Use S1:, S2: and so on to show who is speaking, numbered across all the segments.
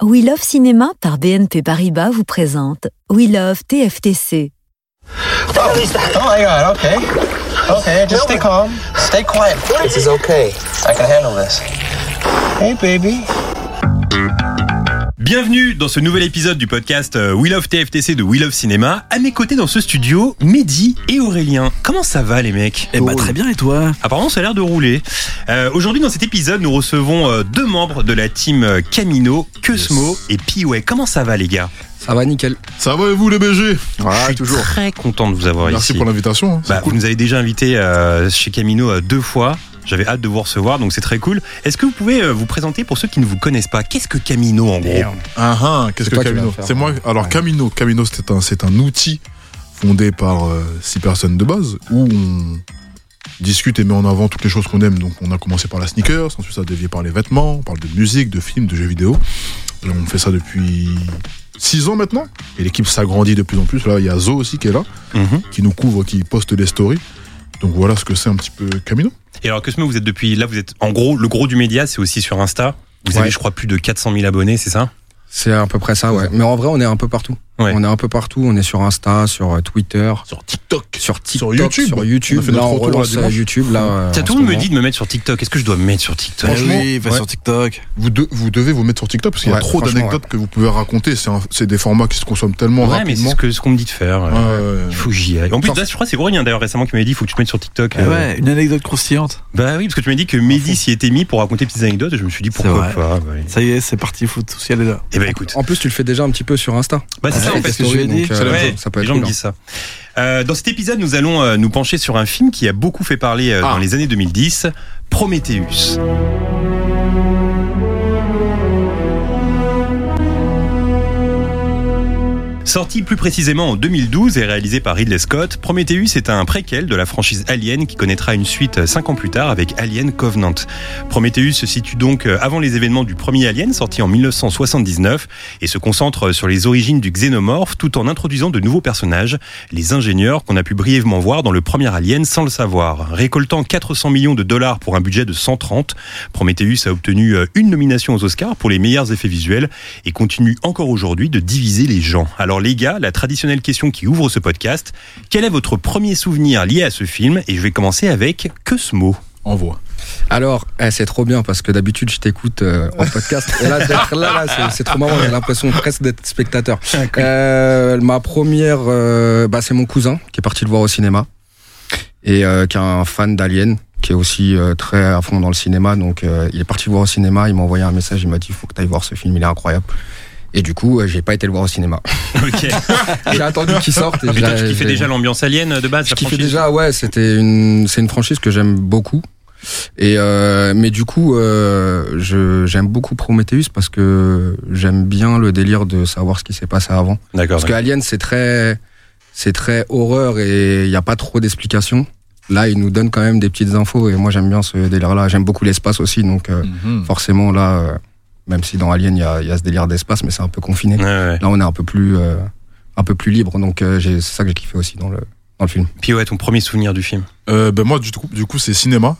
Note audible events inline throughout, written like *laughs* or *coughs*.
S1: We Love Cinéma par BNP Paribas vous présente We Love TFTC.
S2: Oh my god, okay. Okay, just stay calm. Stay quiet. This is okay. I can handle this. Hey, baby.
S3: Bienvenue dans ce nouvel épisode du podcast euh, We Love TFTC de We Love Cinéma. À mes côtés dans ce studio, Mehdi et Aurélien. Comment ça va les mecs
S4: Eh bah très bien et toi
S3: Apparemment ça a l'air de rouler. Euh, Aujourd'hui dans cet épisode, nous recevons euh, deux membres de la team euh, Camino, Cosmo et Piway. Comment ça va les gars
S4: Ça va nickel.
S5: Ça va et vous les BG
S3: Je suis très content de vous avoir
S5: Merci
S3: ici.
S5: pour l'invitation. hein. C'est
S3: Bah,
S5: cool.
S3: Vous nous avez déjà invité euh, chez Camino euh, deux fois. J'avais hâte de vous recevoir, donc c'est très cool. Est-ce que vous pouvez euh, vous présenter pour ceux qui ne vous connaissent pas Qu'est-ce que Camino en gros
S5: Ah ah,
S4: C'est
S5: qu'est-ce que
S4: toi qui vas
S5: Camino
S4: le faire,
S5: C'est moi.
S4: ouais.
S5: Alors
S4: Ouais.
S5: Camino, Camino c'est un, c'est un outil fondé par euh, six personnes de base où on discute et met en avant toutes les choses qu'on aime. Donc on a commencé par la sneakers, ensuite ça a dévié par les vêtements, on parle de musique, de films, de jeux vidéo. Et on fait ça depuis six ans maintenant. Et l'équipe s'agrandit de plus en plus. Là, il y a Zo aussi qui est là,
S3: Mhm.
S5: qui nous couvre, qui poste les stories. Donc voilà ce que c'est un petit peu Camino.
S3: Et alors Cosmo, vous êtes depuis là, vous êtes en gros le gros du média, c'est aussi sur Insta. Vous avez,
S4: Ouais.
S3: je crois, plus de 400 000 abonnés, c'est ça
S4: C'est à peu près ça ouais. Mais en vrai on est un peu partout.
S3: Ouais.
S4: On est un peu partout, on est sur Insta, sur euh, Twitter,
S5: Sur TikTok.
S4: sur TikTok,
S5: Sur YouTube.
S4: sur
S5: On a
S4: YouTube.
S5: fait
S4: Là
S5: notre
S4: on
S5: retour, là,
S4: relance euh,
S5: dimanche.
S4: YouTube là. euh,
S3: Tiens,
S4: en
S3: tout
S4: ce
S3: le monde me
S4: moment.
S3: dit de me mettre sur TikTok. Est-ce que je dois me mettre sur TikTok
S5: Franchement,
S6: oui, va
S5: ouais.
S6: sur TikTok.
S5: vous, de- vous devez vous mettre sur TikTok parce qu'il y
S4: Ouais,
S5: a trop
S4: franchement,
S5: d'anecdotes que vous pouvez raconter. C'est un- C'est des formats qui se consomment tellement
S3: Ouais, mais c'est
S5: rapidement.
S3: ce que- ce qu'on me dit de faire. euh,
S5: Ouais, ouais, ouais.
S3: Il faut que j'y aille. En plus,
S4: Force.
S3: là, je crois que c'est Aurélien d'ailleurs récemment qui m'avait dit il faut que tu te mettes sur TikTok.
S6: Ah
S3: Euh,
S6: ouais, une anecdote croustillante.
S3: Bah oui, parce que tu m'as dit que Mehdi s'y était mis pour raconter des petites anecdotes et je me suis dit
S6: C'est
S3: pourquoi
S6: vrai.
S3: pas. bah oui.
S6: Ça y est, c'est parti, foot social est là.
S3: Eh ben écoute.
S4: En plus tu le fais déjà un petit peu sur Insta.
S3: Bah c'est
S6: Ah
S3: ça
S6: ouais,
S3: en fait.
S6: parce que je lui ai dit.
S4: donc, euh,
S3: Ouais,
S4: ouais, ça peut
S3: les
S4: être
S3: gens
S4: cool,
S3: me
S4: hein.
S3: disent ça. Euh, dans cet épisode, nous allons euh, nous pencher sur un film qui a beaucoup fait parler euh, dans les années 2010, Prometheus. Sorti plus précisément en 2012 et réalisé par Ridley Scott, Prometheus est un préquel de la franchise Alien qui connaîtra une suite 5 ans plus tard avec Alien Covenant. Prometheus se situe donc euh, avant les événements du premier Alien sorti en 1979 et se concentre sur les origines du xénomorphe tout en introduisant de nouveaux personnages, les ingénieurs qu'on a pu brièvement voir dans le premier Alien sans le savoir. Récoltant 400 millions de dollars pour un budget de 130, Prometheus a obtenu euh, une nomination aux Oscars pour les meilleurs effets visuels et continue encore aujourd'hui de diviser les gens. Alors les gars, la traditionnelle question qui ouvre ce podcast, quel est votre premier souvenir lié à ce film Et je vais commencer avec Cosmo.
S5: Envoie.
S4: Alors, eh, c'est trop bien parce que d'habitude je t'écoute euh,
S3: *laughs*
S4: en podcast. Et là, d'être là, là, c'est- c'est trop marrant. J'ai l'impression presque d'être spectateur. Euh, ma première, euh, bah, c'est mon cousin qui est parti le voir au cinéma et euh, qui est un fan d'Alien, qui est aussi euh, très à fond dans le cinéma. Donc, euh, il est parti le voir au cinéma. Il m'a envoyé un message. Il m'a dit, faut que t'ailles voir ce film. Il est incroyable. Et du coup, euh, j'ai pas été le voir au cinéma.
S3: Ok.
S4: J'ai attendu qu'il sorte. et
S3: Ah, Mais toi, Ah, tu
S4: j'ai-
S3: kiffais
S4: j'ai-
S3: déjà l'ambiance alien euh, de base
S4: je
S3: la
S4: kiffais
S3: Ah, franchise
S4: déjà, ouais, c'était une, c'est une franchise que j'aime beaucoup. Et euh, mais du coup, euh, je- j'aime beaucoup Prometheus parce que j'aime bien le délire de savoir ce qui s'est passé avant.
S3: D'accord.
S4: Parce que Alien, c'est très, c'est très horreur et il n'y a pas trop d'explications. Là, il nous donne quand même des petites infos et moi j'aime bien ce délire-là. J'aime beaucoup l'espace aussi, donc euh,
S6: Mhm.
S4: forcément là, euh, même si dans Alien il y a, il y a ce délire d'espace, mais c'est un peu confiné.
S3: Ouais, ouais.
S4: Là, on est un peu plus, euh, un peu plus libre, donc euh, j'ai- c'est ça que j'ai kiffé aussi dans le, dans le film.
S3: Puis ouais, ton premier souvenir du film.
S5: Euh, ben moi, du coup, du coup, c'est cinéma.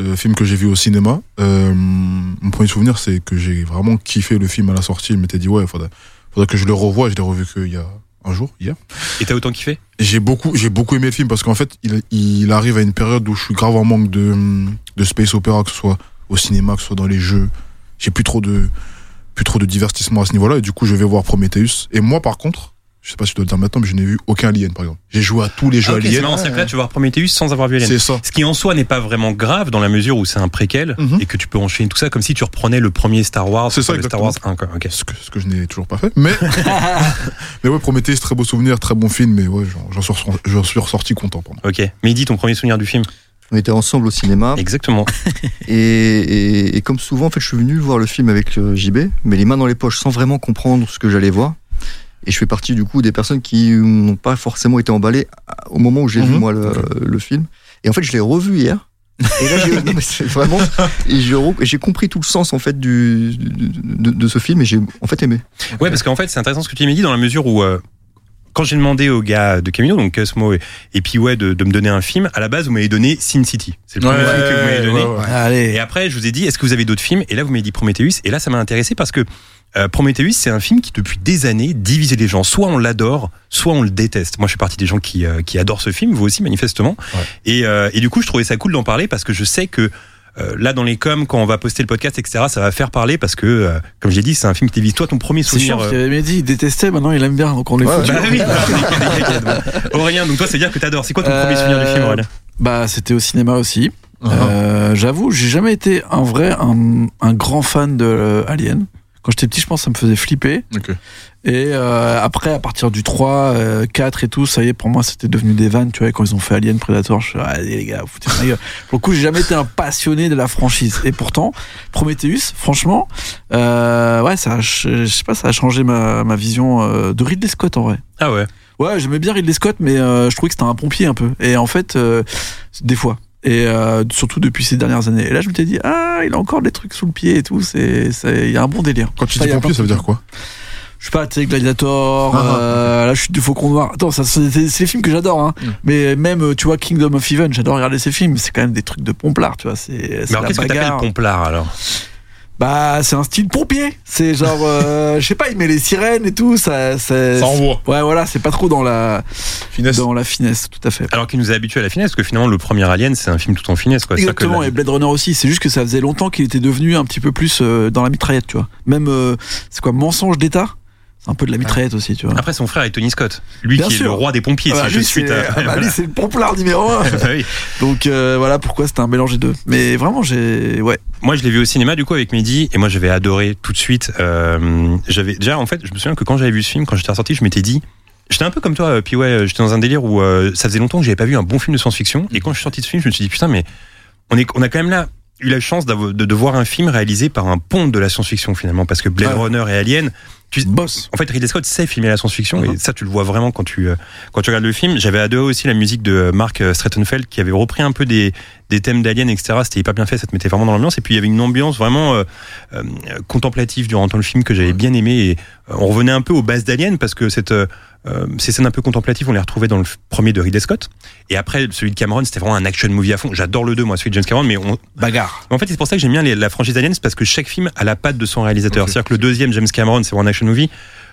S5: Euh, film que j'ai vu au cinéma. Euh, mon premier souvenir, c'est que j'ai vraiment kiffé le film à la sortie. Je m'étais dit, ouais, faudrait, faudrait que je le revoie. Je l'ai revu qu'il y a un jour, hier.
S3: Et t'as autant kiffé
S5: J'ai beaucoup, j'ai beaucoup aimé le film parce qu'en fait, il, il arrive à une période où je suis grave en manque de, hum, de space opéra, que ce soit au cinéma, que ce soit dans les jeux. J'ai plus trop de, plus trop de divertissement à ce niveau-là et du coup, je vais voir Prometheus. Et moi, par contre, je sais pas si je dois le dire maintenant, mais je n'ai vu aucun Alien, par exemple. J'ai joué à tous les jeux
S3: Ah, Ok, C'est
S5: Alien.
S3: marrant, c'est que là, tu vas voir Prometheus sans avoir vu Alien.
S5: C'est ça.
S3: Ce qui en soi n'est pas vraiment grave dans la mesure où c'est un préquel
S5: Mhm.
S3: et que tu peux enchaîner tout ça comme si tu reprenais le premier Star Wars,
S5: C'est ça,
S3: le Star Wars 1. Quoi. Ok.
S5: Ce que, ce que je n'ai toujours pas fait.
S3: *laughs*
S5: Mais, *laughs* mais ouais, Prometheus, très beau souvenir, très bon film, mais ouais, j'en- j'en suis, j'en suis ressorti content, pardon.
S3: Ok. Mehdi, ton premier souvenir du film
S7: On était ensemble au
S5: Ah.
S7: cinéma.
S3: Exactement.
S7: Et, et- et comme souvent, en fait, je suis venu voir le film avec euh, JB, mais les mains dans les poches, sans vraiment comprendre ce que j'allais voir. Et je fais partie du coup des personnes qui n'ont pas forcément été emballées à- au moment où j'ai vu
S5: Mhm.
S7: moi le, le film. Et en fait, je l'ai revu hier. Et là,
S4: *laughs*
S7: j'ai- non, mais c'est vraiment, et je re- et j'ai compris tout le sens en fait du, du- de, de ce film et j'ai en fait aimé.
S3: Ouais, parce qu'en fait, c'est intéressant ce que tu m'as dit dans la mesure où. euh, quand j'ai demandé aux gars de Camino, donc Cosmo et, et Piway de, de me donner un film, à la base, vous m'avez donné Sin City. C'est le premier film que vous m'avez donné. Et
S6: Allez.
S3: après, je vous ai dit, est-ce que vous avez d'autres films Et là, vous m'avez dit Prometheus. Et là, ça m'a intéressé parce que euh, Prometheus, c'est un film qui, depuis des années, divisait les gens. Soit on l'adore, soit on le déteste. Moi, je suis partie des gens qui, euh, qui adorent ce film, vous aussi, manifestement. Et, euh, et du coup, je trouvais ça cool d'en parler parce que je sais que. euh, là, dans les coms, quand on va poster le podcast, etc., ça va faire parler parce que, euh, comme j'ai dit, c'est un film qui divise. Toi, ton premier
S6: C'est
S3: souvenir.
S6: chiant, parce
S3: euh,
S6: qu'il avait dit, il détestait, maintenant il aime bien, donc on est
S7: Ouais,
S6: foutu.
S3: bah oui, *laughs* bon. Aurélien, donc toi, c'est dire que t'adores. C'est quoi ton premier
S6: Euh,
S3: souvenir du film, Aurélien
S6: Bah, c'était au cinéma aussi.
S3: Uh-huh.
S6: Euh, J'avoue, j'ai jamais été un vrai, un, un grand fan de euh, Alien. Quand j'étais petit, je pense que ça me faisait flipper.
S5: Ok.
S6: Et euh, après, à partir du 3, euh, 4 et tout, ça y est, pour moi, c'était devenu des vannes. Tu vois, et quand ils ont fait Alien Predator, je suis allez les gars, vous foutez de ma gueule. Pour le coup, j'ai jamais été un passionné de la franchise. Et pourtant, Prometheus, franchement, euh, ouais, ça, a ch- je sais pas, ça a changé ma, ma vision euh, de Ridley Scott en vrai.
S3: Ah ouais.
S6: Ouais, j'aimais bien Ridley Scott, mais euh, je trouvais que c'était un pompier un peu. Et en fait, euh, des fois. Et euh, surtout depuis ces dernières années. Et là, je me suis dit, ah, il a encore des trucs sous le pied et tout. C'est, c'est, il y a un bon délire.
S5: Quand tu
S6: Enfin,
S5: dis
S6: il y a
S5: pompier,
S6: plein
S5: ça
S6: de
S5: veut dire
S6: trucs.
S5: quoi
S6: Je sais pas, tu sais, Gladiator,
S5: Ah, ah.
S6: euh, là, je suis du Faucon Noir. Attends, ça, c'est, c'est- c'est les films que j'adore, hein.
S5: Mm.
S6: Mais même, euh, tu vois, Kingdom of Heaven, j'adore regarder ces films. C'est quand même des trucs de pomplard, tu vois. C'est, c'est
S3: Mais alors,
S6: la
S3: qu'est-ce que t'appelles
S6: bagarre.
S3: Pomplard alors
S6: bah, c'est un style pompier. C'est genre, euh, je sais pas, il met les sirènes et tout. Ça, ça,
S5: Ça envoie.
S6: Ouais, voilà, c'est pas trop dans la,
S5: Finesse.
S6: dans la finesse, tout à fait.
S3: Alors qu'il nous a habitués à la finesse, parce que finalement, le premier Alien, c'est un film tout en finesse. Quoi. C'est-à-dire que
S6: Exactement,
S3: la-
S6: et Blade Runner aussi. C'est juste que ça faisait longtemps qu'il était devenu un petit peu plus euh, dans la mitraillette, tu vois. Même, euh, c'est quoi, mensonge d'État C'est un peu de la mitraillette aussi, tu vois.
S3: Après, son frère est Tony Scott, lui
S6: Bien
S3: qui est
S6: sûr.
S3: le roi des pompiers,
S6: Ah bah,
S3: si je
S6: lui,
S3: suis.
S6: c'est-
S3: à-
S6: ah bah, lui,
S3: Voilà.
S6: c'est le pomplard numéro un.
S3: *laughs* Bah oui.
S6: Donc euh, voilà pourquoi c'était un mélange des deux. Mais vraiment, j'ai. Ouais.
S3: Moi, je l'ai vu au cinéma du coup avec Mehdi, et moi, j'avais adoré tout de suite. Euh, j'avais déjà, en fait, je me souviens que quand j'avais vu ce film, quand j'étais ressorti, je m'étais dit. J'étais un peu comme toi, euh, puis ouais, euh, j'étais dans un délire où euh, ça faisait longtemps que j'avais pas vu un bon film de science-fiction, et quand je suis sorti de ce film, je me suis dit putain, mais on est, on a quand même là eu la chance d'avoir- de, de voir un film réalisé par un pont de la science-fiction finalement, parce que Blade
S6: Ouais.
S3: Runner et Alien, tu-
S6: Boss.
S3: En fait, Ridley Scott sait filmer la science-fiction
S6: Mhm.
S3: et ça, tu le vois vraiment quand tu euh, quand tu regardes le film. J'avais adoré aussi la musique de Mark euh, Strattenfeld qui avait repris un peu des des thèmes d'Alien, etc. C'était hyper bien fait, ça te mettait vraiment dans l'ambiance. Et puis il y avait une ambiance vraiment euh, euh, contemplative durant tout le film que j'avais bien aimé. Et euh, on revenait un peu aux bases d'Alien parce que cette euh, euh, ces scènes un peu contemplatives, on les retrouvait dans le f- premier de Ridley Scott. Et après, celui de Cameron, c'était vraiment un action movie à fond. J'adore le 2, moi, celui de James Cameron, mais on,
S6: Bagarre.
S3: en fait, c'est pour ça que j'aime bien les- la franchise Alien, c'est parce que chaque film a la patte de son réalisateur. C'est-à-dire que le deuxième, James Cameron, c'est vraiment un action movie.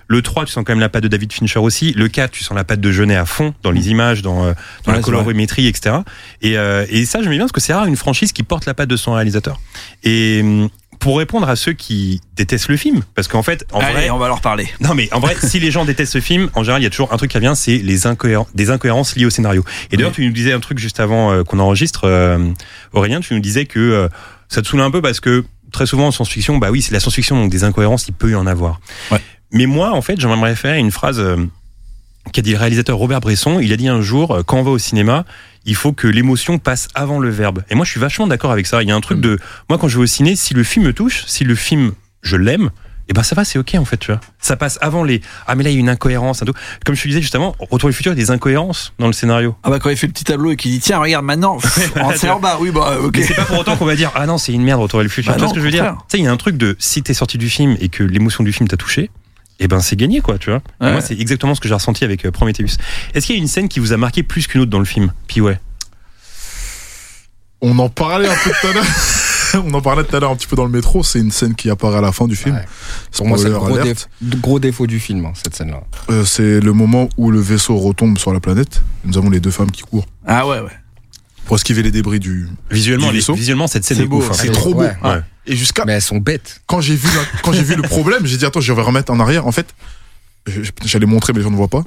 S3: Le 3, tu sens quand même la patte de David Fincher aussi. Le 4, tu sens la patte de Jeunet à fond, dans les images, dans, euh, dans
S6: Ouais,
S3: la
S6: c'est
S3: colorimétrie, etc. Et, euh, et ça, j'aime bien parce que c'est rare une franchise qui porte la patte de son réalisateur. Et hum, pour répondre à ceux qui détestent le film, parce qu'en fait, en
S6: Allez,
S3: vrai,
S6: on va leur parler.
S3: non mais en vrai, si les gens détestent ce film, en général, il y a toujours un truc qui revient, c'est les incohérences, des incohérences liées au scénario. Et d'ailleurs, tu nous disais un truc juste avant euh, qu'on enregistre, euh, Aurélien, tu nous disais que euh, ça te saoulait un peu parce que très souvent en science-fiction, bah oui, c'est la science-fiction, donc des incohérences, il peut y en avoir.
S6: Ouais.
S3: Mais moi, en fait, j'aimerais faire une phrase euh, qu'a dit le réalisateur Robert Bresson. Il a dit un jour, euh, quand on va au cinéma, il faut que l'émotion passe avant le verbe. Et moi, je suis vachement d'accord avec ça. Il y a un truc de, moi, quand je vais au ciné, si le film me touche, si le film, je l'aime, et ben ça va, c'est ok en fait, tu vois. Ça passe avant les. Ah mais là il y a une incohérence, un tout. Comme je te disais justement, Retour vers le futur, il y a des incohérences dans le scénario.
S6: Ah bah quand il fait le petit tableau et qu'il dit tiens regarde maintenant
S3: *laughs*
S6: pff, en c'est en bas oui bah ok
S3: Mais c'est pas pour autant qu'on va dire ah non c'est une merde Retour vers le futur.
S6: Bah
S3: tu vois
S6: non,
S3: ce que je veux
S6: au
S3: dire
S6: contraire.
S3: Tu sais, il y a un truc de si t'es sorti du film et que l'émotion du film t'a touché. Et ben c'est gagné quoi, tu vois. Et
S6: Ouais.
S3: Moi c'est exactement ce que j'ai ressenti avec euh, Prometheus. Est-ce qu'il y a une scène qui vous a marqué plus qu'une autre dans le film Puis ouais.
S5: On en parlait un peu tout à l'heure. *laughs* On en parlait tout à l'heure un petit peu dans le métro. C'est une scène qui apparaît à la fin du film.
S4: Ouais. Pour moi, c'est le
S5: Spoiler
S4: gros,
S5: alert.
S4: déf- gros défaut du film, hein, cette scène-là.
S5: Euh, c'est le moment où le vaisseau retombe sur la planète. Nous avons les deux femmes qui courent
S6: ah ouais ouais
S5: pour esquiver les débris du.
S3: Visuellement,
S5: Du
S3: les-
S5: vaisseau
S3: visuellement cette scène
S6: C'est
S3: est
S6: beau,
S3: ouf. hein.
S5: C'est
S4: c'est-
S5: trop beau.
S4: ouais.
S3: Ouais.
S5: Et jusqu'à
S4: Mais elles sont bêtes.
S5: quand j'ai vu la- quand j'ai vu le problème, j'ai dit attends, je vais remettre en arrière. En fait, je- je- j'allais montrer, mais les gens ne
S4: *laughs*
S5: voient pas.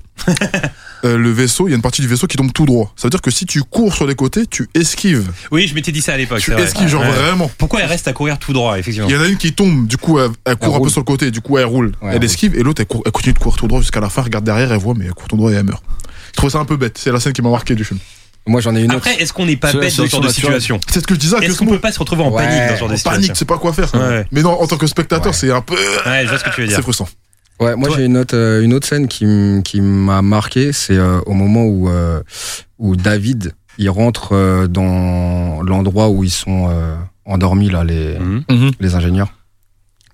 S5: Euh, le vaisseau, il y a une partie du vaisseau qui tombe tout droit. Ça veut dire que si tu cours sur les côtés, tu esquives.
S3: Oui, je m'étais dit ça à l'époque.
S5: tu
S3: c'est vrai.
S5: esquives, genre
S3: Ouais.
S5: vraiment.
S3: Pourquoi elle reste à courir tout droit effectivement
S5: Il y en a une qui tombe, du coup, elle, elle court un peu
S4: roule.
S5: sur le côté, du coup, elle roule.
S4: Ouais,
S5: elle,
S4: elle roule.
S5: esquive, et l'autre, elle, court- elle continue de courir tout droit jusqu'à la fin, elle regarde derrière, elle voit, mais elle court tout droit et elle meurt. Je trouvais ça un peu bête. C'est la scène qui m'a marqué du film.
S4: Moi, j'en ai une autre.
S3: Après, est-ce qu'on n'est pas
S6: C'est la
S3: bête dans ce genre de
S6: solution naturelle.
S3: situation
S5: C'est ce que je disais à
S3: Est-ce qu'on
S5: Cosmo.
S3: peut pas se retrouver en
S4: Ouais,
S3: panique dans ce genre de
S5: En
S3: situation
S5: panique, c'est pas quoi faire. quand
S3: Ouais.
S5: même. Mais non, en tant que spectateur,
S4: Ouais.
S5: c'est un peu.
S3: Ouais, je vois ce que tu veux dire.
S5: C'est frustrant.
S4: Ouais, moi
S3: Toi-
S4: j'ai une autre euh, une autre scène qui m- qui m'a marqué, c'est euh, au moment où euh, où David il rentre euh, dans l'endroit où ils sont euh, endormis là les
S3: Mhm.
S4: les ingénieurs.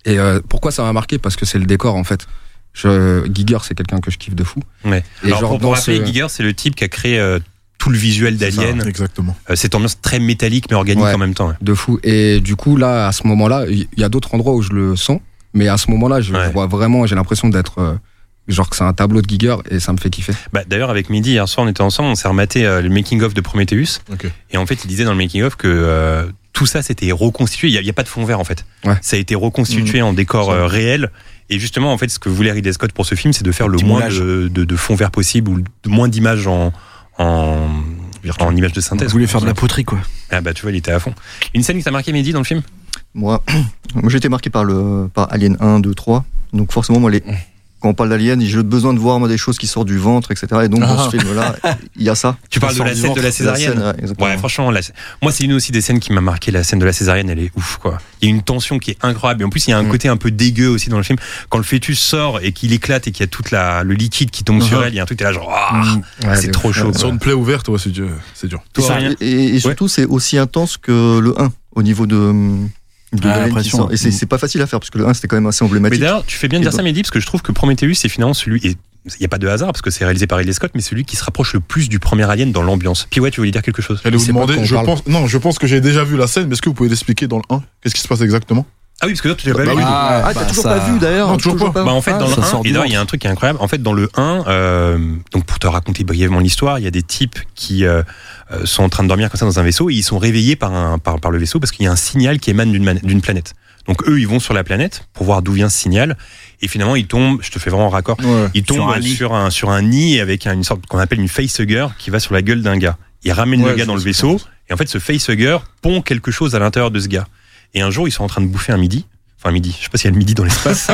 S4: Et euh, pourquoi ça m'a marqué Parce que c'est le décor en fait. Je, Giger, c'est quelqu'un que je kiffe de fou.
S3: Ouais.
S4: Et
S3: Alors,
S4: genre
S3: pour, pour
S4: dans
S3: rappeler,
S4: ce-
S3: Giger, c'est le type qui a créé euh, tout le visuel
S5: C'est ça,
S3: d'Alien.
S5: Exactement.
S3: Euh, cette ambiance très métallique mais organique
S4: Ouais.
S3: en même temps. hein. ouais.
S4: De fou. Et du coup, là, à ce moment-là, il y- y a d'autres endroits où je le sens, mais à ce moment-là, je
S3: Ouais.
S4: vois vraiment, j'ai l'impression d'être. euh, genre que c'est un tableau de Giger et ça me fait kiffer.
S3: Bah, D'ailleurs, avec Midi, hier soir, on était ensemble, on s'est rematé euh, le making-of de Prometheus.
S5: Ok.
S3: Et en fait, il disait dans le making-of que euh, tout ça, c'était reconstitué. Il n'y a, pas de fond vert, en fait.
S4: Ouais. Mm.
S3: Ça a été reconstitué en décor euh, réel. Et justement, en fait, ce que voulait Ridley Scott pour ce film, c'est de faire le
S6: Petit
S3: moins
S6: moulage.
S3: de, de, de fond vert possible ou de moins d'images en, en, en images de
S6: Je
S3: synthèse.
S6: voulais faire de la poterie, quoi.
S3: Ah bah, tu vois, il était à fond. Une scène qui t'a marqué, Midi, dans le film
S7: Moi, moi j'ai été marqué par, le, par Alien 1, 2, 3. Donc forcément, moi, les, quand on parle d'Alien, j'ai besoin de voir moi, des choses qui sortent du ventre, etc. Et donc dans
S4: *laughs*
S6: Ah.
S7: ce film-là, il y a ça.
S3: Tu parles de la scène de la césarienne
S7: scène, ouais, exactement.
S3: Ouais, franchement, la- moi, c'est une aussi des scènes qui m'a marqué. La scène de la césarienne, elle est ouf, quoi. Il y a une tension qui est incroyable. Et en plus, il y a un
S4: Mm.
S3: côté un peu dégueu aussi dans le film. Quand le fœtus sort et qu'il éclate et qu'il y a toute la, le liquide qui tombe sur
S7: Uh-huh.
S5: Mhm.
S3: elle, il y a un truc, t'es là, genre, ah,
S4: Ouais,
S3: c'est
S4: de
S3: trop
S4: ouf.
S3: chaud.
S5: Sur une plaie ouverte, ouais, c'est dur. C'est dur.
S3: Toi,
S7: Mm. Et-
S3: Aurélien
S7: Et, et surtout, c'est aussi intense que le 1 au niveau de. de
S6: Ah,
S7: l'Alien qui
S6: l'impression.
S7: sort. Et c'est c'est pas facile à faire parce que le 1 c'était quand même assez
S3: Mais
S7: emblématique.
S3: d'ailleurs, tu fais bien de
S7: Et
S3: dire
S7: donc-
S3: ça, Mehdi, parce que je trouve que Prometheus, c'est finalement celui, et il n'y a pas de hasard, parce que c'est réalisé par Ridley Scott, mais celui qui se rapproche le plus du premier Alien dans l'ambiance. Puis ouais, tu voulais dire quelque chose
S5: Allez
S4: Il
S5: vous
S4: sait pas de quoi
S5: demander,
S4: on
S5: je
S4: parle.
S5: pense, non, je pense que j'ai déjà vu la scène, mais est-ce que vous pouvez l'expliquer dans le 1 Qu'est-ce qui se passe exactement
S3: Ah oui, parce que toi, tu l'as pas
S5: Bah
S3: vu.
S5: oui.
S7: Ah, t'as toujours pas vu d'ailleurs
S5: Non, toujours pas.
S3: Bah en fait,
S7: Ah,
S3: dans
S7: ça
S3: le 1,
S6: sort
S3: et
S6: du
S3: d'ailleurs,
S6: ventre.
S3: il y a un truc qui est incroyable. En fait, dans le 1, euh, donc pour te raconter brièvement l'histoire, il y a des types qui euh, euh, sont en train de dormir comme ça dans un vaisseau et ils sont réveillés par, un, par, par le vaisseau parce qu'il y a un signal qui émane d'une man- d'une planète. Donc eux, ils vont sur la planète pour voir d'où vient ce signal et finalement, ils tombent, je te fais vraiment en raccord,
S5: Ouais.
S3: ils tombent
S6: Sur
S3: sur
S6: un
S3: un,
S6: lit.
S3: sur un, nid avec un- une sorte qu'on appelle une facehugger qui va sur la gueule d'un gars. Il ramène
S5: Ouais,
S3: le gars
S5: je
S3: dans le
S5: sais ce que
S3: vaisseau
S5: c'est.
S3: et en fait, ce facehugger pond quelque chose à l'intérieur de ce gars. Et un jour, ils sont en train de bouffer un midi. Enfin, midi. Je sais pas s'il y a le midi dans
S5: *laughs*
S3: l'espace.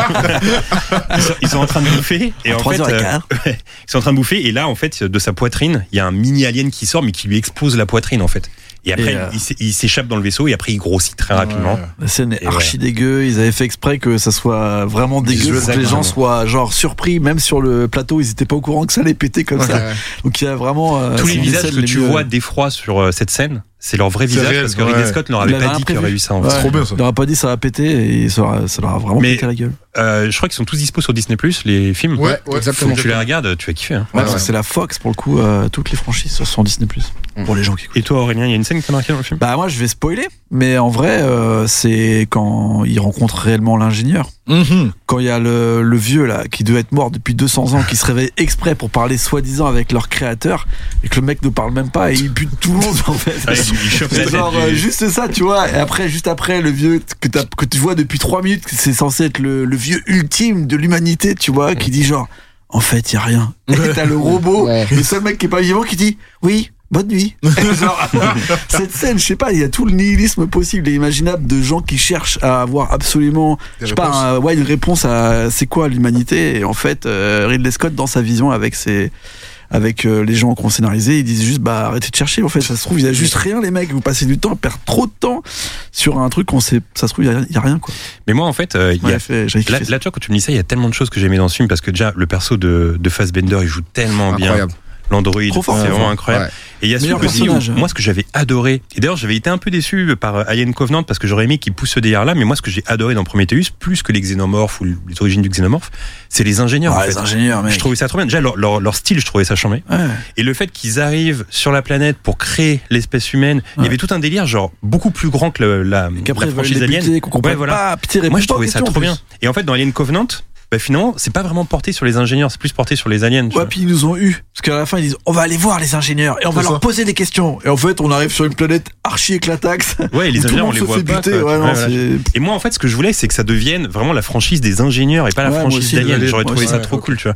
S3: ils, sont, ils sont en train de bouffer. Et en, fait, euh,
S6: 3h15.
S3: ils sont en train de bouffer. Et là, en fait, de sa poitrine, il y a un mini alien qui sort, mais qui lui explose la poitrine, en fait. Et après,
S6: Et, euh,
S3: il s'é- il s'échappe dans le vaisseau et après, il grossit très rapidement.
S6: La scène est
S3: Et
S6: archi dégueu. Ils avaient fait exprès que ça soit vraiment dégueu pour que les
S3: Exactement.
S6: gens soient genre surpris. Même sur le plateau, ils étaient pas au courant que ça allait péter comme
S4: Ouais.
S6: ça. Donc il y a vraiment euh,
S3: Tous
S6: c'est
S3: les
S6: une des
S3: visages
S6: scènes
S3: que
S6: les
S3: tu
S6: mieux.
S3: vois d'effroi sur euh, cette scène, c'est leur vrai
S5: C'est
S3: visage
S5: réel,
S3: parce que
S5: ouais.
S3: Ridley Scott leur
S6: Il
S3: avait pas
S6: l'avait
S3: dit qu'il y aurait
S6: imprévu.
S3: eu ça en
S6: Ouais.
S3: fait.
S5: C'est trop bien ça.
S6: Ils n'auraient pas dit ça va péter et ils auraient- ça leur a vraiment
S3: Mais-
S6: pété la gueule.
S3: Euh, je crois qu'ils sont tous dispo sur Disney les films.
S5: Ouais, ouais,
S3: Faut
S4: exactement.
S3: que tu les regardes, tu vas kiffer. hein.
S6: Ouais,
S4: Ouais,
S6: parce que
S4: ouais.
S6: c'est la Fox pour le coup, euh, toutes les franchises sont sur Disney
S4: Mm.
S6: Pour les gens qui écoutent.
S3: Et toi, Aurélien, il y a une scène qui t'a marqué dans le
S6: *laughs*
S3: film
S6: Bah moi je vais spoiler, mais en vrai euh, c'est quand ils rencontrent réellement l'ingénieur.
S5: Mhm.
S6: Quand il y a le, le vieux là qui devait être mort depuis 200 ans, qui se réveille exprès pour parler soi-disant avec leur créateur, et que le mec ne parle même pas et il bute tout le monde en fait.
S3: Ouais, Ah, il- il chope la
S6: C'est
S3: tête
S6: genre
S3: du-
S6: euh, juste ça, tu vois. Et après, juste après, le vieux t- que, t'as- que tu vois depuis trois minutes, que c'est censé être le, le vieux ultime de l'humanité, tu vois, qui dit genre, en fait, y a rien.
S5: *laughs*
S6: Et t'as le robot,
S4: Ouais.
S6: le seul mec qui est pas vivant, qui dit, oui.
S5: *laughs*
S6: Bonne nuit. Et genre, cette scène, je sais pas, il y a tout le nihilisme possible et imaginable de gens qui cherchent à avoir absolument,
S5: Des
S6: je sais pas,
S5: réponses.
S6: un- ouais, une réponse à c'est quoi l'humanité. Et en fait, euh, Ridley Scott, dans sa vision avec ses, avec euh, les gens qui ont scénarisé, ils disent juste bah arrêtez de chercher en fait, ça se trouve il y a juste rien les mecs, vous passez du temps, à perdre trop de temps sur un truc qu'on sait, ça se trouve il y a, il y a rien quoi.
S3: Mais moi, en fait, euh, il y a-
S6: Ouais, fait- j'avais
S3: là,
S6: kiffé ça.
S3: là, tu vois, quand tu me dis ça, il y a tellement de choses que j'aimais dans ce film parce que déjà, le perso de, de Fassbender, il joue tellement bien.
S4: Incroyable.
S3: L'android,
S6: Trop fort,
S3: c'est
S6: trop
S3: vraiment
S6: fort.
S3: incroyable. Et il y a ce
S6: Meilleur
S3: truc aussi
S6: personnage. hein.
S3: où, moi, ce que j'avais adoré, et d'ailleurs, j'avais été un peu déçu par euh, Alien Covenant parce que j'aurais aimé qu'il pousse ce délire-là, mais moi, ce que j'ai adoré dans Prometheus, plus que les xénomorphes ou les origines du xénomorphe, c'est les ingénieurs.
S6: Ah,
S3: en
S6: les
S3: fait.
S6: ingénieurs mec.
S3: Je trouvais ça trop bien. Déjà, leur, leur, leur style, je trouvais ça charmé.
S6: Ouais.
S3: Et le fait qu'ils arrivent sur la planète pour créer l'espèce humaine, il y
S6: Ouais.
S3: avait tout un délire, genre, beaucoup plus grand que le- la,
S6: Et
S3: la
S6: Qu'après ils veulent
S3: franchise
S6: les
S3: alien.
S6: buter, qu'on comprenne
S3: Ouais, voilà.
S6: pas, puis t'es
S3: Moi,
S6: réponds
S3: je
S6: pas aux
S3: trouvais ça
S6: questions,
S3: trop
S6: en plus.
S3: bien. Et en fait, dans Alien Covenant, bah, finalement, c'est pas vraiment porté sur les ingénieurs, c'est plus porté sur les aliens. tu
S6: Ouais,
S3: vois.
S6: puis ils nous ont eu. Parce qu'à la fin, ils disent, on va aller voir les ingénieurs et on va
S5: C'est
S6: leur
S5: ça.
S6: poser des questions. Et en fait, on arrive sur une planète archi éclataxe.
S3: Ouais, et les
S6: où *laughs* tout
S3: ingénieurs, on
S6: monde
S3: les
S6: se
S3: voit
S6: fait
S3: pas.
S6: buter.
S3: quoi.
S6: Ouais,
S3: Ouais,
S6: non,
S3: voilà.
S6: c'est-
S3: Et moi, en fait, ce que je voulais, c'est que ça devienne vraiment la franchise des ingénieurs et pas la
S6: Ouais, moi
S3: franchise
S6: aussi,
S3: d'Alien.
S6: le-
S3: J'aurais
S6: moi
S3: trouvé
S6: aussi,
S3: ça
S6: ouais,
S3: trop cool, tu vois.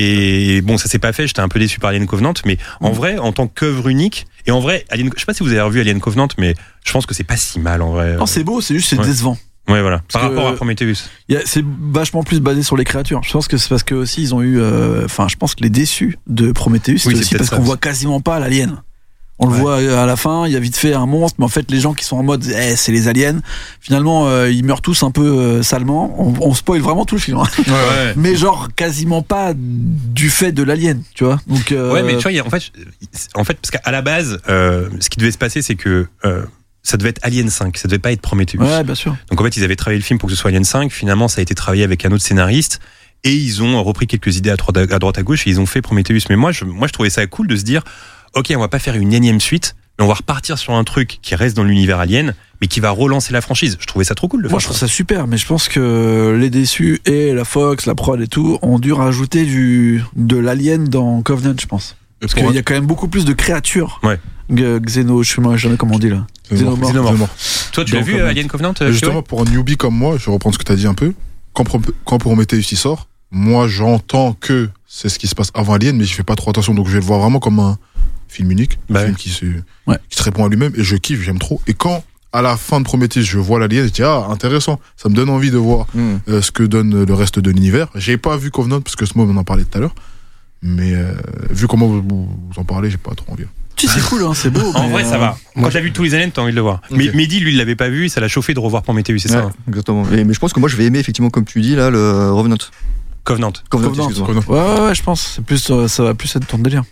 S3: Et bon, ça s'est pas fait. J'étais un peu déçu par Alien Covenant, mais
S6: Mm.
S3: en vrai, en tant qu'œuvre unique, et en vrai, Alien, je sais pas si vous avez revu Alien Covenant, mais je pense que c'est pas si mal en vrai.
S6: Non, c'est beau, c'est juste c'est
S3: Ouais.
S6: décevant.
S3: Ouais, voilà. Par
S6: Parce que-
S3: rapport à Prometheus.
S6: *laughs* Il y a- C'est vachement plus basé sur les créatures. Je pense que c'est parce que aussi ils ont eu, euh, enfin, je pense que les déçus de Prometheus,
S3: c'est
S6: c'est aussi
S3: peut-être
S6: parce
S3: ça
S6: qu'on
S3: aussi.
S6: voit quasiment pas l'alien. On le voit euh, à la fin, il y a vite fait un monstre, mais en fait les gens qui sont en mode eh, c'est les aliens, finalement euh, ils meurent tous un peu euh, salement. On, on spoil vraiment tout le film, hein.
S3: Ouais.
S6: mais genre quasiment pas du fait de l'alien, tu vois. Donc euh,
S3: Ouais, mais tu vois, il y a- en fait, c'est- en fait, parce qu'à la base, euh, ce qui devait se passer, c'est que euh, ça devait être Alien 5, ça devait pas être Prometheus.
S6: ouais, bien sûr.
S3: Donc en fait, ils avaient travaillé le film pour que ce soit Alien 5. Finalement, ça a été travaillé avec un autre scénariste. Et ils ont repris quelques idées à droite à, à droite, à gauche et ils ont fait Prometheus. Mais moi je, moi, je trouvais ça cool de se dire Ok, on va pas faire une énième suite, mais on va repartir sur un truc qui reste dans l'univers Alien, mais qui va relancer la franchise. Je trouvais ça trop cool de
S6: Moi,
S3: faire
S6: je trouve ça super, mais je pense que les déçus et la Fox, la prod et tout ont dû rajouter du de l'alien dans Covenant, je pense. Parce qu'il y a quand même beaucoup plus de créatures.
S3: Ouais.
S6: G- Xéno, je sais pas jamais comment on dit là. Xénomorphe.
S3: Xénomorphe.
S5: Xénomorphe.
S3: Toi, tu l'as
S6: Donc,
S3: vu,
S6: euh,
S3: Alien Covenant euh,
S5: Justement, pour un newbie comme moi, je reprends ce que tu as dit un peu. Quand, Prom- quand Prometheus il sort, moi j'entends que c'est ce qui se passe avant Alien, mais je fais pas trop attention. Donc je vais le voir vraiment comme un film unique,
S3: Bah
S5: un film
S3: oui.
S5: qui se,
S6: Ouais.
S5: qui se répond à lui-même. Et je kiffe, j'aime trop. Et quand à la fin de Prometheus, je vois l'Alien, je dis ah intéressant, ça me donne envie de voir
S4: Hmm.
S5: euh, ce que donne le reste de l'univers. J'ai pas vu Covenant parce que ce mot on en parlait tout à l'heure. Mais euh, vu comment vous, vous en parlez, j'ai pas trop envie.
S6: Tu sais, c'est cool, hein, c'est beau.
S3: En
S6: mais,
S3: vrai, ça
S6: euh,
S3: va. Quand t'as vu tous les aliens, t'as envie de le voir. Mais
S5: Ok.
S3: Mehdi, lui, il l'avait pas vu, et ça l'a chauffé de revoir Prometheus, c'est ça hein
S7: Exactement. Et- mais je pense que moi, je vais aimer, effectivement, comme tu dis, là, le Revenant.
S3: Covenant.
S7: Covenant,
S6: Covenant.
S7: excuse-moi.
S5: Covenant.
S6: Ouais, ouais, ouais, je pense. C'est plus, euh, ça va plus être ton délire.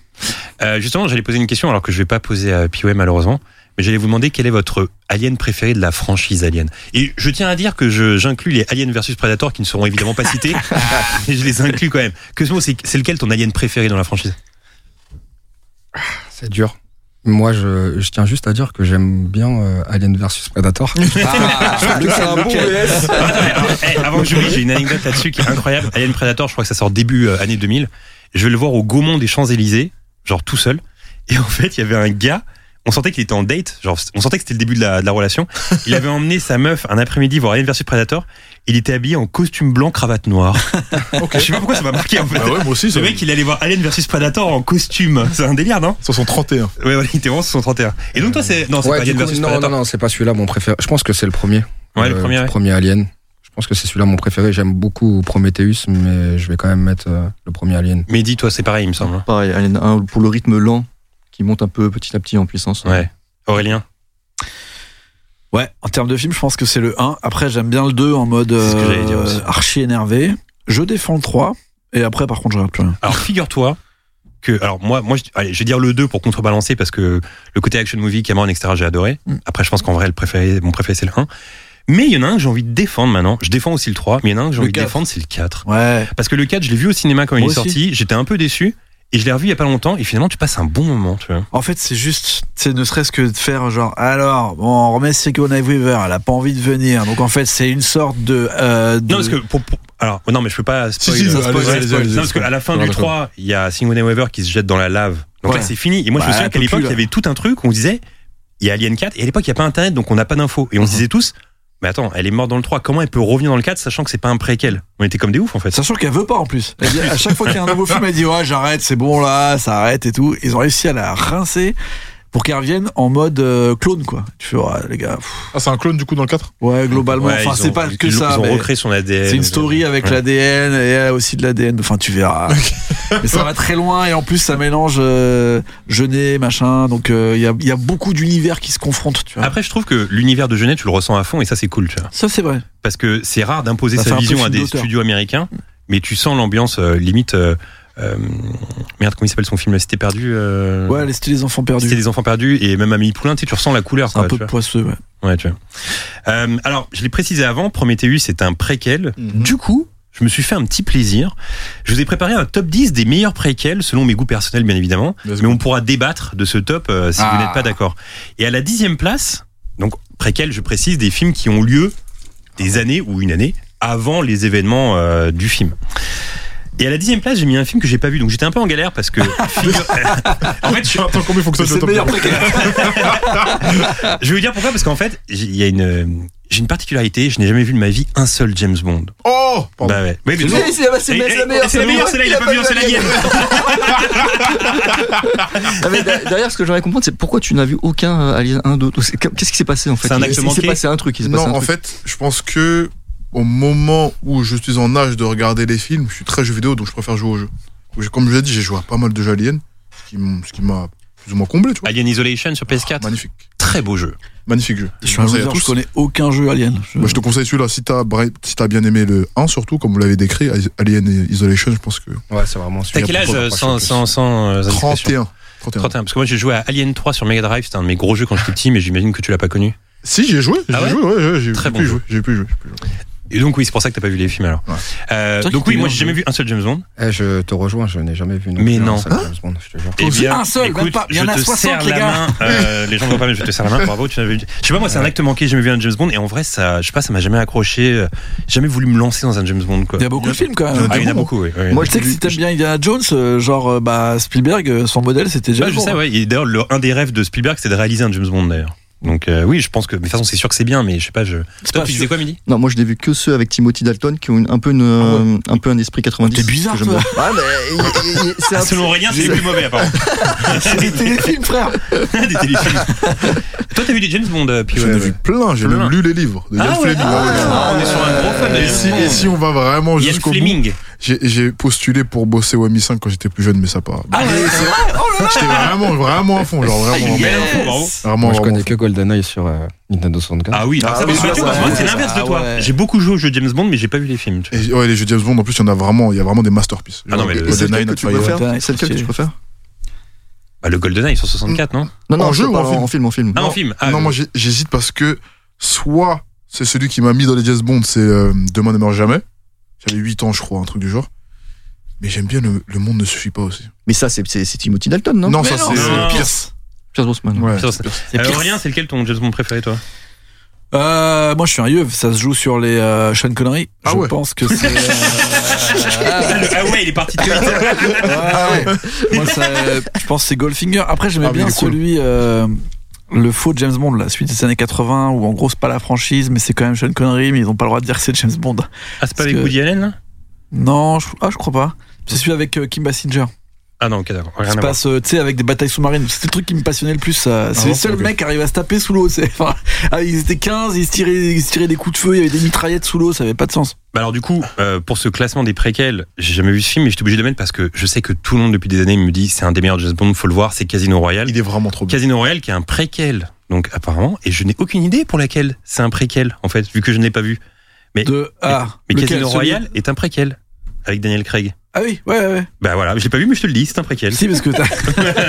S3: Euh, justement, j'allais poser une question alors que je vais pas poser à Piway malheureusement, mais j'allais vous demander quel est votre alien préféré de la franchise Alien. Et je tiens à dire que je- j'inclus les Alien versus Predator qui ne seront évidemment pas cités, mais je les inclus quand même. Que ce mot, c'est c'est lequel ton alien préféré dans la franchise
S4: C'est dur. Moi, je, je tiens juste à dire que j'aime bien euh, Alien versus Predator.
S3: Alors, eh, Avant que j'oublie, j'ai une anecdote là-dessus qui est incroyable. Alien Predator, je crois que ça sort début euh, année 2000. Je vais le voir au Gaumont des Champs-Élysées, genre tout seul. Et en fait, il y avait un gars, on sentait qu'il était en date, genre on sentait que c'était le début de la, de la relation. Il avait emmené sa meuf un après-midi voir Alien vs Predator. Il était habillé en costume blanc, cravate noire. Je sais pas pourquoi ça m'a marqué en fait.
S5: Ah ouais,
S3: *laughs*
S5: moi aussi,
S3: Ce
S5: ça
S3: mec, il allait voir Alien vs Predator en costume. C'est un délire, non
S5: 531.
S3: Ouais, voilà, il était vraiment sur son 31. Et donc, toi, c'est. Non, c'est
S4: Ouais,
S3: pas
S4: du
S3: Alien
S4: coup,
S3: vs
S4: non,
S3: Predator.
S4: non, non, c'est pas celui-là mon préféré. Je pense que c'est le premier.
S3: Ouais, le
S4: Euh,
S3: premier. ouais.
S4: premier Alien. Je pense que c'est celui-là mon préféré. J'aime beaucoup Prometheus, mais je vais quand même mettre euh, le premier Alien.
S3: Mais dis-toi, c'est pareil, il me semble. hein.
S7: Pareil, Alien
S5: Ah,
S7: 1, pour le rythme lent qui monte un peu petit à petit en puissance.
S3: Ouais. Aurélien
S6: Ouais, en termes de film, je pense que c'est le 1. Après, j'aime bien le 2 en mode
S3: C'est ce que j'allais dire
S6: euh,
S3: aussi.
S6: archi énervé. Je défends le 3. Et après, par contre, je regarde plus rien.
S3: Alors figure-toi que alors moi moi je, allez, je vais dire le 2 pour contrebalancer parce que le côté action movie Cameron etc j'ai adoré.
S6: Mm.
S3: Après je pense qu'en vrai le préféré mon préféré c'est le 1. Mais il y en a un que j'ai envie de défendre maintenant. Je défends aussi le 3, mais il y en a un que j'ai
S6: Le
S3: envie de
S6: 4.
S3: défendre, c'est le 4.
S6: Ouais.
S3: Parce que le 4, je l'ai vu au cinéma quand il
S6: Moi
S3: est
S6: aussi.
S3: sorti, j'étais un peu déçu, et je l'ai revu il y a pas longtemps, et finalement tu passes un bon moment, tu vois.
S6: En fait, c'est juste, c'est ne serait-ce que de faire genre, alors, bon, on remet Sigourney Weaver, elle a pas envie de venir. Donc en fait, c'est une sorte de. euh, de-
S3: Non, parce que pour, pour- alors, non, mais je peux pas spoiler.
S5: si,
S3: Non,
S5: allez-y,
S3: spoiler,
S5: allez-y,
S3: spoiler.
S5: allez-y.
S3: Non, parce qu'à la fin
S5: Non,
S3: du
S5: d'accord.
S3: 3, il y a Sigourney Weaver qui se jette dans la lave. Donc
S6: Ouais.
S3: là, c'est fini. Et moi, je me
S6: Bah,
S3: souviens
S6: elle
S3: qu'à
S6: peut
S3: l'époque,
S6: plus,
S3: il y
S6: là.
S3: avait tout un truc où on disait, il y a Alien 4, et à l'époque, il n'y a pas Internet, donc on n'a pas d'infos.
S6: Mhm.
S3: Et on se disait tous, mais attends, elle est morte dans le 3, comment elle peut revenir dans le 4, sachant que c'est pas un préquel On était comme des oufs, en fait.
S6: Sachant qu'elle veut pas en plus. Elle dit- à chaque fois qu'il y a un nouveau film, elle dit ouais j'arrête, c'est bon là, ça arrête et tout. Ils ont réussi à la rincer pour qu'elle revienne en mode euh, clone quoi. Tu vois les gars. pff,
S5: Ah, c'est un clone du coup dans le 4
S6: Ouais globalement.
S3: Ouais,
S6: enfin
S3: ils
S6: c'est
S3: ont-
S6: pas
S3: ils
S6: que
S3: l'ont-
S6: ça.
S3: Ils ont
S6: mais
S3: recréé son ADN.
S6: C'est une story avec
S3: Ouais.
S6: l'ADN et elle a aussi de l'ADN. Enfin tu verras. Mais ça va très loin et en plus ça mélange euh, jeunet machin. Donc euh, il y, a, il y a beaucoup d'univers qui se confrontent. Tu vois.
S3: Après, je trouve que l'univers de Genet, tu le ressens à fond, et ça, c'est cool, tu vois.
S6: Ça c'est vrai.
S3: parce que c'est rare d'imposer
S6: Ça fait
S3: sa
S6: un peu
S3: vision
S6: film
S3: à des
S6: d'auteur.
S3: studios américains, mais tu sens l'ambiance euh, limite. euh, euh, merde, comment il s'appelle son film là C'était perdu. euh,
S6: Ouais les styles des enfants perdus.
S3: C'était les enfants perdus et même Amélie Poulain, tu, sais, tu ressens la couleur.
S6: C'est un
S3: quoi,
S6: peu
S3: tu vois.
S6: poisseux. Ouais.
S3: Ouais, tu vois. Euh, alors, je l'ai précisé avant, Prometheus c'est un préquel. Du coup, je me suis fait un petit plaisir. Je vous ai préparé un top 10 des meilleurs préquels, selon mes goûts personnels, bien évidemment.
S5: Let's
S3: Mais
S5: go.
S3: on pourra débattre de ce top euh, si vous n'êtes pas d'accord. Et à la dixième place, donc préquel, je précise, des films qui ont lieu des années ou une année avant les événements euh, du film. Et à la dixième place, j'ai mis un film que j'ai pas vu, donc j'étais un peu en galère parce *laughs* que. figure- en fait, je,
S5: Attends, combien faut que ça
S6: C'est le
S5: soit
S6: meilleur truc.
S3: je vais vous dire pourquoi, parce qu'en fait, j'ai- il y a une, j'ai une particularité, je n'ai jamais vu de ma vie un seul James Bond.
S5: Oh Pardon.
S3: Bah ouais. Oui, mais bon.
S8: *laughs* C'est- c'est- c'est-
S3: Eh, eh,
S8: c'est la meilleure,
S3: c'est la meilleure, celle-là, il a pas vu un seul alien.
S7: Ah, mais da- derrière, ce que j'aimerais comprendre, c'est pourquoi tu n'as vu aucun euh, Alien 1, 2 c'est- Qu'est-ce qui s'est passé en fait
S3: C'est un
S7: Il-
S3: acte
S7: il
S3: manqué
S7: s'est passé un truc. Il s'est
S5: Non,
S7: passé un
S5: en
S7: truc.
S5: fait, je pense que au moment où je suis en âge de regarder les films, je suis très jeu vidéo, donc je préfère jouer au jeu. Donc, j'ai- Comme je l'ai dit, j'ai joué à pas mal de jeux aliens, ce qui m- ce qui m'a plus ou moins comblé, tu vois.
S3: Alien Isolation sur PS4.
S5: Magnifique.
S3: Très beau jeu.
S5: Magnifique jeu.
S6: Je suis un
S5: conseille à
S6: loser, je
S5: tous.
S6: connais aucun jeu Alien. Je-
S5: Moi, je te conseille celui-là si t'as bra- si t'as bien aimé le 1, surtout, comme vous l'avez décrit, Alien Isolation, je pense que.
S4: Ouais, c'est vraiment
S3: T'as
S4: super.
S3: quel âge
S5: propre,
S3: euh,
S5: pas
S3: sans,
S5: sûr.
S3: sans, sans, euh, indiscrétion
S5: 31. 31.
S3: 31. Parce que moi j'ai joué à Alien 3 sur Mega Drive, c'était un de mes gros jeux quand j'étais petit, mais j'imagine que tu l'as pas connu.
S5: Si, j'ai joué. J'ai
S3: Ah ouais
S5: joué, ouais, ouais, j'ai
S3: Très
S5: j'ai
S3: bon
S5: pu
S3: jeu.
S5: jouer. J'ai pu jouer. j'ai pu jouer.
S3: Et donc oui, c'est pour ça que t'as pas vu les films alors.
S5: Ouais.
S3: Euh,
S6: C'est vrai
S3: donc
S6: qu'il
S3: oui,
S6: est
S3: moi
S6: bien,
S3: j'ai jamais
S6: mais-
S3: vu un seul James Bond.
S4: Eh, je te rejoins, je n'ai jamais vu.
S3: Mais
S4: plus hein,
S3: non.
S4: un seul James Bond, je te jure.
S3: Eh
S6: Oh, c'est un seul, même pas. Il y en
S3: je
S6: a
S3: te
S6: 60,
S3: serre
S6: les
S3: la
S6: gars.
S3: main. euh, les gens ne voient pas, mais je te serre la main. Bravo, tu n'avais. Je sais pas, moi, c'est un acte manqué. J'ai jamais vu un James Bond, et en vrai, ça, je sais pas, ça m'a jamais accroché. euh, Jamais voulu me lancer dans un James Bond, quoi.
S6: Il y a beaucoup de films quand même.
S3: Ah, il y en a beaucoup. Oui, oui.
S7: Moi,
S6: Je sais que si t'aimes
S7: je-
S6: bien Indiana Jones, euh, genre euh, bah, Spielberg, euh, son modèle c'était
S3: Ouais,
S6: déjà.
S3: Ah, je sais, ouais. Et d'ailleurs, le- un des rêves de Spielberg, c'est de réaliser un James Bond, d'ailleurs. Donc euh, oui, je pense que. Mais de toute façon, c'est sûr que c'est bien, mais je sais pas. Je... Toi, tu
S6: *laughs*
S3: disais quoi, Midi
S7: Non, moi je n'ai vu que ceux avec Timothy Dalton qui ont une- un peu une, euh, un peu un esprit 90.
S6: T'es bizarre,
S7: que j'aime
S6: toi.
S7: bien. Ouais, mais il- il- il- c'est un-
S3: Ah, Selon Aurélien, c'est les plus mauvais,
S6: *laughs*
S3: apparemment. *laughs*
S6: Des téléfilms, frère
S5: *laughs*
S3: des téléfilms. *laughs* Toi, t'as vu des James Bond, euh, puis
S5: J'en
S3: ouais,
S5: ai
S3: ouais.
S5: vu plein, j'ai
S3: Plein.
S5: même lu les livres de Ian
S3: Ah ouais,
S5: Fleming.
S3: ah
S5: ouais,
S3: ouais, on
S5: ouais.
S3: est sur un gros fan de
S5: Et
S3: James
S5: si,
S3: Bond.
S5: et si on va vraiment
S3: Ian
S5: jusqu'au bout,
S3: Fleming.
S5: j'ai j'ai postulé pour bosser au MI5 quand j'étais plus jeune, mais ça part.
S6: Ah Oh
S5: J'étais vraiment, vraiment à fond, genre
S3: Une
S5: vraiment.
S3: belle info, bravo.
S5: Vraiment,
S4: Moi, je
S5: vraiment
S4: connais que GoldenEye sur euh, Nintendo 64.
S3: Ah oui, alors
S7: Ah
S3: ça,
S7: oui,
S3: mais
S7: ça,
S3: tu vois,
S7: ça,
S3: moi,
S7: ouais.
S3: c'est l'inverse de
S6: Ah
S3: toi.
S6: ouais.
S3: J'ai beaucoup joué aux jeux James Bond, mais j'ai pas vu les films. tu vois.
S5: Et, ouais, les jeux James Bond, en plus, il y en a vraiment, il y a vraiment des masterpieces.
S3: Ah non, mais le-
S7: Et c'est
S5: GoldenEye,
S7: lequel que tu
S5: Nightfire.
S7: préfères
S6: Ouais,
S7: C'est lequel que
S6: c'est-
S7: tu préfères
S3: Bah, le GoldenEye, ils sont 64, non
S7: Non, non,
S5: En
S7: je
S5: jeu ou en
S7: parle
S5: film
S7: en film, en film.
S3: Ah, en film. Ah,
S5: non,
S3: oui.
S5: moi j'ai- j'hésite parce que soit c'est celui qui m'a mis dans les James Bond, c'est euh, Demain ne meurt jamais. J'avais 8 ans, je crois, un truc du genre. Mais j'aime bien le, le monde ne suffit pas aussi.
S7: Mais ça, c'est c'est- c'est Timothy Dalton, non
S5: Non,
S6: mais
S5: ça
S6: non,
S5: c'est
S3: non, non.
S5: euh,
S6: Pierce.
S5: Pierce.
S7: Pierce Brosnan.
S5: Ouais.
S3: Putain, c'est-
S6: C'est
S3: Euh,
S6: pire.
S3: Aurélien, c'est lequel ton James Bond préféré, toi
S6: Euh, moi je suis un yeuve, ça se joue sur les euh, Sean Connery.
S5: Ah
S6: je
S5: ouais.
S6: pense que c'est. euh,
S3: Ah, le- ah ouais, il est parti
S6: *laughs*
S3: très vite.
S6: ah ouais. Moi ça, euh, je pense que c'est Goldfinger. Après j'aimais
S5: Ah, mais
S6: bien
S5: il est cool.
S6: celui. euh, le faux James Bond, la suite des années 80, où en gros c'est pas la franchise, mais c'est quand même Sean Connery, mais ils ont pas le droit de dire que c'est James Bond.
S3: Ah, c'est pas
S6: Parce
S3: avec
S6: que-
S3: Woody Allen, là
S6: Non, je, ah, je crois pas. C'est celui avec euh, Kim Basinger.
S3: Ah non, ok, d'accord. Rien
S6: qui se
S3: à voir.
S6: passe, euh, tu sais, avec des batailles sous-marines. C'est le truc qui me passionnait le plus. euh, c'est
S5: Ah
S6: les
S5: bon,
S6: seuls
S5: ok.
S6: mecs qui arrivent à se taper sous l'eau. c'est- Enfin, ah, ils étaient 15, ils se, tiraient, ils se tiraient des coups de feu, il y avait des mitraillettes sous l'eau, ça avait pas de sens.
S3: Bah alors du coup, euh, pour ce classement des préquels, j'ai jamais vu ce film, mais j'étais obligé de le mettre parce que je sais que tout le monde depuis des années me dit c'est un des meilleurs James Bond, faut le voir, c'est Casino Royale.
S5: Il est vraiment trop bien.
S3: Casino Royale qui est un préquel, donc apparemment, et je n'ai aucune idée pour laquelle c'est un préquel, en fait, vu que je ne l'ai pas vu.
S6: De, ah,
S3: Mais
S6: lequel,
S3: Casino
S6: celui-
S3: Royale est un préquel, avec Daniel Craig.
S6: Ah oui, ouais, ouais, ouais.
S3: Bah voilà, je l'ai pas vu, mais je te le dis, c'est un préquel.
S6: Si, parce que t'as-
S3: *laughs*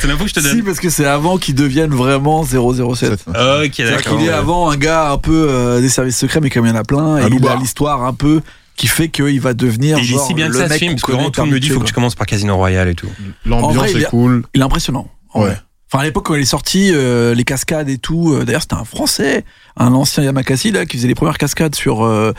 S3: C'est l'info que je te
S6: si,
S3: donne.
S6: parce que c'est avant qu'ils deviennent vraiment 007.
S3: Ok,
S6: C'est-à-dire
S3: d'accord.
S6: qu'il est avant un gars un peu euh, des services secrets, mais comme il y en a plein, et il a
S5: Alouba.
S6: l'histoire un peu qui fait qu'il va devenir.
S3: Et il est
S6: genre,
S3: si bien que
S6: le
S3: ça ce
S6: mec
S3: film,
S6: qu'on
S3: parce que
S6: connaît
S3: vraiment tout le monde me dit
S6: par
S3: faut que
S6: YouTube.
S3: tu commences par Casino Royale et tout.
S6: En vrai,
S5: L'ambiance
S6: il est-
S5: est cool.
S6: Il est impressionnant. en
S5: Ouais.
S6: vrai. Enfin, à l'époque, quand il est sorti, euh, les cascades et tout. euh, D'ailleurs, c'était un Français, un ancien Yamakasi, là, qui faisait les premières cascades sur euh,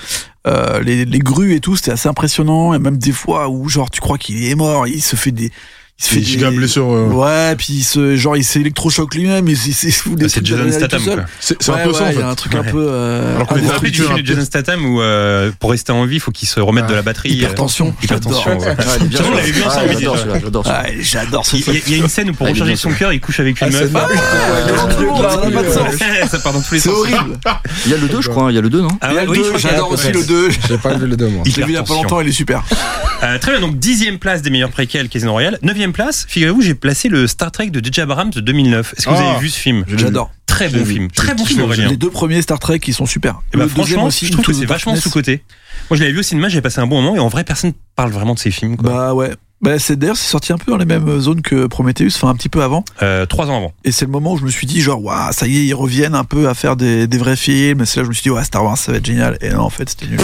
S6: euh, les, les grues et tout. C'était assez impressionnant. Et même des fois où, genre, tu crois qu'il est mort, il se fait des. Il se
S5: Il est giga blessé, ouais.
S6: Ouais, puis il se, genre, il s'électrochoque lui-même. Il, s'est- il s'est fou des
S3: Ah, C'est
S6: trucs
S3: Jason
S6: d'adrénaline tout
S3: Statham,
S6: seul.
S3: quoi.
S5: C'est c'est
S6: Ouais,
S5: un peu
S6: ouais,
S5: ça en
S6: il y
S5: fait.
S6: a un truc un
S3: Ouais.
S6: peu. euh,
S5: Alors qu'on
S3: Vous
S5: est
S3: vous
S5: Ah,
S3: rappelez du
S5: tu
S3: film
S5: as
S3: de
S5: un
S3: Jason Statham où, euh, Ah, pour rester en vie, il faut qu'il se remette de la batterie.
S6: Hypertension.
S3: euh, hypertension,
S6: J'adore.
S3: ouais.
S7: Ah, il est bien
S3: Tout le monde
S7: sûr.
S3: l'avait vu
S7: Ah,
S3: ensemble,
S7: J'adore
S3: déjà.
S7: celui-là, j'adore celui-là.
S6: Ouais, J'adore ce
S3: Il y, a-
S6: film.
S3: il y a une scène où pour
S7: Ah, il est
S3: recharger
S7: bien
S3: son
S7: sûr.
S3: cœur, il couche avec une
S5: Ah,
S3: meuf.
S5: c'est n'importe
S7: Ah, ouais,
S5: quoi.
S6: ouais,
S5: L'ambiance,
S6: ouais, ouais, ouais.
S3: ça part dans tous les
S6: C'est
S3: sens.
S6: horrible.
S5: Ah,
S4: Ah,
S7: Il y a le 2, je crois. hein, Il y a le 2, non
S3: Ah
S6: Il y a
S3: ouais,
S6: le
S3: oui, je
S6: deux,
S3: crois qu'il y a
S6: J'adore
S3: un
S6: aussi
S3: peu.
S6: le 2.
S4: J'ai pas vu le 2 moi.
S6: Je l'ai vu il y a pas
S3: Hypertension.
S6: longtemps, il est super.
S3: Euh, très bien, donc dixième place des meilleurs préquels Casino Royale. Neuvième place, figurez-vous, j'ai placé le Star Trek de J.J. Abrams de 2009. Est-ce que vous
S5: Ah.
S3: avez vu ce film
S5: Je l'ai vu.
S6: J'adore.
S3: Très
S5: je
S3: bon
S5: l'ai vu.
S3: film. Très bon
S5: Je
S3: film,
S5: l'ai vu.
S3: Aurélien.
S6: Les deux premiers Star Trek, ils sont super.
S3: Et bah,
S6: Le deuxième
S3: franchement, je trouve que
S6: Into
S3: c'est
S6: the
S3: vachement
S6: Darkness.
S3: sous-côté. Moi, je l'avais vu au cinéma, j'ai passé un bon moment et en vrai, personne parle vraiment de ces films. Quoi.
S6: Bah ouais. Bah, c'est d'ailleurs c'est sorti un peu dans les mêmes zones que Prometheus, enfin un petit peu avant.
S3: Euh, trois ans avant.
S6: Et c'est le moment où je me suis dit genre waouh ça y est ils reviennent un peu à faire des, des vrais films. Et c'est là que je me suis dit ouais Star Wars ça va être génial. Et non en fait c'était nul.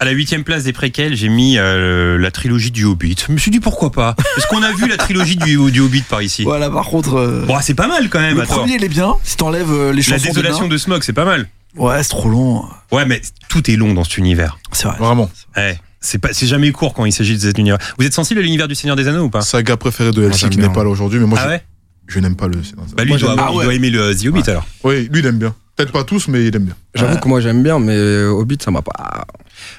S3: À la huitième place des préquels, j'ai mis euh, la trilogie du Hobbit. Je me suis dit pourquoi pas Est-ce qu'on a vu la trilogie du, du Hobbit par ici
S6: voilà par contre euh,
S3: Bon, c'est pas mal quand même.
S6: le
S3: bah, attends.
S6: premier il est bien. Si t'enlèves euh, les
S3: La
S6: chansons de
S3: désolation
S6: nains.
S3: de Smog, c'est pas mal.
S6: ouais c'est trop long.
S3: Ouais, mais tout est long dans cet univers.
S6: C'est vrai.
S5: Vraiment.
S3: Ouais, c'est pas, c'est jamais court quand il s'agit de cet univers. Vous êtes sensible à l'univers du Seigneur des Anneaux ou pas
S5: Saga préférée de Elsie
S4: j'aime
S5: qui
S4: bien.
S5: n'est pas là aujourd'hui, mais moi
S3: Ah
S5: je-
S3: ouais
S5: je n'aime pas le. Seigneur des Anneaux.
S3: Bah lui,
S5: Moi,
S3: il, doit,
S5: j'aime-
S3: avoir- il
S6: Ah ouais.
S3: doit aimer le The Hobbit alors.
S5: Oui, lui il aime bien. Peut-être pas tous, mais il aime bien.
S4: J'avoue que moi j'aime bien, mais Hobbit ça m'a pas.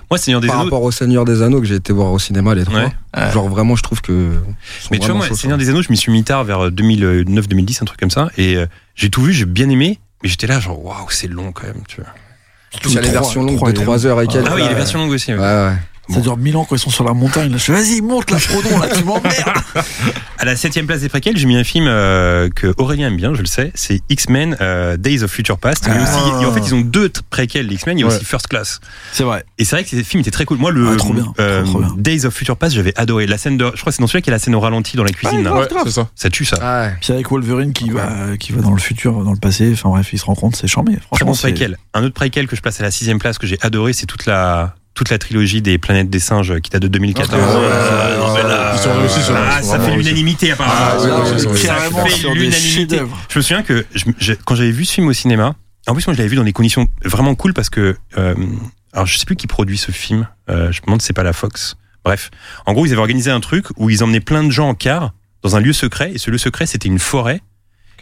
S3: Moi, Seigneur des
S4: Par
S3: Anneaux.
S4: rapport au Seigneur des Anneaux que j'ai été voir au cinéma les trois,
S3: Ouais.
S6: Ouais.
S4: genre vraiment je trouve que. ils sont
S3: Mais tu vois,
S4: vraiment
S3: moi,
S4: chauds,
S3: Seigneur des Anneaux, je m'y suis mis tard vers euh, 2009-2010, un truc comme ça. Et euh, j'ai tout vu, j'ai bien aimé. Mais j'étais là, genre, waouh, c'est long quand même. Tu vois.
S6: Euh,
S4: Il y a les versions longues de 3 heures et quelques.
S3: Ah oui, il y a
S4: là,
S3: les versions longues aussi. ouais.
S4: Ouais, ouais.
S6: Ça dure mille ans quand ils sont sur la montagne. Là. Je fais, vas-y, monte la Prodon, là, tu m'emmerdes.
S3: À la septième place des préquels, j'ai mis un film euh, que Aurélien aime bien, je le sais, c'est X-Men euh, Days of Future Past. Mais aussi- et en fait, ils ont deux t- préquels d'X-Men, il y a
S6: Ouais.
S3: aussi First Class.
S6: C'est vrai.
S3: Et c'est vrai que ces films étaient très cool. Moi, le
S6: Ah, trop bien,
S3: euh,
S6: trop, trop bien.
S3: Days of Future Past, j'avais adoré. La scène de, je crois que c'est dans celui-là qu'il y a la scène au ralenti dans la cuisine. là.
S5: Ouais, c'est ça.
S3: Ça tue ça.
S4: Ouais.
S6: Puis avec Wolverine qui va, qui va dans le futur, dans le passé. Enfin bref, ils se rencontrent, c'est charmé.
S3: Très bon
S6: Franchement, c'est
S3: préquel. Un autre préquel que je place à la sixième place que j'ai adoré, c'est toute la toute la trilogie des planètes des singes qui date de 2014.
S5: Ah, ouais, ouais,
S3: Ah,
S5: ouais,
S3: là,
S5: ils sont réussis, ceux-là,
S3: ah,
S5: ils sont
S3: ça fait
S5: vraiment réussis.
S3: l'unanimité
S5: Ah, ouais,
S3: apparemment.
S5: ouais, ouais, ouais.
S3: Ça
S6: Carrément
S3: fait
S6: sur des
S3: l'unanimité.
S6: chefs-d'œuvre.
S3: Je me souviens que je- je- quand j'avais vu ce film au cinéma, en plus moi je l'avais vu dans des conditions vraiment cool parce que euh, alors je sais plus qui produit ce film. Euh, je me demande si c'est pas la Fox. Bref, en gros ils avaient organisé un truc où ils emmenaient plein de gens en car dans un lieu secret et ce lieu secret c'était une forêt.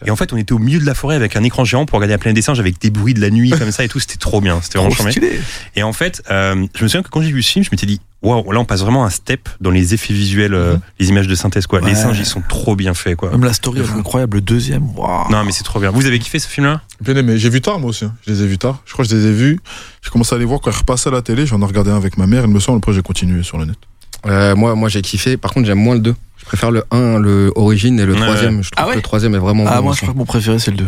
S3: Et en fait, on était au milieu de la forêt avec un écran géant pour regarder la planète des singes avec des bruits de la nuit comme ça et tout. C'était trop bien. C'était vraiment
S6: Trop
S3: charmé.
S6: stylé.
S3: Et en fait, euh, je me souviens que quand j'ai vu ce film, je m'étais dit, waouh, là, on passe vraiment un step dans les effets visuels, euh, les images de synthèse, quoi. Les
S6: Mhm. Ouais. Euh,
S3: singes, ils sont trop bien faits, quoi.
S6: Même la story, elle est incroyable. Le deuxième, waouh.
S3: Non, mais c'est trop bien. Vous avez kiffé ce film-là
S5: Bien aimé. J'ai vu tard, moi aussi. hein. Je les ai vus tard. Je crois que je les ai vus. J'ai commencé à les voir quand ils repassaient à la télé. J'en ai regardé un avec ma mère. Il me semble. Après, j'ai continué sur le net.
S4: Euh, moi, moi j'ai kiffé. Par contre, j'aime moins le 2. Je préfère le 1, le Origine et le
S3: Ouais, ouais.
S4: troisième. Je trouve
S6: Ah ouais
S4: que le troisième est vraiment
S6: Ah,
S4: bon.
S6: moi, je
S4: ça.
S6: crois que mon préféré, c'est le 2.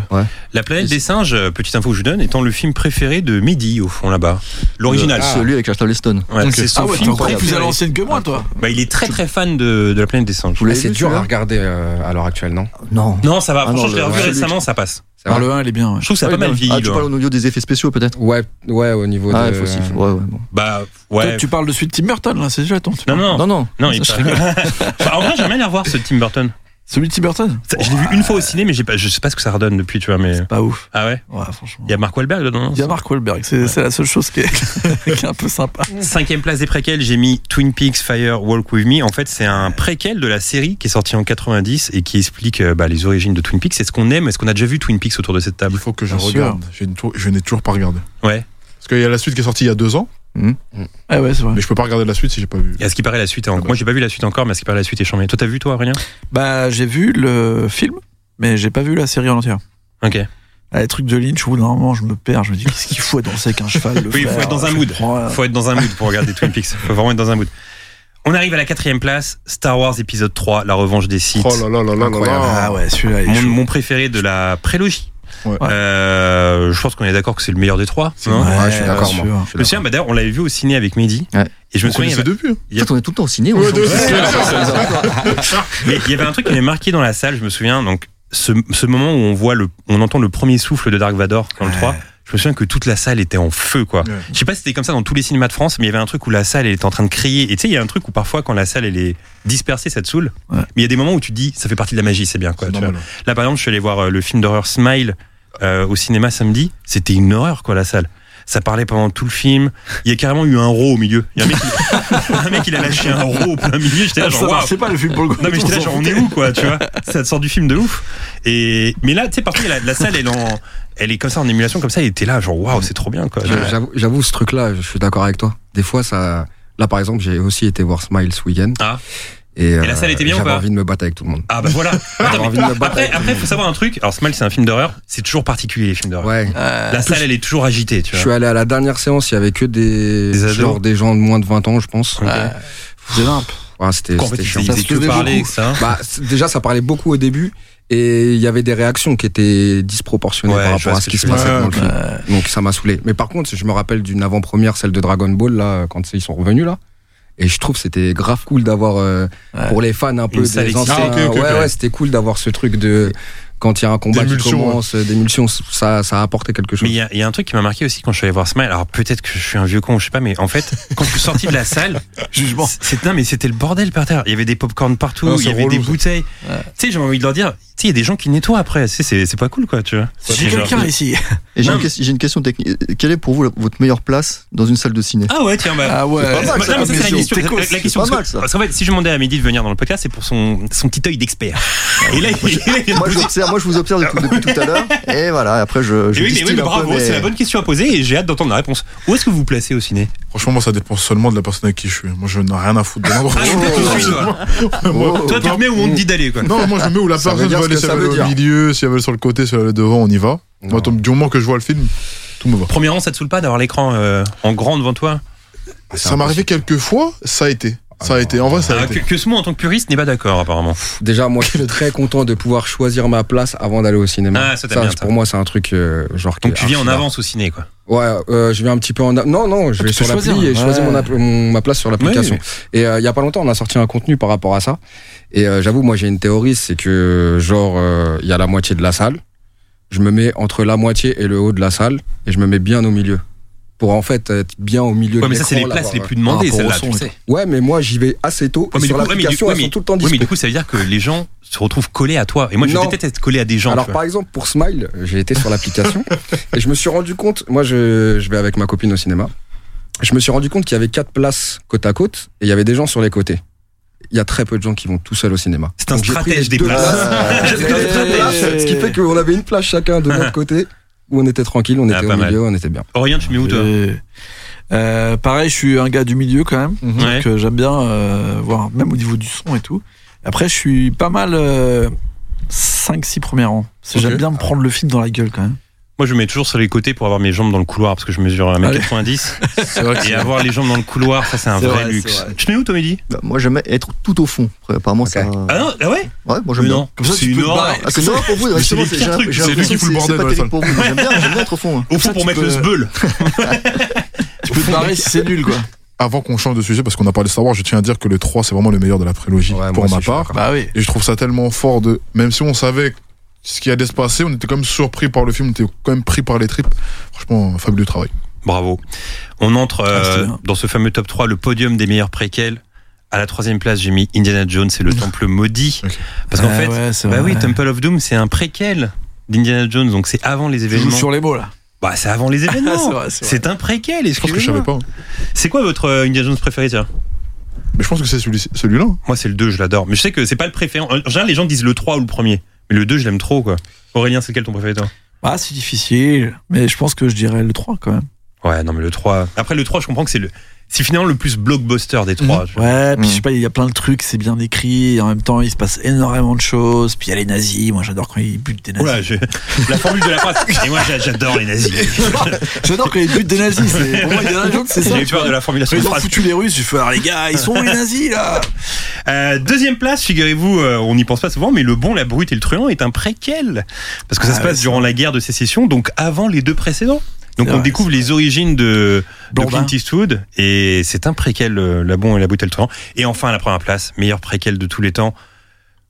S3: La planète des singes, euh, petite info que je vous donne, étant le film préféré de Midi, au fond, là-bas. L'original.
S4: Ah.
S7: Celui avec Charlton Heston.
S3: Ouais, c'est son
S6: Ah ouais, t'es
S3: film
S6: encore
S3: préféré.
S6: plus à l'ancienne que moi, toi.
S3: Bah, il est très très fan de, de la planète des singes.
S7: Vous
S4: Ah,
S7: l'avez
S4: c'est
S7: vu,
S4: dur à
S7: celui-là
S4: regarder euh, à l'heure actuelle, non
S7: Non.
S3: Non, ça va.
S7: Ah non,
S3: Franchement, je l'ai
S7: le-
S3: revu
S7: ouais.
S3: récemment, ça passe.
S4: C'est vrai
S6: le 1, il est bien. ouais.
S3: Je trouve que ça a
S7: Ah,
S3: pas
S7: oui,
S3: mal
S7: non.
S3: vieilli. hein.
S7: Ah, tu
S3: le-
S7: parles au niveau des effets spéciaux, peut-être
S4: Ouais, ouais, au niveau
S7: Ah, il
S4: de.
S7: faut aussi- ouais, ouais, bon.
S3: Bah,
S6: Toi,
S3: ouais.
S6: tu parles de suite Tim Burton, là, c'est hein, déjà ton.
S3: Non, non,
S7: Non,
S3: non.
S7: non.
S3: Non, il
S6: Je
S3: parle- Enfin, En vrai, j'aimerais bien aller revoir ce Tim Burton.
S6: Celui de Tim Burton
S3: Ça, Je l'ai vu une fois au ciné, mais j'ai pas, je sais pas ce que ça redonne depuis, tu vois. Mais
S6: Pas ouf.
S3: ah ouais.
S6: Ouais, franchement.
S3: Il y a Mark Wahlberg dedans. non
S6: Il y a Mark Wahlberg, c'est c'est la seule chose qui est, *laughs* qui est un peu sympa.
S3: Cinquième place des préquels, j'ai mis Twin Peaks Fire Walk With Me. En fait, c'est un préquel de la série qui est sortie en 90 et qui explique euh, bah, les origines de Twin Peaks. Est-ce qu'on aime Est-ce qu'on a déjà vu Twin Peaks autour de cette
S5: Il
S3: table
S5: faut que je
S6: Bien sûr.
S5: regarde. J'ai une tou- Je n'ai toujours pas regardé.
S3: Ouais.
S5: Parce qu'il y a la suite qui est sortie il y a deux ans,
S6: Ah ouais, c'est vrai.
S5: mais je peux pas regarder la suite si j'ai pas vu.
S3: Et à ce qui paraît, la suite est en...
S5: Ah bah.
S3: Moi, j'ai pas vu la suite encore, mais à ce qui paraît, la suite est chambée. Toi, t'as vu, toi, Aurélien
S6: Bah, j'ai vu le film, mais j'ai pas vu la série en entière.
S3: Ok.
S6: Ah, les trucs de Lynch, au bout d'un moment, je me perds, je me dis, qu'est-ce qu'il faut danser avec un cheval le
S3: Oui, il faut
S6: faire,
S3: être dans un
S6: je
S3: mood.
S6: comprends, euh,
S3: Faut être dans un mood pour regarder Twin Peaks. Faut vraiment être dans un mood. On arrive à la quatrième place, Star Wars épisode 3, La revanche des Sith.
S5: Oh là là là là là
S4: Incroyable.
S5: là.
S6: Ah ouais, celui-là, il est
S3: euh, mon,
S6: chaud.
S3: mon préféré de la prélogie.
S5: Ouais.
S3: Euh, je pense qu'on est d'accord que c'est le meilleur des trois. non
S6: Ouais,
S4: Ah, je suis d'accord,
S6: bien
S4: moi.
S6: sûr.
S3: Le sien, bah, d'ailleurs, on l'avait vu au ciné avec Mehdi.
S7: Ouais.
S3: Et je me
S5: Vous
S3: souviens, il y
S5: connaissez
S3: avait-
S5: depuis hein
S7: En fait, on est tout le temps au ciné. on
S5: Ouais,
S7: change.
S5: de- c'est clair.
S3: Mais il y avait un truc qui m'avait marqué dans la salle, je me souviens. Donc, ce, ce moment où on voit le, on entend le premier souffle de Dark Vador dans le 3. Je me souviens que toute la salle était en feu, quoi.
S5: Ouais.
S3: Je sais pas si c'était comme ça dans tous les cinémas de France, mais il y avait un truc où la salle elle était en train de crier. Et tu sais, il y a un truc où parfois quand la salle elle est dispersée, ça te saoule.
S6: Ouais.
S3: Mais il y a des moments où tu te dis, ça fait partie de la magie, c'est bien, quoi.
S5: C'est
S3: tu vois.
S5: normal,
S3: Là, par exemple, je suis allé voir euh, le film d'horreur Smile euh, au cinéma samedi. C'était une horreur, quoi, la salle. Ça parlait pendant tout le film. Il y a carrément eu un raw au miliau. Il y a un mec, qui- *laughs* un mec, il a lâché un raw au plein milieu. J'étais là, genre,
S6: Ça
S3: waouh.
S6: marchait Ah, pas le film pour le coup.
S3: Non mais j'étais là genre on est où quoi tu vois ça te sort du film de ouf et mais là tu sais parfois la, la salle elle en elle est comme ça en émulation comme ça et t'es là genre waouh c'est trop bien quoi
S4: Je- j'avoue- J'avoue, ce truc-là, je suis d'accord avec toi. Des fois, ça. Là, par exemple, j'ai aussi été voir Smile ce week-end.
S3: Ah.
S4: Et,
S3: la salle était bien ou
S4: J'avais
S3: pas
S4: envie de me battre avec tout le monde.
S3: ah bah voilà
S4: J'avais
S3: Attends,
S4: envie
S3: mais-
S4: de me battre
S3: après
S4: avec tout le
S3: après faut savoir un truc alors Smile c'est un film d'horreur c'est toujours particulier les films
S4: monde.
S3: d'horreur
S4: Ouais.
S6: Euh,
S3: la salle elle est toujours agitée tu
S4: Je suis
S3: vois
S4: allé à la dernière séance, il y avait que des,
S3: Des ados
S4: genre des gens de moins de 20 ans, je pense.
S3: Ok.
S6: C'est limp.
S4: Ouais, c'était
S3: Qu'en fait,
S4: c'était
S3: ils
S4: chiant.
S3: faisaient
S4: Ça se
S3: que
S4: faisait
S3: parler,
S4: beaucoup.
S3: ça.
S4: Bah, c'est- déjà, ça parlait beaucoup au début et il y avait des réactions qui étaient disproportionnées
S3: Ouais,
S4: par
S3: je vois
S4: rapport à
S3: ce que
S4: ce qui
S3: tu
S4: se
S3: veux
S4: passait
S5: dire.
S4: dans le film.
S6: Euh,
S4: Donc ça m'a saoulé. Mais par contre, je me rappelle d'une avant-première, celle de Dragon Ball, là, quand ils sont revenus là. Et je trouve que c'était grave cool d'avoir, euh,
S6: Ouais.
S4: pour les fans un peu
S3: salle
S4: des
S3: extérieure.
S4: anciens.
S5: Ah, ok, ok,
S4: ouais,
S5: ok.
S4: ouais, c'était cool d'avoir ce truc de quand il y a un combat qui
S5: D'émulsion, hein.
S4: commence, euh, d'émulsion, ça, ça a apporté quelque
S3: mais
S4: chose.
S3: il y, a- il y a un truc qui m'a marqué aussi quand je suis allé voir Smile. Alors peut-être que je suis un vieux con, je sais pas, mais en fait, quand je suis sorti de la salle,
S6: Jugement.
S3: C'est non mais c'était le bordel par terre. Il y avait des popcorn partout,
S5: Non, c'est
S3: il y avait
S5: relou,
S3: des
S5: ça.
S3: bouteilles. Tu sais, j'avais envie de leur dire, tu sais, il y a des gens qui nettoient après. Tu sais, C'est c'est pas cool quoi, tu vois.
S6: J'ai quelqu'un ici.
S7: Et j'ai
S3: Non,
S7: une,
S3: mais-
S7: ques- j'ai une question technique. Quelle est pour vous la- votre meilleure place dans une salle de
S3: *laughs*
S7: ciné
S3: Ah ouais, tiens, bah.
S6: Ah ouais.
S7: pas mal,
S3: Bah,
S7: ça,
S3: non, mais ça, c'est la
S7: question.
S3: question. la- la question,
S7: C'est pas
S3: parce que-
S7: mal, ça.
S3: parce qu'en fait, si je demandais à Mehdi de venir dans le podcast, c'est pour son, son petit œil d'expert. Et là, il- il
S7: moi Ah je, observe- moi, je vous observe depuis, depuis tout à l'heure. Et voilà, après, je. je
S3: Et oui, mais, oui,
S7: distille
S3: mais
S7: un peu,
S3: bravo,
S7: mais-
S3: c'est la bonne question à poser et j'ai hâte d'entendre la réponse. Où est-ce que vous vous placez au ciné
S5: Franchement, moi, ça dépend seulement de la personne avec qui je suis. Moi, je n'ai rien à foutre
S3: *laughs*
S5: de l'endroit.
S3: Ah, je t'ai tout suivi, toi.
S5: Moi-
S3: Toi, tu te mets où on te dit d'aller, quoi.
S5: Non, moi, je me mets où la
S4: Ça veut
S5: personne
S4: dire
S5: veut
S4: ce
S5: aller
S4: que
S5: si
S4: ça
S5: elle
S4: veut
S5: veut au
S4: dire.
S5: milieu, si elle veut sur le côté, si elle veut devant, on y va.
S4: Non.
S5: Moi,
S4: Ah,
S5: du moment que je vois le film, tout me va.
S3: Premièrement, ça te saoule pas d'avoir l'écran euh, en grand devant toi
S5: Ça m'est arrivé quelques fois, ça a été. Ça a été. En vrai, ça a
S3: Ah, que,
S5: été.
S3: que ce mot en tant que puriste n'est pas d'accord apparemment.
S4: Déjà, moi, je suis très content de pouvoir choisir ma place avant d'aller au cinéma.
S3: Ah, ça, t'aimes bien, ça.
S4: pour moi, c'est un truc euh, genre. qui
S3: Donc
S4: est
S3: tu viens en
S4: archi-
S3: avance au ciné quoi.
S4: Ouais, euh, je vais un petit peu en. a- Non, non, je
S6: Ah,
S4: vais
S6: tu peux
S4: sur l'appli
S6: choisir,
S4: et je choisis
S6: ouais.
S4: mon, app- mon- ma place sur l'application. Et euh, il y a pas longtemps, on a sorti un contenu par rapport à ça. Et euh, j'avoue, moi, j'ai une théorie, c'est que genre, euh, il y a la moitié de la salle. Je me mets entre la moitié et le haut de la salle et je me mets bien au milieu. Pour en fait être bien au milieu
S3: Ouais,
S4: de
S3: mais ça c'est les
S4: l'écran,
S3: places
S4: l'avoir-
S3: les plus demandées
S6: par rapport au
S3: celles-là, tu
S6: son,
S3: le sais.
S4: Ouais, mais moi j'y vais assez tôt.
S3: Ouais,
S4: et
S3: mais
S4: sur
S3: du coup- ouais, mais du
S4: l'application,
S3: coup-
S4: elles
S3: ouais, mais-
S4: sont tout le temps
S3: Oui, mais
S4: dispo.
S3: du coup, ça veut dire que les gens se retrouvent collés à toi. Et moi, je
S4: Non.
S3: déteste être collé à des gens.
S4: Alors
S3: tu
S4: par
S3: vois.
S4: exemple pour Smile, j'ai été
S3: *laughs*
S4: sur l'application et je me suis rendu compte, moi je, je vais avec ma copine au cinéma, je me suis rendu compte qu'il y avait quatre places côte à côte et il y avait des gens sur les côtés. Il y a très peu de gens qui vont tout seuls au cinéma.
S3: C'est un
S4: Donc, j'ai pris
S3: stratège des
S4: les deux
S3: places.
S4: places. J'ai pris les deux places, ce qui fait qu'on avait une place chacun de notre côté où on était tranquille, on
S3: Ah,
S4: était
S3: pas
S4: au
S3: mal.
S4: milieu, on était bien.
S3: Aurélien, tu mets où toi
S6: Euh, euh, pareil, je suis un gars du milieu quand même.
S3: Mhm. Ouais.
S6: Donc euh, j'aime bien euh, voir, même au niveau du son et tout. Après, je suis pas mal 5-6 premiers rangs. Parce que
S4: Ok.
S6: J'aime bien
S3: Ah.
S6: me prendre le film dans la gueule quand même.
S3: Moi, je me mets toujours sur les côtés pour avoir mes jambes dans le couloir parce que je mesure 1m90. et avoir les jambes dans le couloir, ça, c'est un
S6: C'est
S3: vrai,
S6: vrai, c'est
S3: luxe.
S6: vrai.
S3: Tu te mets où, toi, Mehdi
S7: Bah, moi, j'aimais être tout au fond. Après, apparemment,
S4: Ok.
S7: ça.
S3: Ah non, ah ouais
S7: ouais, moi, j'aime
S3: Mais
S7: bien.
S3: non,
S6: Comme ça,
S3: c'est
S6: tu
S3: une
S6: peux te
S3: horreur.
S6: barrer.
S7: Ah, c'est normal pour
S3: *laughs*
S7: vous,
S3: Mais c'est
S7: directement,
S3: les
S7: c'est
S3: pires trucs.
S7: j'ai- j'ai
S3: C'est lui
S7: l'impression
S5: qui fout
S7: que
S5: le
S7: c'est- c'est
S5: bordel dans
S7: pas
S5: la
S7: terrible
S5: salle.
S7: pour vous. J'aime bien, j'aime bien être au fond. hein.
S3: Au
S6: ça,
S3: fond, pour
S6: tu
S3: mettre
S6: peux-
S3: le sbeul.
S6: Tu peux te barrer si c'est nul quoi.
S5: Avant qu'on change de sujet, parce qu'on a parlé de Star Wars, je tiens à dire que le 3, c'est vraiment le meilleur de la prélogie
S4: Ouais, moi
S5: pour
S4: aussi,
S5: ma
S4: je suis
S5: part.
S4: d'accord.
S6: Bah oui.
S5: Et je trouve ça tellement fort de. Même si on savait ce qui allait se passer, on était quand même surpris par le film, on était quand même pris par les tripes. Franchement, un fabuleux travail.
S3: Bravo. On entre euh,
S6: Ah, c'est bien.
S3: dans ce fameux top 3, le podium des meilleurs préquels. À la troisième place, j'ai mis Indiana Jones et le Temple maudit.
S5: Ok.
S3: Parce qu'en
S6: Ah
S3: fait,
S6: ouais, c'est
S3: bah
S6: vrai.
S3: oui, Temple of Doom, c'est un préquel d'Indiana Jones, donc c'est avant les
S6: Je joue
S3: événements.
S6: sur les mots là.
S3: Bah, c'est avant les
S6: *laughs* c'est
S3: événements.
S6: vrai, c'est vrai.
S3: C'est un préquel,
S5: Je pense que je
S3: excusez-moi.
S5: savais pas. hein.
S3: C'est quoi votre euh, Indiana Jones préféré tiens
S5: Mais je pense que c'est celui- celui-là. hein.
S3: Moi, c'est le 2, je l'adore. Mais je sais que c'est pas le préféré. En général, les gens disent le 3 ou le premier. Mais le 2, je l'aime trop, quoi. Aurélien, c'est lequel ton préféré, toi
S6: Ah, c'est difficile. Mais je pense que je dirais le 3 quand même.
S3: Ouais, non, mais le 3. Après, le 3, je comprends que c'est le. C'est finalement le plus blockbuster des
S6: Mhm.
S3: trois. tu vois.
S6: Ouais, puis
S7: Mm.
S6: je sais pas, il y a plein de trucs, c'est bien écrit. Et en même temps, il se passe énormément de choses. Puis il y a les nazis. Moi, j'adore quand ils butent des nazis.
S3: Oula,
S6: *laughs*
S3: je- la formule de la phrase. Et moi, j'a- j'adore les nazis.
S6: J'adore quand ils butent des nazis. c'est- Pour moi, Indiana Jones, c'est
S3: *laughs*
S6: ça.
S3: J'ai eu
S6: tu
S3: peur
S6: vois.
S3: de la formulation
S6: Quand
S3: de
S6: ils ont
S3: phrase.
S6: foutu les Russes, j'ai fait alors les gars, ils sont où les nazis là
S3: Euh, deuxième place, figurez-vous, euh, on n'y pense pas souvent, mais Le Bon, la Brute et le Truand est un préquel. Parce que ça
S6: Ah
S3: se
S6: ouais,
S3: passe
S6: c'est
S3: durant la guerre de sécession, donc avant les deux précédents. Donc
S6: C'est
S3: on
S6: vrai,
S3: découvre
S6: c'est
S3: les origines de, de
S6: Blondin.
S3: Clint Eastwood et c'est un préquel, euh, La Bon et la Brute et le Truand. Et enfin, à la première place, meilleur préquel de tous les temps.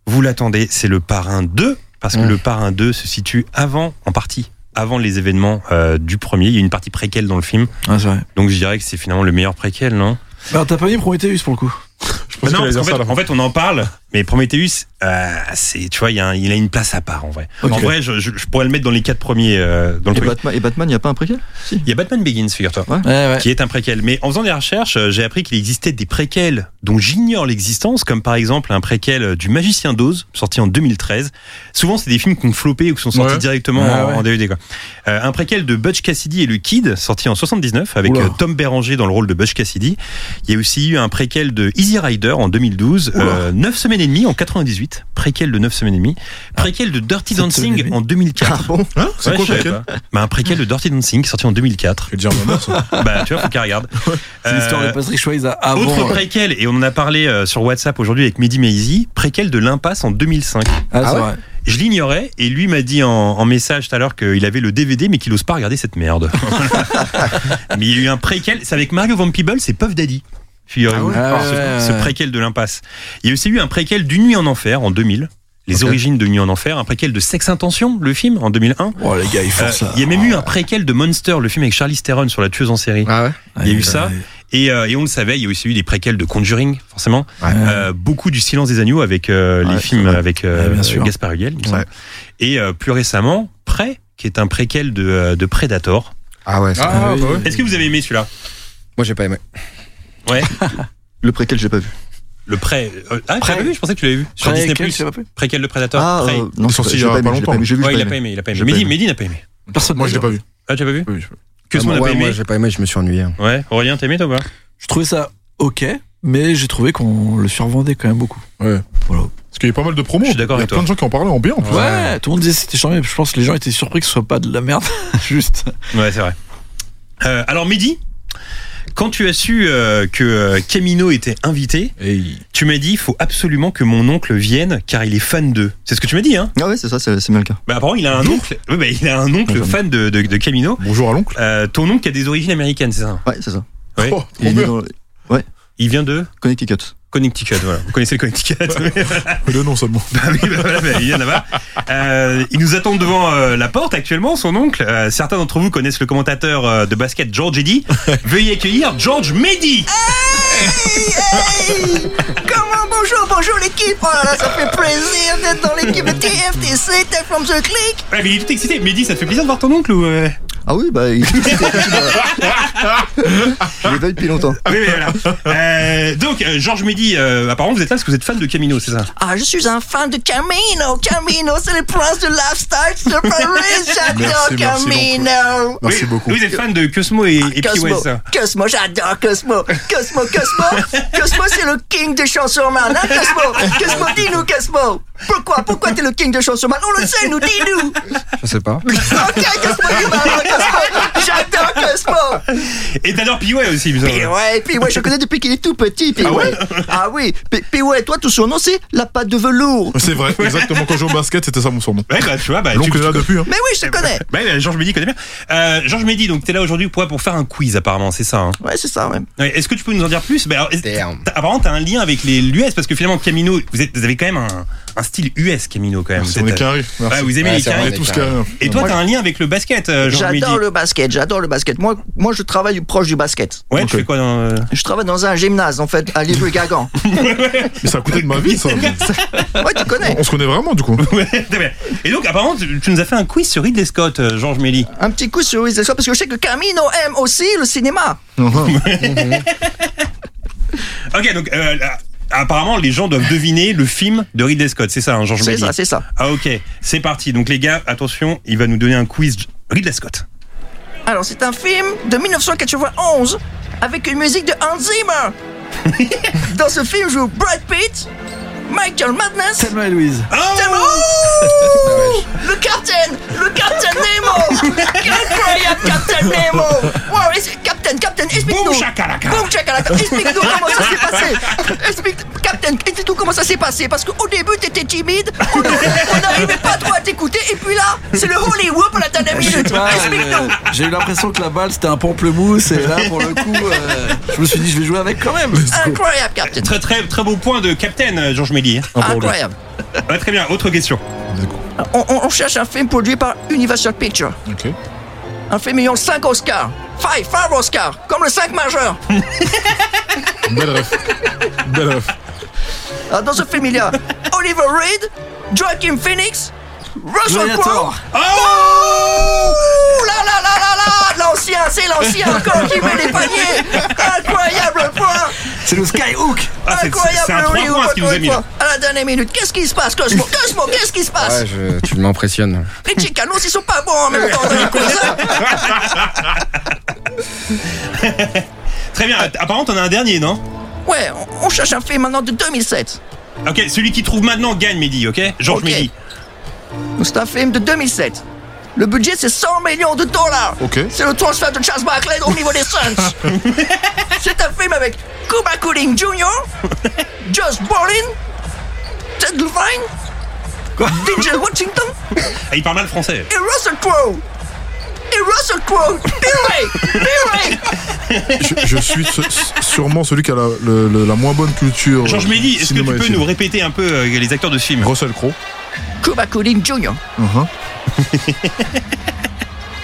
S3: Vous l'attendez, c'est le Parrain 2, parce que
S4: Mmh.
S3: le Parrain 2 se situe avant, en partie, avant les événements euh, du premier. Il y a une partie préquel dans le film,
S6: Ah, c'est vrai.
S3: donc je dirais que c'est finalement le meilleur préquel, non
S6: Alors, Bah, t'as pas mis Prometheus pour le coup
S5: Je pense
S3: bah
S5: qu'il
S3: non, parce
S5: allait dire
S3: qu'en
S5: ça à
S3: fait,
S5: la fin.
S3: en fait, on en parle, mais Prometheus, euh, c'est, tu vois, il y a, un- il a une place à part en vrai.
S6: Ok.
S3: En vrai, je, je- je pourrais le mettre dans les quatre premiers. euh, dans le
S7: Et
S3: truc.
S7: Batman, et Batman, il n'y a pas un préquel
S3: Il y a Batman Begins, figure-toi,
S6: Ouais, ouais.
S3: qui est un préquel. Mais en faisant des recherches, euh, j'ai appris qu'il existait des préquels dont j'ignore l'existence, comme par exemple un préquel euh, du Magicien d'Oz, sorti en 2013. Souvent, c'est des films qui ont floppé ou qui sont sortis
S5: Ouais.
S3: directement
S6: Ah
S3: en,
S6: ouais.
S3: en DVD. Quoi. Euh, un préquel de Butch Cassidy et le Kid, sorti en 79, avec
S6: Oula.
S3: euh, Tom Béranger dans le rôle de Butch Cassidy. Il y a aussi eu un préquel de Easy Rider en 2012,
S6: Oula.
S3: 9 Euh, semaines et demie en 98, préquel de 9 semaines et demie, préquel de Dirty
S6: Sept semaines et
S3: Dancing
S6: demie. Ah
S3: en 2004.
S7: bon
S5: Hein C'est
S3: Ouais,
S5: quoi
S3: je savais
S5: lequel
S3: pas. Bah, un préquel de Dirty Dancing sorti en 2004.
S5: Je vais dire ma mère, ça.
S3: Bah tu vois, faut qu'elle
S6: *laughs*
S3: regarde.
S6: C'est l'histoire
S3: Euh,
S6: de Patrick Swayze avant. euh.
S3: Autre préquel, et on en a parlé euh, sur WhatsApp aujourd'hui avec Mehdi Meizi, préquel de l'impasse en 2005.
S6: Ah, c'est
S4: Ah ouais
S6: vrai.
S3: Je l'ignorais, et lui m'a dit en, en message tout à l'heure qu'il avait le DVD, mais qu'il ose pas regarder cette
S6: *laughs*
S3: merde. mais il y a eu un préquel, c'est avec Mario Van Peebles, c'est Puff Daddy. Figurez-vous,
S6: Ah ouais,
S3: ce,
S6: ouais,
S3: ce
S6: ouais.
S3: préquel de l'impasse. Il y a aussi eu un préquel d'une nuit en enfer en 2000, les
S5: Ok.
S3: origines de Nuit en enfer, un préquel de Sex Intention, le film, en 2001.
S6: Oh, les gars, ils font
S3: Euh,
S6: ça. Ah
S3: il y a même eu un préquel de Monster, le film avec Charlie Theron sur la tueuse en série.
S4: Ah ouais
S3: il y a eu ça. Et, euh, et on le savait, il y a aussi eu des préquels de Conjuring, forcément.
S4: Ouais.
S3: Euh, beaucoup du Silence des Agneaux avec euh, les
S7: Ouais,
S3: films avec euh,
S6: Ouais, bien sûr.
S3: Gaspard Huliel, il me semble.
S7: Ouais.
S3: Et euh, plus récemment, Prey, qui est un préquel de, euh, de Predator.
S4: Ah ouais. ça-
S5: Ah, bah ouais.
S3: Est-ce que vous avez aimé celui-là
S4: Moi j'ai pas aimé.
S7: Le préquel, j'ai pas vu.
S3: Le Prey. euh, ah, tu
S6: Prey.
S3: l'avais vu Je pensais que tu l'avais vu. Sur Disney+.
S6: Préquel, je sais pas plus.
S3: Préquel de Predator.
S7: Ah,
S3: Prey.
S7: euh, non, j'ai
S5: Ils sont
S7: pas
S5: sortis
S7: j'ai
S5: il y a
S7: pas
S5: pas
S7: aimé, j'ai
S5: longtemps.
S7: pas aimé, j'ai vu,
S3: Ouais,
S7: j'ai
S3: il
S7: pas
S3: a pas
S7: aimé.
S3: aimé, il a pas aimé.
S7: J'ai pas
S3: Mehdi,
S7: aimé.
S3: Mehdi n'a pas aimé.
S5: Personne- Moi, je l'ai pas vu.
S3: Ah, tu l'as pas vu
S5: Oui, je-
S3: Que
S4: Ah,
S3: ce
S4: moi,
S3: n'a
S4: ouais,
S3: pas
S4: moi
S3: aimé.
S4: j'ai pas aimé, je me suis ennuyé.
S3: Ouais, Aurélien, t'as aimé toi ou pas
S6: Je trouvais ça ok, mais j'ai trouvé qu'on le survendait quand même beaucoup.
S5: Ouais.
S6: Voilà.
S5: Parce qu'il y a pas mal de promos.
S3: Je suis d'accord
S5: Il y a
S3: avec
S5: plein de gens qui en parlaient en bien. en plus.
S6: Ouais, tout le monde disait que c'était charmé. Je pense que les gens étaient surpris que ce soit pas de la merde, *laughs* juste.
S3: Ouais, c'est vrai. Euh, alors, Mehdi, Quand tu as su euh, que euh, Camino était invité,
S5: Hey.
S3: tu m'as dit il faut absolument que mon oncle vienne car il est fan d'eux. C'est ce que tu m'as dit, hein
S9: Ah ouais, c'est ça, c'est c'est bien le cas.
S3: Bah apparemment il a un oncle. Oui, bah, il a un oncle
S9: Bonjour.
S3: fan de, de, de Camino.
S5: Bonjour à l'oncle.
S3: Euh, ton oncle a des origines américaines, c'est ça
S9: Ouais, c'est ça.
S3: Oui.
S5: Oh,
S9: Il est
S5: trop
S9: né
S5: bien.
S9: dans le
S3: Il vient de
S9: Connecticut.
S3: Connecticut, voilà. Vous connaissez
S9: *laughs*
S3: le Connecticut
S5: Le nom seulement.
S3: Bah oui, bah voilà, bah, il vient là-bas. Euh, ils nous attendent devant euh, la porte actuellement, son oncle. Euh, certains d'entre vous connaissent le commentateur euh, de basket
S9: *laughs*
S3: George Eddy. Veuillez accueillir George Mehdi
S7: *laughs*
S6: Comment bonjour, bonjour l'équipe Oh là là, ça fait plaisir d'être dans l'équipe de TFTC, Tech from the Click
S3: Ouais, mais il est tout excité. Mehdi, ça te fait plaisir de voir ton oncle ou euh
S9: Ah oui,
S7: *laughs*
S9: bah. Il... Je l'ai pas eu depuis longtemps.
S3: Ah Oui, oui, voilà. Euh, donc, euh, Georges Mehdi, euh, apparemment, vous êtes là parce que vous êtes fan de Camino, c'est ça
S6: Ah, je suis un fan de Camino Camino, c'est le prince de lifestyle de Paris J'adore
S5: Merci, merci,
S6: Camino
S5: Merci
S3: Oui,
S5: beaucoup.
S3: Vous êtes fan de Cosmo et, et P.
S6: Cosmo,
S3: West.
S6: Cosmo, j'adore Cosmo Cosmo, Cosmo Cosmo, c'est le king de Chanson-Man, hein, Cosmo Cosmo, dis-nous, Cosmo Pourquoi, pourquoi t'es le king de Chanson-Man On le sait, nous, dis-nous
S4: Je
S3: *laughs*
S4: sais pas.
S6: Ok, Cosmo, dis-nous, Cosmo J'adore Cosmo
S3: Et t'adores P. West aussi, il me semble.
S6: Puis ouais, puis ouais, je connais depuis qu'il est tout petit, puis ouais. Ah oui, puis, puis ouais, toi, tout son nom, c'est la patte de velours.
S5: C'est vrai, exactement. Quand je joue au basket, c'était ça mon surnom.
S3: Ouais, bah, tu vois, bah, tu,
S5: L'oncle est là depuis. Hein.
S6: Mais oui, je te connais.
S3: Ouais, bah, Georges Mehdi connaît bien. Euh, Georges Mehdi, donc t'es là aujourd'hui pour, pour faire un quiz apparemment, c'est ça. hein
S6: Ouais, c'est ça, ouais.
S3: Ouais, Est-ce que tu peux nous en dire plus bah, alors, est-
S4: Damn.
S3: t'as- Apparemment, t'as un lien avec les l'US parce que finalement, Camino, vous, êtes, vous avez quand même un, un style US, Camino quand même.
S5: Merci,
S3: Vous
S5: on
S3: êtes,
S5: est carré.
S3: euh,
S5: Merci.
S3: ouais, vous aimez
S4: Ouais,
S3: les
S4: c'est
S3: carrés.
S4: vrai,
S5: On
S4: Ouais,
S5: est tous
S4: carré.
S5: carrés. hein.
S3: Et toi, t'as un lien avec le basket, euh, Georges Mehdi.
S6: J'adore le basket, j'adore le basket. Moi, moi, je travaille proche du basket.
S3: Ouais, tu fais quoi dans. euh,
S6: Je travaille dans un gymnase, en fait, à *laughs* Livry-Gargan.
S5: Mais ça a coûté de ma
S3: *laughs*
S5: vie, ça.
S6: Ouais, tu connais.
S5: On se connaît vraiment, du coup.
S3: Ouais, très bien. Et donc, apparemment, tu, tu nous as fait un quiz sur Ridley Scott, euh, Georges Méli.
S6: Un petit coup sur Rizzo, parce que je sais que Camino aime aussi le cinéma.
S3: Ok, donc, euh, là, apparemment, les gens doivent deviner le film de Ridley Scott, c'est ça, hein, Georges
S6: C'est
S3: Méli
S6: ça, c'est ça.
S3: Ah, ok, c'est parti. Donc, les gars, attention, il va nous donner un quiz Ridley Scott.
S6: Alors, c'est un film de 1991 avec une musique de Hans Zimmer. Dans ce film joue Brad Pitt, Michael Madness.
S10: Thelma et Louise.
S6: Tellement- Ouh Le Captain Le Captain Nemo Incroyable Captain Nemo Wow, es- Captain, Captain, explique-nous
S3: Boum, chakalaka.
S6: Boum, chakalaka. Explique-nous comment ça s'est passé Explique, Captain, explique-nous comment ça s'est passé Parce qu'au début, t'étais timide, on on n'arrivait pas trop à t'écouter, et puis là, c'est le Hollywood à la dernière
S10: Je sais
S6: minute
S10: pas,
S6: Explique-nous
S10: euh, j'ai eu l'impression que la balle c'était un pamplemousse et là pour le coup euh, je me suis dit je vais jouer avec quand même.
S6: Incroyable Captain
S3: Très, très, très beau point de Captain, euh, Georges Méli.
S6: *laughs*
S3: hein.
S6: Incroyable
S3: Ouais, très bien, autre question.
S6: on, on- on cherche un film produit par Universal Pictures.
S5: Ok.
S6: Un film ayant 5 Oscars. 5, 5 Oscars, comme le
S3: *laughs*
S6: 5 majeur.
S5: Belle ref. Belle ref.
S6: Ah, Dans ce film, il y a Oliver Reed, Joaquin Phoenix, Russell
S10: Gladiator.
S6: Crowe.
S3: Oh
S6: Ouh là là là là là L'ancien, c'est l'ancien encore qui met les paniers Incroyable point
S10: C'est le Skyhook.
S3: Ah, c'est- c'est- c'est un
S6: Incroyable
S3: trois
S6: Hollywood,
S3: points, ce qu'il nous a mis, là.
S6: À la dernière minute, qu'est-ce qui se passe, Cosmo Cosmo, qu'est-ce qui se passe
S4: Ouais, je- tu m'impressionnes.
S6: Les Chicanos, ils sont pas bons en même temps dans les quiz, hein.
S3: Très bien, apparemment, t'en as un dernier, non
S6: Ouais, on- on cherche un film maintenant de 2007.
S3: Ok, celui qui trouve maintenant gagne, Mehdi, ok Georges
S6: Ok.
S3: Mehdi.
S6: C'est un film de 2007. Le budget, c'est 100 millions de dollars.
S5: Ok.
S6: C'est le transfert de Charles Barkley au niveau des Suns. c'est un film avec Cuba Gooding Jr., Josh Brolin, Ted Levine, Denzel Washington
S3: Ah, il parle mal français.
S6: et Russell Crowe. Et Russell Crowe. Purée, purée.
S5: Je, je suis ce- sûrement celui qui a la, le- le- la moins bonne culture.
S3: Georges
S5: euh,
S3: Méli, est-ce que
S5: cinéma
S3: tu
S5: et
S3: peux
S5: film.
S3: nous répéter un peu euh, les acteurs de ce film
S5: Russell Crowe.
S6: Cuba Gooding Jr.,
S5: Mhm.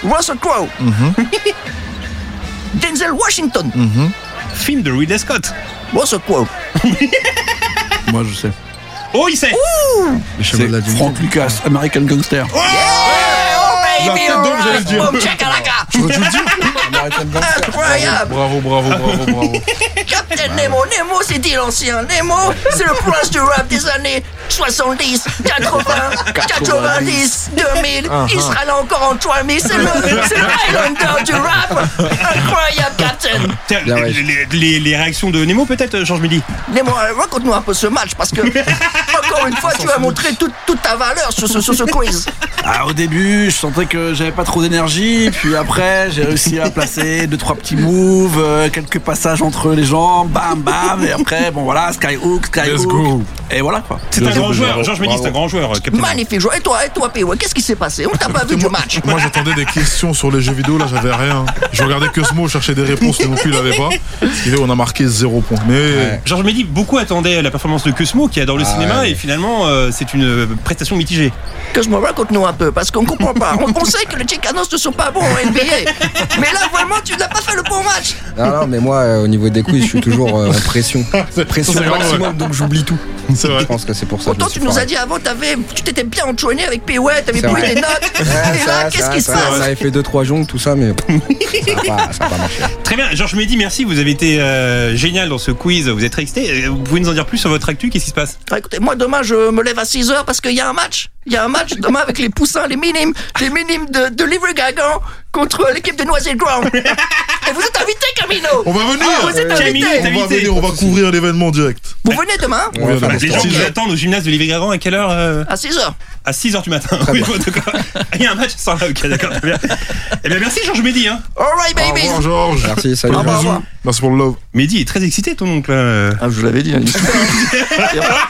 S6: Russell Crowe, Denzel Washington,
S3: Film de Ridley Scott.
S6: Russell Crowe.
S10: Moi je sais.
S3: Oh, il sait
S4: Les cheveux
S10: C'est
S4: de la dune.
S10: Frank Lucas, American Gangster.
S6: Hey,
S5: La
S6: baby,
S5: tête d'homme, j'allais le dire.
S6: alright, boom, chakalaka.
S5: Je veux tout dire.
S4: American Gangster.
S6: Incroyable.
S5: Bravo, bravo, bravo, bravo.
S6: Captain Nemo, Nemo c'est dit l'ancien, Nemo c'est le prince du rap des années 70, 80, 90, 2000,
S4: Ah,
S6: il sera là encore en 3000, c'est le, c'est le Highlander du rap, incroyable Captain
S3: Tiens,
S4: Bien, ouais.
S3: les, les- les réactions de Nemo, peut-être, Georges Mehdi
S6: *laughs* Nemo, euh, raconte-nous un peu ce match parce que, encore
S8: encore une fois, tu vas montrer toute, toute ta valeur sur ce, sur ce quiz.
S6: *laughs* Ah, au début, je sentais que j'avais pas trop d'énergie, puis après, j'ai réussi à placer deux trois petits moves, euh, quelques passages entre les jambes, bam bam, et après, bon voilà, Skyhook, Skyhook,
S11: Let's go.
S6: et voilà quoi.
S3: C'est un
S11: Bravo,
S3: grand joueur,
S11: bravo,
S3: Georges Médis, c'est un
S11: bravo.
S3: grand joueur, euh, Captain.
S8: Magnifique joueur. Et toi, et toi, P.O., qu'est-ce qui s'est passé On t'a pas vu du match.
S5: Moi j'attendais des questions sur les jeux vidéo, là j'avais rien. Je regardais que ce mot, je cherchais des réponses, mais non plus il avait pas. Ce qui fait qu'on a marqué zéro point. Mais
S3: Georges Médis, beaucoup attendaient la performance de Cosmo qui adore le cinéma et finalement euh, c'est une prestation mitigée.
S8: Que je me raconte nous un peu, parce qu'on comprend pas. On, on sait que les Chicanos ne sont pas bons au NBA. Mais là, vraiment, tu n'as pas fait le bon match.
S4: Non, non, mais moi, euh, au niveau des quiz, je suis toujours euh, en pression. Pression
S5: c'est vraiment,
S4: maximum, donc j'oublie tout.
S5: c'est
S4: Je
S5: vrai.
S4: pense que c'est pour ça que
S8: Pourtant,
S4: je
S8: tu
S4: suis
S8: nous
S4: fort.
S8: as dit avant, t'avais- tu t'étais bien entraîné avec P.O., t'avais
S4: C'est
S8: pris
S4: vrai.
S8: des notes.
S4: *laughs* Ouais,
S8: Et
S4: ça,
S8: là,
S4: ça,
S8: qu'est-ce qui se
S4: ça,
S8: passe
S4: On avait fait deux trois jongles, tout ça, mais
S8: *laughs*
S4: ça n'a pas, ça a pas marché.
S3: Très bien, Georges Médis, merci, vous avez été euh, génial dans ce quiz, vous êtes très excité. Euh, Vous pouvez nous en dire plus sur votre actu, qu'est-ce qui se passe
S8: Ah, écoutez, moi demain je me lève à 6 heures parce qu'il y a un match. Il y a un match demain avec les poussins, les minimes, les minimes de, de Livre Gargan contre l'équipe de Noisy Ground. Et vous êtes invité, Camino
S5: On va venir
S8: Ah, Vous êtes
S3: Camino
S8: invité
S3: est
S5: On va
S3: invité.
S5: venir, on va couvrir l'événement en direct.
S8: Vous venez demain
S5: On vient
S4: Enfin,
S5: de
S3: Les gens
S5: sortir.
S3: qui attendent au gymnase de Livry-Garand à quelle heure euh
S8: à 6 heures.
S3: À 6h du matin. Oui, bon, d'accord. Il y a un match à ce soir-là, ok, d'accord, très bien. Eh bien, merci Georges Médis. Hein.
S8: Alright,
S5: Au
S8: babies
S5: revoir Georges.
S4: Merci, salut.
S8: revoir.
S5: Bisous. Merci pour le love.
S3: Mehdi est très excité, ton oncle. euh.
S7: Ah, je vous l'avais dit. hein,
S3: *laughs*
S7: il est super.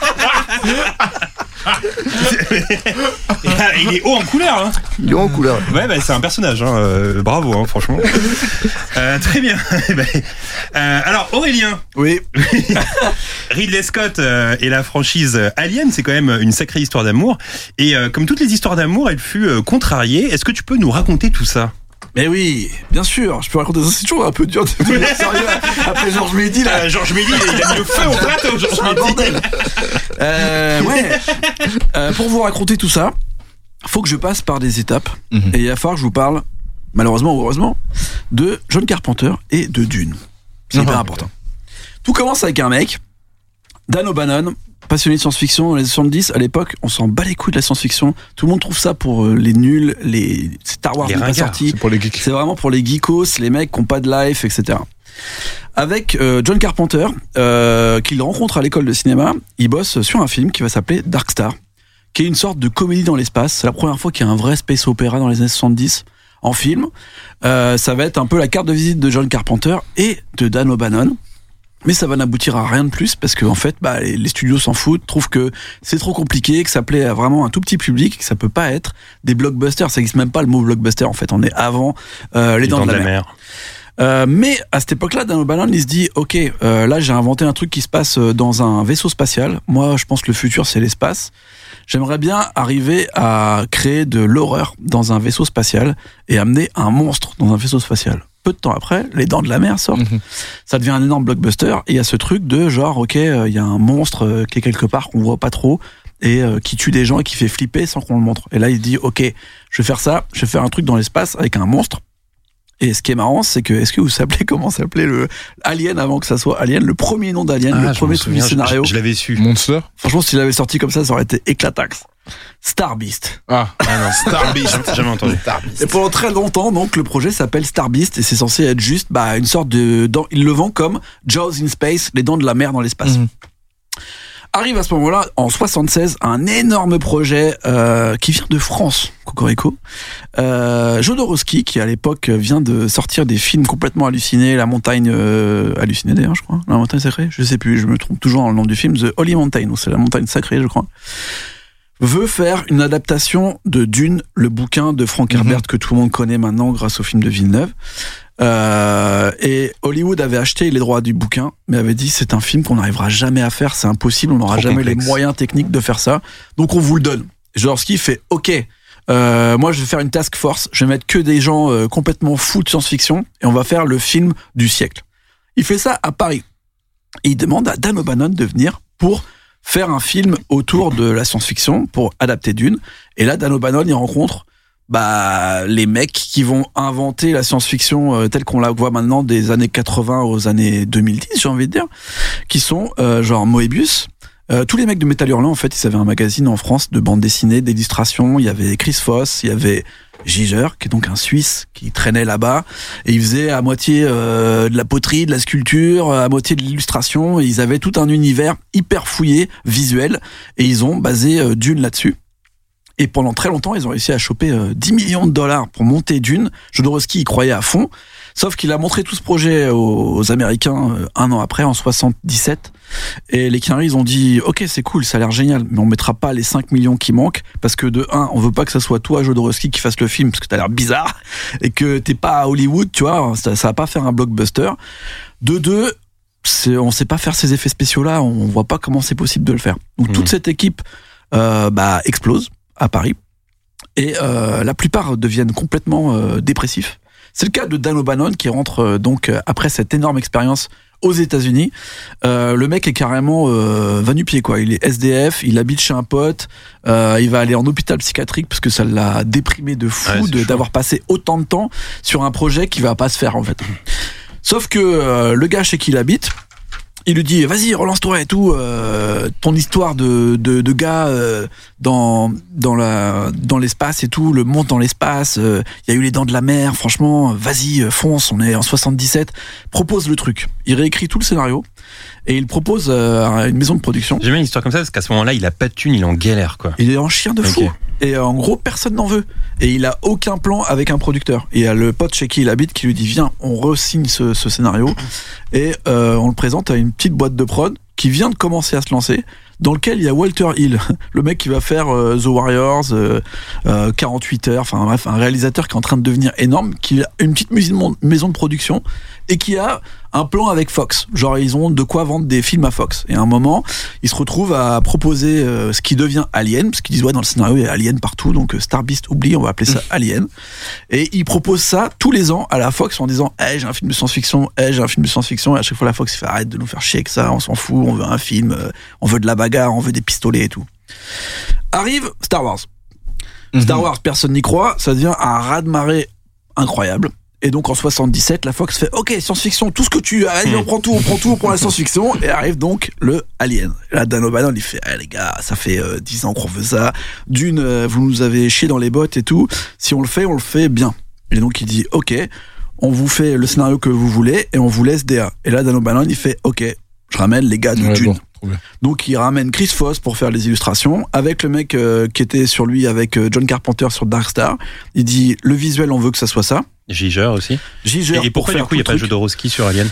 S3: Et là, il est haut en couleur. Hein.
S7: Il est en couleur.
S3: Ouais, bah, c'est un personnage. Hein. euh, bravo, hein,
S7: *laughs*
S3: franchement. Euh, très bien. *laughs* Eh ben, euh, alors, Aurélien,
S6: Oui,
S3: *laughs* Ridley Scott euh, et la franchise euh, Alien, c'est quand même une sacrée histoire d'amour. Et euh, comme toutes les histoires d'amour, elle fut euh, contrariée. Est-ce que tu peux nous raconter tout ça
S6: mais oui, bien sûr, je peux raconter ça, c'est toujours un peu
S3: *laughs*
S6: dur de de- sérieux. Après Georges Mehdi, là,
S3: Ah, Georges Médis, il a- il a mis le feu au plateau, Georges
S6: C'est un
S3: Médis.
S6: bordel. Euh, ouais. Euh, pour vous raconter tout ça, faut que je passe par des étapes.
S3: Mhm.
S6: Et il va falloir que je vous parle, malheureusement ou heureusement, de John Carpenter et de Dune. C'est
S3: Ah,
S6: hyper important. Tout commence avec un mec, Dan O'Bannon, passionné de science-fiction dans les 70. À l'époque, on s'en bat les couilles de la science-fiction. Tout le monde trouve ça pour euh, les nuls, les Star Wars
S3: Les
S6: n'est pas
S3: ringards,
S6: sorti.
S5: C'est pour les geeks.
S6: C'est vraiment pour les geekos, les mecs qui n'ont pas de life, etc. Avec euh, John Carpenter, euh, qu'il rencontre à l'école de cinéma, il bosse sur un film qui va s'appeler Dark Star, qui est une sorte de comédie dans l'espace. C'est la première fois qu'il y a un vrai space opéra dans les années 70 en film. Euh, ça va être un peu la carte de visite de John Carpenter et de Dan O'Bannon. Mais ça va n'aboutir à rien de plus parce que en fait, bah, les les studios s'en foutent, trouvent que c'est trop compliqué, que ça plaît à vraiment un tout petit public, que ça peut pas être des blockbusters. Ça existe même pas le mot blockbuster en fait. On est avant euh, les, dents, de la, mer. Euh, mais à cette époque-là, Dan O'Bannon, il se dit, ok, euh, là j'ai inventé un truc qui se passe euh, dans un vaisseau spatial. Moi, je pense que le futur, c'est l'espace. J'aimerais bien arriver à créer de l'horreur dans un vaisseau spatial et amener un monstre dans un vaisseau spatial. Peu de temps après, les dents de la mer sortent.
S3: Mhm.
S6: Ça devient un énorme blockbuster. Et il y a ce truc de genre, ok, euh, il y a un monstre euh, qui est quelque part qu'on voit pas trop et euh, qui tue des gens et qui fait flipper sans qu'on le montre. Et là, il dit, ok, je vais faire ça. Je vais faire un truc dans l'espace avec un monstre. Et ce qui est marrant, c'est que est-ce que vous *laughs* savez comment s'appelait le Alien avant que ça soit Alien, le premier nom d'Alien, le premier sous scénario.
S3: Ah, Je, l'avais su.
S5: Monster
S6: Franchement, s'il avait sorti comme ça, ça aurait été éclatax. Star Beast.
S5: Ah,
S3: *laughs* J'ai jamais entendu.
S6: Et pendant très longtemps, donc, le projet s'appelle Star Beast et c'est censé être juste bah, une sorte de. dent- il le vend comme Jaws in Space, les dents de la mer dans l'espace. Arrive à ce moment-là, en 76, un énorme projet euh, qui vient de France, Cocorico. Euh, Jodorowsky, qui à l'époque vient de sortir des films complètement hallucinés, La montagne euh, hallucinée d'ailleurs, je crois, La montagne sacrée, je sais plus, je me trompe toujours dans le nom du film, The Holy Mountain, ou c'est La montagne sacrée, je crois veut faire une adaptation de Dune, le bouquin de
S3: Mhm.
S6: Frank Herbert que tout le monde connaît maintenant grâce au film de Villeneuve. Euh, et Hollywood avait acheté les droits du bouquin, mais avait dit c'est un film qu'on n'arrivera jamais à faire, c'est impossible, on n'aura
S3: Trop
S6: jamais
S3: complexe.
S6: les moyens techniques de faire ça, donc on vous le donne. Jodorowsky fait ok. euh, moi, je vais faire une task force. Je vais mettre que des gens euh, complètement fous de science-fiction et on va faire le film du siècle. Il fait ça à Paris. Et il demande à Dan O'Bannon de venir pour faire un film autour de la science-fiction, pour adapter Dune. Et là, Dan O'Bannon, il rencontre bah, les mecs qui vont inventer la science-fiction euh, telle qu'on la voit maintenant des années 80 aux années 2010, j'ai envie de dire, qui sont euh, genre Moebius, Euh, tous les mecs de Metal Hurlant, en fait, ils avaient un magazine en France de bande dessinée, d'illustration. Il y avait Chris Foss, il y avait Giger, qui est donc un Suisse, qui traînait là-bas. Et ils faisaient à moitié euh, de la poterie, de la sculpture, à moitié de l'illustration. Et Ils avaient tout un univers hyper fouillé, visuel. Et ils ont basé euh, Dune là-dessus. Et pendant très longtemps, ils ont réussi à choper euh, 10 millions de dollars pour monter Dune. Jodorowsky y croyait à fond. Sauf qu'il a montré tout ce projet aux, aux Américains euh, un an après, en 77. Et les Canaries, ils ont dit, OK, c'est cool, ça a l'air génial, mais on mettra pas les 5 millions qui manquent, parce que de un, on veut pas que ça soit toi, Jodorowsky, qui fasse le film, parce que t'as l'air bizarre, et que t'es pas à Hollywood, tu vois, ça, ça va pas faire un blockbuster. De deux, c'est, on sait pas faire ces effets spéciaux-là, on voit pas comment c'est possible de le faire. Donc
S3: Mhm.
S6: toute cette équipe, euh, bah, explose à Paris. Et euh, la plupart deviennent complètement euh, dépressifs. C'est le cas de Dan O'Bannon qui rentre euh, donc euh, après cette énorme expérience aux États-Unis. Euh, le mec est carrément euh, pied quoi. Il est SDF, il habite chez un pote, euh, il va aller en hôpital psychiatrique parce que ça l'a déprimé de
S3: Ouais,
S6: fou
S3: c'est
S6: de-
S3: chaud.
S6: d'avoir passé autant de temps sur un projet qui va pas se faire en fait. Sauf que euh, le gars chez qui il habite, il lui dit vas-y relance-toi et tout euh, ton histoire de de, de gars euh, dans dans la dans l'espace et tout le monde dans l'espace euh, il y a eu les dents de la mer franchement vas-y euh, fonce on est en 77 propose le truc il réécrit tout le scénario et il propose euh, à une maison de production
S3: J'aime bien une histoire comme ça parce qu'à ce moment-là, il a pas de thune, il est en galère, quoi.
S6: il est en chien de fou.
S3: Ok.
S6: Et euh, en gros, personne n'en veut. Et il a aucun plan avec un producteur. Et il y a le pote chez qui il habite qui lui dit Viens, on re-signe ce,
S3: *coughs*
S6: ce scénario. Et euh, on le présente à une petite boîte de prod qui vient de commencer à se lancer, dans lequel il y a Walter Hill, *laughs* le mec qui va faire euh, The Warriors, euh, euh, 48 heures, enfin bref, un réalisateur qui est en train de devenir énorme, qui a une petite musi- mon- maison de production et qui a un plan avec Fox. Genre, ils ont de quoi vendre des films à Fox. Et à un moment, ils se retrouvent à proposer euh, ce qui devient Alien, parce qu'ils disent, ouais, dans le scénario, il y a Alien partout, donc euh, Star Beast oublie, on va appeler ça Alien. Et ils proposent ça tous les ans à la Fox en disant, eh, j'ai un film de science-fiction, eh, j'ai un film de science-fiction. Et à chaque fois, la Fox fait, arrête de nous faire chier avec ça, on s'en fout, on veut un film, euh, on veut de la bagarre, on veut des pistolets et tout. Arrive Star Wars.
S4: Mhm.
S6: Star Wars, personne n'y croit, ça devient un raz-de-marée incroyable. Et donc en 77, la Fox fait OK, science-fiction, tout ce que tu as,
S4: Mhm.
S6: on prend tout, on prend tout, on
S4: *laughs*
S6: prend la science-fiction, et arrive donc le Alien. Et Là, Dan O'Bannon, il fait Eh les gars, ça fait euh, 10 ans qu'on veut ça. D'une, euh, vous nous avez chié dans les bottes et tout. Si on le fait, on le fait bien. Et donc il dit OK, on vous fait le scénario que vous voulez et on vous laisse DA. Et là, Dan O'Bannon, il fait OK, je ramène les gars de
S4: Ouais,
S6: Dune.
S4: bon, trop bien.
S6: Donc il ramène Chris Foss pour faire les illustrations avec le mec euh, qui était sur lui avec euh, John Carpenter sur Dark Star. Il dit le visuel on veut que ça soit ça.
S3: Giger aussi.
S6: Giger
S3: Et, et pourquoi,
S6: pour
S3: du coup, il n'y a
S6: faire
S3: pas
S6: tout le truc.
S3: Jodorowsky sur Alien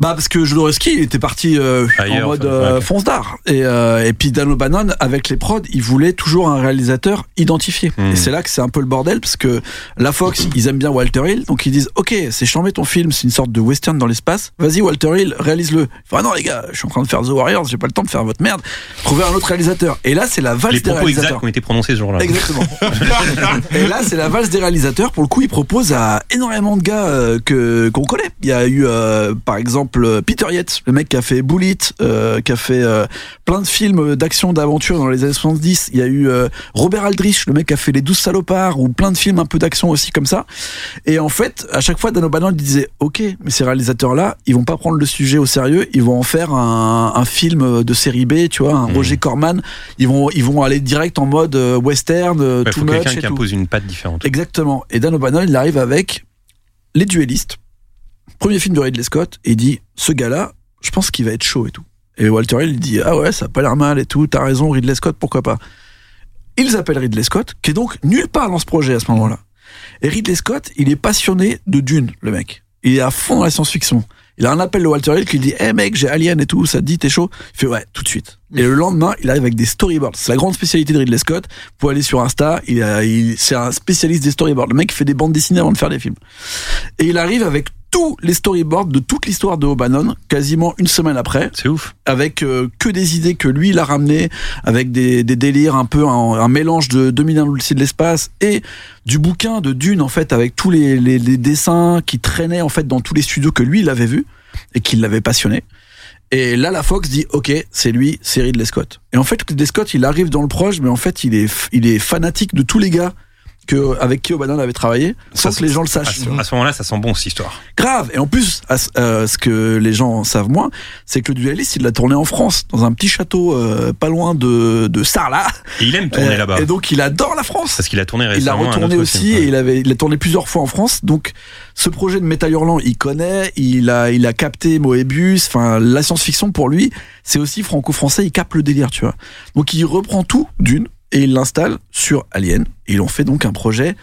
S6: Bah parce que Jodorowsky il était parti euh,
S3: Ailleurs,
S6: en mode
S3: enfin,
S6: euh,
S3: ok.
S6: fonce d'art et euh, et puis Dan O'Bannon avec les prods il voulait toujours un réalisateur identifié
S3: Hmm.
S6: et c'est là que c'est un peu le bordel parce que la Fox ils aiment bien Walter Hill donc ils disent ok c'est chambé ton film c'est une sorte de western dans l'espace vas-y Walter Hill réalise-le enfin non les gars je suis en train de faire The Warriors j'ai pas le temps de faire votre merde trouvez un autre réalisateur et là c'est la valse
S3: Les
S6: des
S3: propos exacts
S6: réalisateurs
S3: qui ont été prononcés ce jour-là. *laughs*
S6: Exactement. *laughs* et là, c'est la valse des réalisateurs. Pour le coup, ils proposent à énormément de gars euh, que qu'on connaît. Il y a eu, euh, par exemple, euh, Peter Yates, le mec qui a fait Bullet, euh, qui a fait euh, plein de films d'action, d'aventure dans les années 70. Il y a eu euh, Robert Aldrich, le mec qui a fait Les Douze Salopards, ou plein de films un peu d'action aussi comme ça. Et en fait, à chaque fois, Dan O'Bannon disait Ok, mais ces réalisateurs-là, ils vont pas prendre le sujet au sérieux, ils vont en faire un, un film de série B, tu vois, un
S3: Mmh.
S6: Roger Corman. Ils vont, ils vont aller direct en mode euh, western, euh,
S3: Il
S6: too
S3: faut
S6: much
S3: quelqu'un
S6: et
S3: qui
S6: tout.
S3: impose une patte différente.
S6: Exactement. Et Dan O'Bannon, il arrive avec Les Duellistes, premier film de Ridley Scott, et il dit Ce gars-là, je pense qu'il va être chaud et tout. Et Walter Hill, il dit Ah ouais, ça a pas l'air mal et tout, t'as raison, Ridley Scott, pourquoi pas Ils appellent Ridley Scott, qui est donc nulle part dans ce projet à ce moment-là. Et Ridley Scott, il est passionné de Dune, le mec. Il est à fond dans la science-fiction. Il a un appel de Walter Hill qui lui dit Eh mec, j'ai Alien et tout, ça te dit, t'es chaud Il fait Ouais, tout de suite. Et le lendemain, il arrive avec des storyboards. C'est la grande spécialité de Ridley Scott. Vous pouvez aller sur Insta, il a- il- c'est un spécialiste des storyboards. Le mec fait des bandes dessinées avant de faire des films. Et il arrive avec tous les storyboards de toute l'histoire de O'Bannon, quasiment une semaine après
S3: C'est ouf.
S6: avec euh, que des idées que lui il a ramenées, avec des, des délires un peu un, un mélange de 2001 l'Odyssée de l'espace et du bouquin de Dune en fait avec tous les, les- les dessins qui traînaient en fait dans tous les studios que lui il avait vu et qui l'avait passionné. Et là, la Fox dit, OK, c'est lui, c'est Ridley Scott. Et en fait, Ridley Scott, il arrive dans le proche, mais en fait, il est, f- il est fanatique de tous les gars que, avec qui O'Bannon avait travaillé, sans
S3: Ça,
S6: que les gens le
S3: À
S6: sachent.
S3: ce, à ce moment-là, ça sent bon cette histoire.
S6: Grave Et en plus, à ce- euh, ce que les gens savent moins, c'est que le dualiste, il l'a tourné en France, dans un petit château euh, pas loin de, de Sarlat.
S3: Et il aime tourner
S6: Euh,
S3: là-bas.
S6: Et donc, il adore la France
S3: Parce qu'il a tourné
S6: il l'a
S3: récemment. un
S6: retourné
S3: autre
S6: aussi
S3: film.
S6: et il avait il a tourné plusieurs fois en France donc ce projet de métal hurlant il connaît il a il a capté Moebius enfin la science-fiction pour lui c'est aussi franco-français il capte le délire tu vois donc il reprend tout d'une et il l'installe sur Alien et ils ont fait donc un projet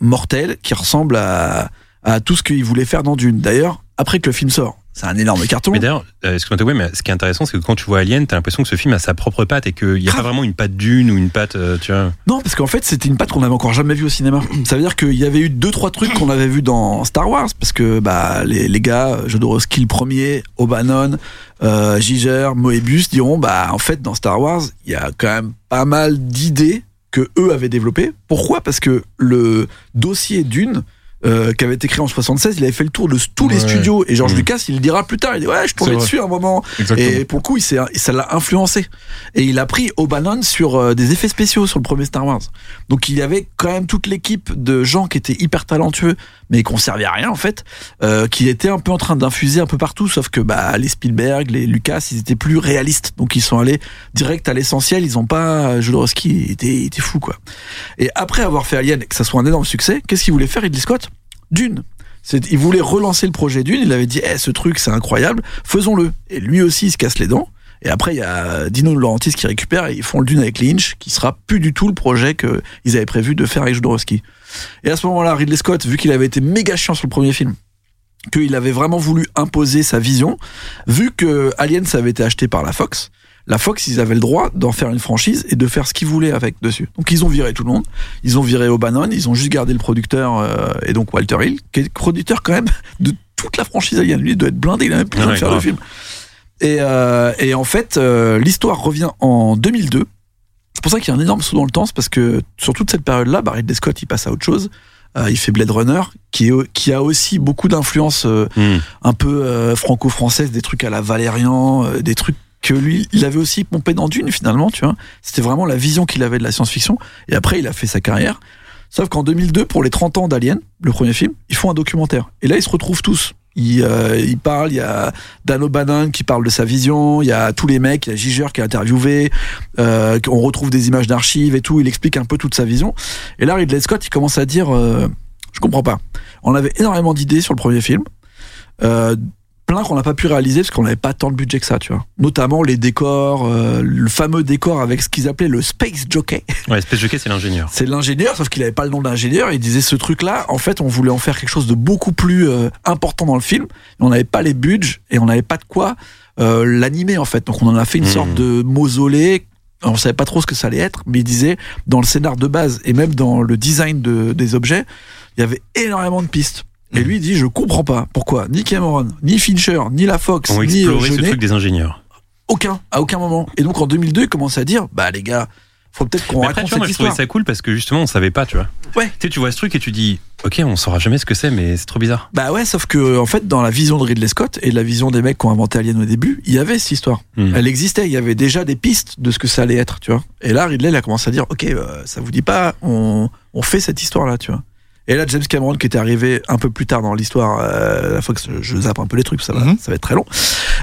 S6: mortel qui ressemble à à tout ce qu'il voulait faire dans Dune d'ailleurs après que le film sort c'est un énorme carton
S3: Mais d'ailleurs, euh, excuse-moi, Togway, mais ce qui est intéressant, c'est que quand tu vois Alien, t'as l'impression que ce film a sa propre patte et qu'il n'y a
S6: Ah.
S3: pas vraiment une patte d'une ou une patte, euh, tu vois.
S6: Non, parce qu'en fait, c'était une patte qu'on n'avait encore jamais vue au cinéma. *clears throat* Ça veut dire qu'il y avait eu deux, trois trucs qu'on avait vus dans Star Wars, parce que bah, les, les gars, Jodorowsky le premier, O'Bannon, euh, Giger, Moebius diront, bah, en fait, dans Star Wars, il y a quand même pas mal d'idées que eux avaient développées. Pourquoi Parce que le dossier d'une, euh, qui avait été créé en 76, il avait fait le tour de tous les
S5: Ouais. Mm.
S6: studios. Et George
S3: Mhm.
S6: Lucas, il le dira plus tard, il dit, ouais, je tournais
S5: C'est vrai.
S6: dessus à un moment. Et
S5: Exactement.
S6: pour le coup, il s'est- ça l'a influencé. Et il a pris O'Bannon sur euh, des effets spéciaux sur le premier Star Wars. Donc il y avait quand même toute l'équipe de gens qui étaient hyper talentueux, mais qui ne servaient à rien en fait, euh, qui étaient un peu en train d'infuser un peu partout, sauf que bah, les Spielberg, les Lucas, ils étaient plus réalistes. Donc ils sont allés direct à l'essentiel, ils n'ont pas... Jodorowsky il était, il était fou quoi. Et après avoir fait Alien et que ça soit un énorme succès, qu'est-ce qu'il voulait faire Ridley Scott Dune. C'est- Il voulait relancer le projet d'une, il avait dit Eh, ce truc c'est incroyable, faisons-le. Et lui aussi il se casse les dents. Et après il y a Dino De Laurentiis qui récupère et ils font le dune avec Lynch, qui sera plus du tout le projet qu'ils avaient prévu de faire avec Jodorowsky. Et à ce moment-là, Ridley Scott, vu qu'il avait été méga chiant sur le premier film, qu'il avait vraiment voulu imposer sa vision, vu que Alien ça avait été acheté par la Fox, la Fox ils avaient le droit d'en faire une franchise et de faire ce qu'ils voulaient avec dessus. Donc ils ont viré tout le monde. Ils ont viré O'Bannon, ils ont juste gardé le producteur euh, et donc Walter Hill, qui est producteur quand même *laughs* de toute la franchise Alien. Lui, il doit être blindé, il a même plus besoin
S3: Ouais,
S6: de faire le
S3: grave.
S6: film. Et, euh, et en fait, euh, l'histoire revient en 2002. C'est pour ça qu'il y a un énorme saut dans le temps, c'est parce que sur toute cette période-là, Barry Ridley Scott, il passe à autre chose. Euh, il fait Blade Runner, qui, est- qui a aussi beaucoup d'influence euh,
S3: Hmm.
S6: un peu euh, franco-française, des trucs à la Valérian, euh, des trucs que lui, il avait aussi pompé dans Dune finalement, tu vois. C'était vraiment la vision qu'il avait de la science-fiction. Et après, il a fait sa carrière. Sauf qu'en 2002, pour les 30 ans d'Alien, le premier film, ils font un documentaire. Et là, ils se retrouvent tous. Ils, euh, ils parlent, il y a Dan O'Bannon qui parle de sa vision, il y a tous les mecs, il y a Giger qui est interviewé, euh, on retrouve des images d'archives et tout, il explique un peu toute sa vision. Et là, Ridley Scott, il commence à dire, euh, je comprends pas. On avait énormément d'idées sur le premier film, euh, plein qu'on n'a pas pu réaliser parce qu'on n'avait pas tant de budget que ça, tu vois. Notamment les décors, euh, le fameux décor avec ce qu'ils appelaient le Space Jockey.
S3: Ouais, Space Jockey, c'est l'ingénieur.
S6: C'est l'ingénieur, sauf qu'il n'avait pas le nom de l'ingénieur. Il disait ce truc-là, en fait, on voulait en faire quelque chose de beaucoup plus euh, important dans le film. Et on n'avait pas les budgets et on n'avait pas de quoi euh, l'animer, en fait. Donc on en a fait une
S3: Mhm.
S6: sorte de mausolée. On ne savait pas trop ce que ça allait être, mais il disait dans le scénar de base et même dans le design de- des objets, il y avait énormément de pistes.
S3: Hmm.
S6: Et lui, il dit Je comprends pas pourquoi ni Cameron, ni Fincher, ni la Fox,
S3: On
S6: ni euh,
S3: explorait ce
S6: Jeunet,
S3: truc des ingénieurs.
S6: aucun, à aucun moment. Et donc en 2002, il commence à dire Bah les gars, faut peut-être qu'on
S3: Mais après,
S6: raconte
S3: tu vois, moi,
S6: cette
S3: je trouvais
S6: histoire.
S3: ça cool parce que justement, on savait pas, tu vois.
S6: Ouais.
S3: Tu sais, tu vois ce truc et tu dis, ok, on saura jamais ce que c'est, mais c'est trop bizarre.
S6: Bah ouais, sauf que en fait, dans la vision de Ridley Scott et la vision des mecs qui ont inventé Alien au début, il y avait cette histoire.
S3: Hmm.
S6: Elle existait, il y avait déjà des pistes de ce que ça allait être, tu vois. Et là, Ridley, il a commencé à dire, ok, euh, ça vous dit pas, on, on fait cette histoire-là, tu vois. Et là, James Cameron, qui était arrivé un peu plus tard dans l'histoire, euh, la Fox, je zappe un peu les trucs, ça va,
S7: Mhm.
S6: ça va être très long.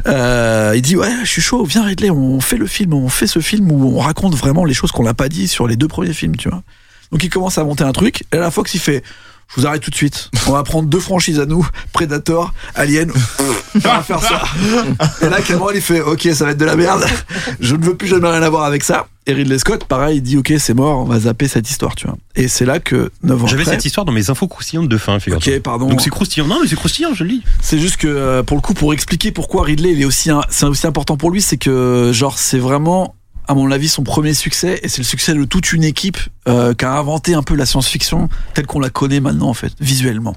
S6: Euh, il dit, ouais, je suis chaud, viens Ridley, on fait le film, on fait ce film où on raconte vraiment les choses qu'on n'a pas dit sur les deux premiers films, tu vois. Donc il commence à monter un truc, et là, la Fox, il fait, je vous arrête tout de suite. On va prendre deux franchises à nous, Predator, Alien. On va faire ça. Et là, Cameron, il fait Ok, ça va être de la merde. Je ne veux plus jamais rien avoir avec ça. Et Ridley Scott, pareil, il dit Ok, c'est mort, on va zapper cette histoire, tu vois. Et c'est là que 9 ans
S3: J'avais
S6: après.
S3: cette histoire dans mes infos croustillantes de fin, figure-toi.
S6: Ok, pardon.
S3: Donc c'est croustillant. Non, mais c'est croustillant, je le dis.
S6: C'est juste que euh, pour le coup, pour expliquer pourquoi Ridley il est aussi, un- c'est aussi important pour lui, c'est que genre c'est vraiment à mon avis son premier succès et c'est le succès de toute une équipe euh, qui a inventé un peu la science-fiction telle qu'on la connaît maintenant en fait visuellement.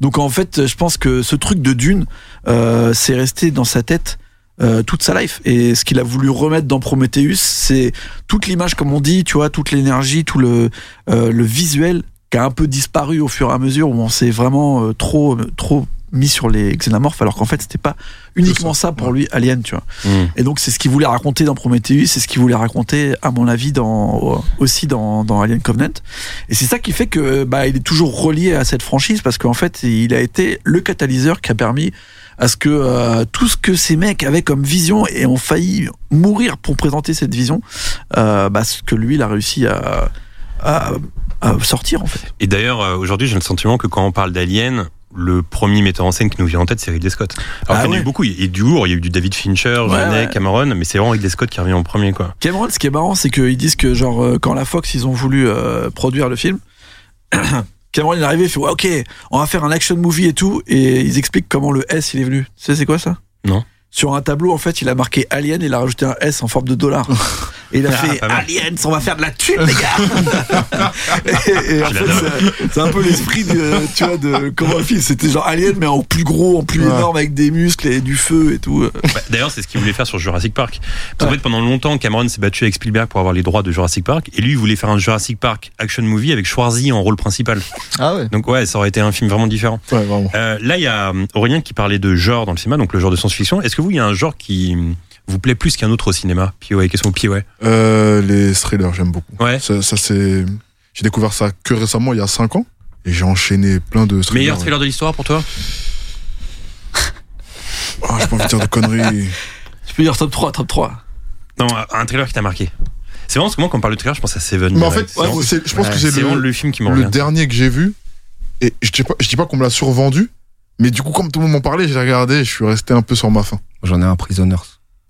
S6: Donc en fait, je pense que ce truc de Dune, euh, c'est resté dans sa tête. euh, toute sa life et ce qu'il a voulu remettre dans Prometheus c'est toute l'image comme on dit tu vois toute l'énergie tout le euh, le visuel qui a un peu disparu au fur et à mesure où on s'est vraiment euh, trop trop mis sur les xénomorphes, alors qu'en fait, c'était pas uniquement ça pour lui, Alien, tu vois.
S3: Mm.
S6: Et donc, c'est ce qu'il voulait raconter dans Prometheus, c'est ce qu'il voulait raconter, à mon avis, dans, aussi dans, dans Alien Covenant. Et c'est ça qui fait que, bah, il est toujours relié à cette franchise, parce qu'en fait, il a été le catalyseur qui a permis à ce que euh, tout ce que ces mecs avaient comme vision et ont failli mourir pour présenter cette vision, euh, bah, ce que lui, il a réussi à, à, à sortir, en fait.
S3: Et d'ailleurs, euh, aujourd'hui, j'ai le sentiment que quand on parle d'Alien, le premier metteur en scène qui nous vient en tête, c'est Ridley Scott. Alors
S6: Ah
S3: qu'il y en a
S6: ouais.
S3: eu beaucoup, il y a eu du lourd, il y a eu du David Fincher,
S6: Ouais,
S3: René,
S6: ouais.
S3: Cameron, mais c'est vraiment Ridley Scott qui revient en premier, quoi.
S6: Cameron, ce qui est marrant, c'est qu'ils disent que genre euh, quand la Fox ils ont voulu euh, produire le film, *coughs* Cameron il est arrivé, il fait ouais, ok, on va faire un action movie et tout, et ils expliquent comment le S il est venu. Tu sais c'est quoi ça
S3: Non.
S6: Sur un tableau en fait, il a marqué Alien, il a rajouté un S en forme de dollar. Et il a
S3: Ah,
S6: fait
S3: pas mal.
S6: Aliens, on va faire de la thune, les gars! et, et en
S3: Je
S6: fait,
S3: l'adore.
S6: c'est- c'est un peu l'esprit de, tu vois, de comment le film, c'était genre Alien, mais en plus gros, en plus
S5: Ouais.
S6: énorme, avec des muscles et du feu et tout.
S3: Bah, D'ailleurs, c'est ce qu'il voulait faire sur Jurassic Park. Parce qu'en
S6: Ouais.
S3: fait, pendant longtemps, Cameron s'est battu avec Spielberg pour avoir les droits de Jurassic Park. Et lui, il voulait faire un Jurassic Park action movie avec Schwarzy en rôle principal.
S7: Ah ouais
S3: Donc, ouais, ça aurait été un film vraiment différent.
S5: Ouais, vraiment.
S3: Euh, là, il y a hum, Aurélien qui parlait de genre dans le cinéma, donc le genre de science-fiction. Est-ce que vous, il y a un genre qui hum, vous plaît plus qu'un autre au cinéma Piway, qu'est-ce qu'on Piway
S5: Euh, les thrillers, j'aime beaucoup.
S3: Ouais.
S5: Ça, ça, c'est. J'ai découvert ça que récemment, il y a 5 ans. Et j'ai enchaîné plein de thrillers.
S3: Meilleur thriller de l'histoire pour toi
S5: Ah, j'ai pas envie de dire de *laughs* conneries.
S6: Tu peux dire top 3, top 3.
S3: Non, un thriller qui t'a marqué. C'est vraiment, parce que moi, quand on parle de thriller, je pense à Seven.
S5: Mais en
S3: direct.
S5: fait,
S3: C'est vraiment-
S5: ouais, c'est- je pense que
S3: c'est
S5: c'est
S3: vraiment
S5: le,
S3: le film qui me
S5: le
S3: revient.
S5: dernier que j'ai vu. Et je dis pas, je dis pas qu'on me l'a survendu. Mais du coup, comme tout le monde m'en parlait, j'ai regardé et je suis resté un peu sur ma faim.
S4: J'en ai un Prisoners.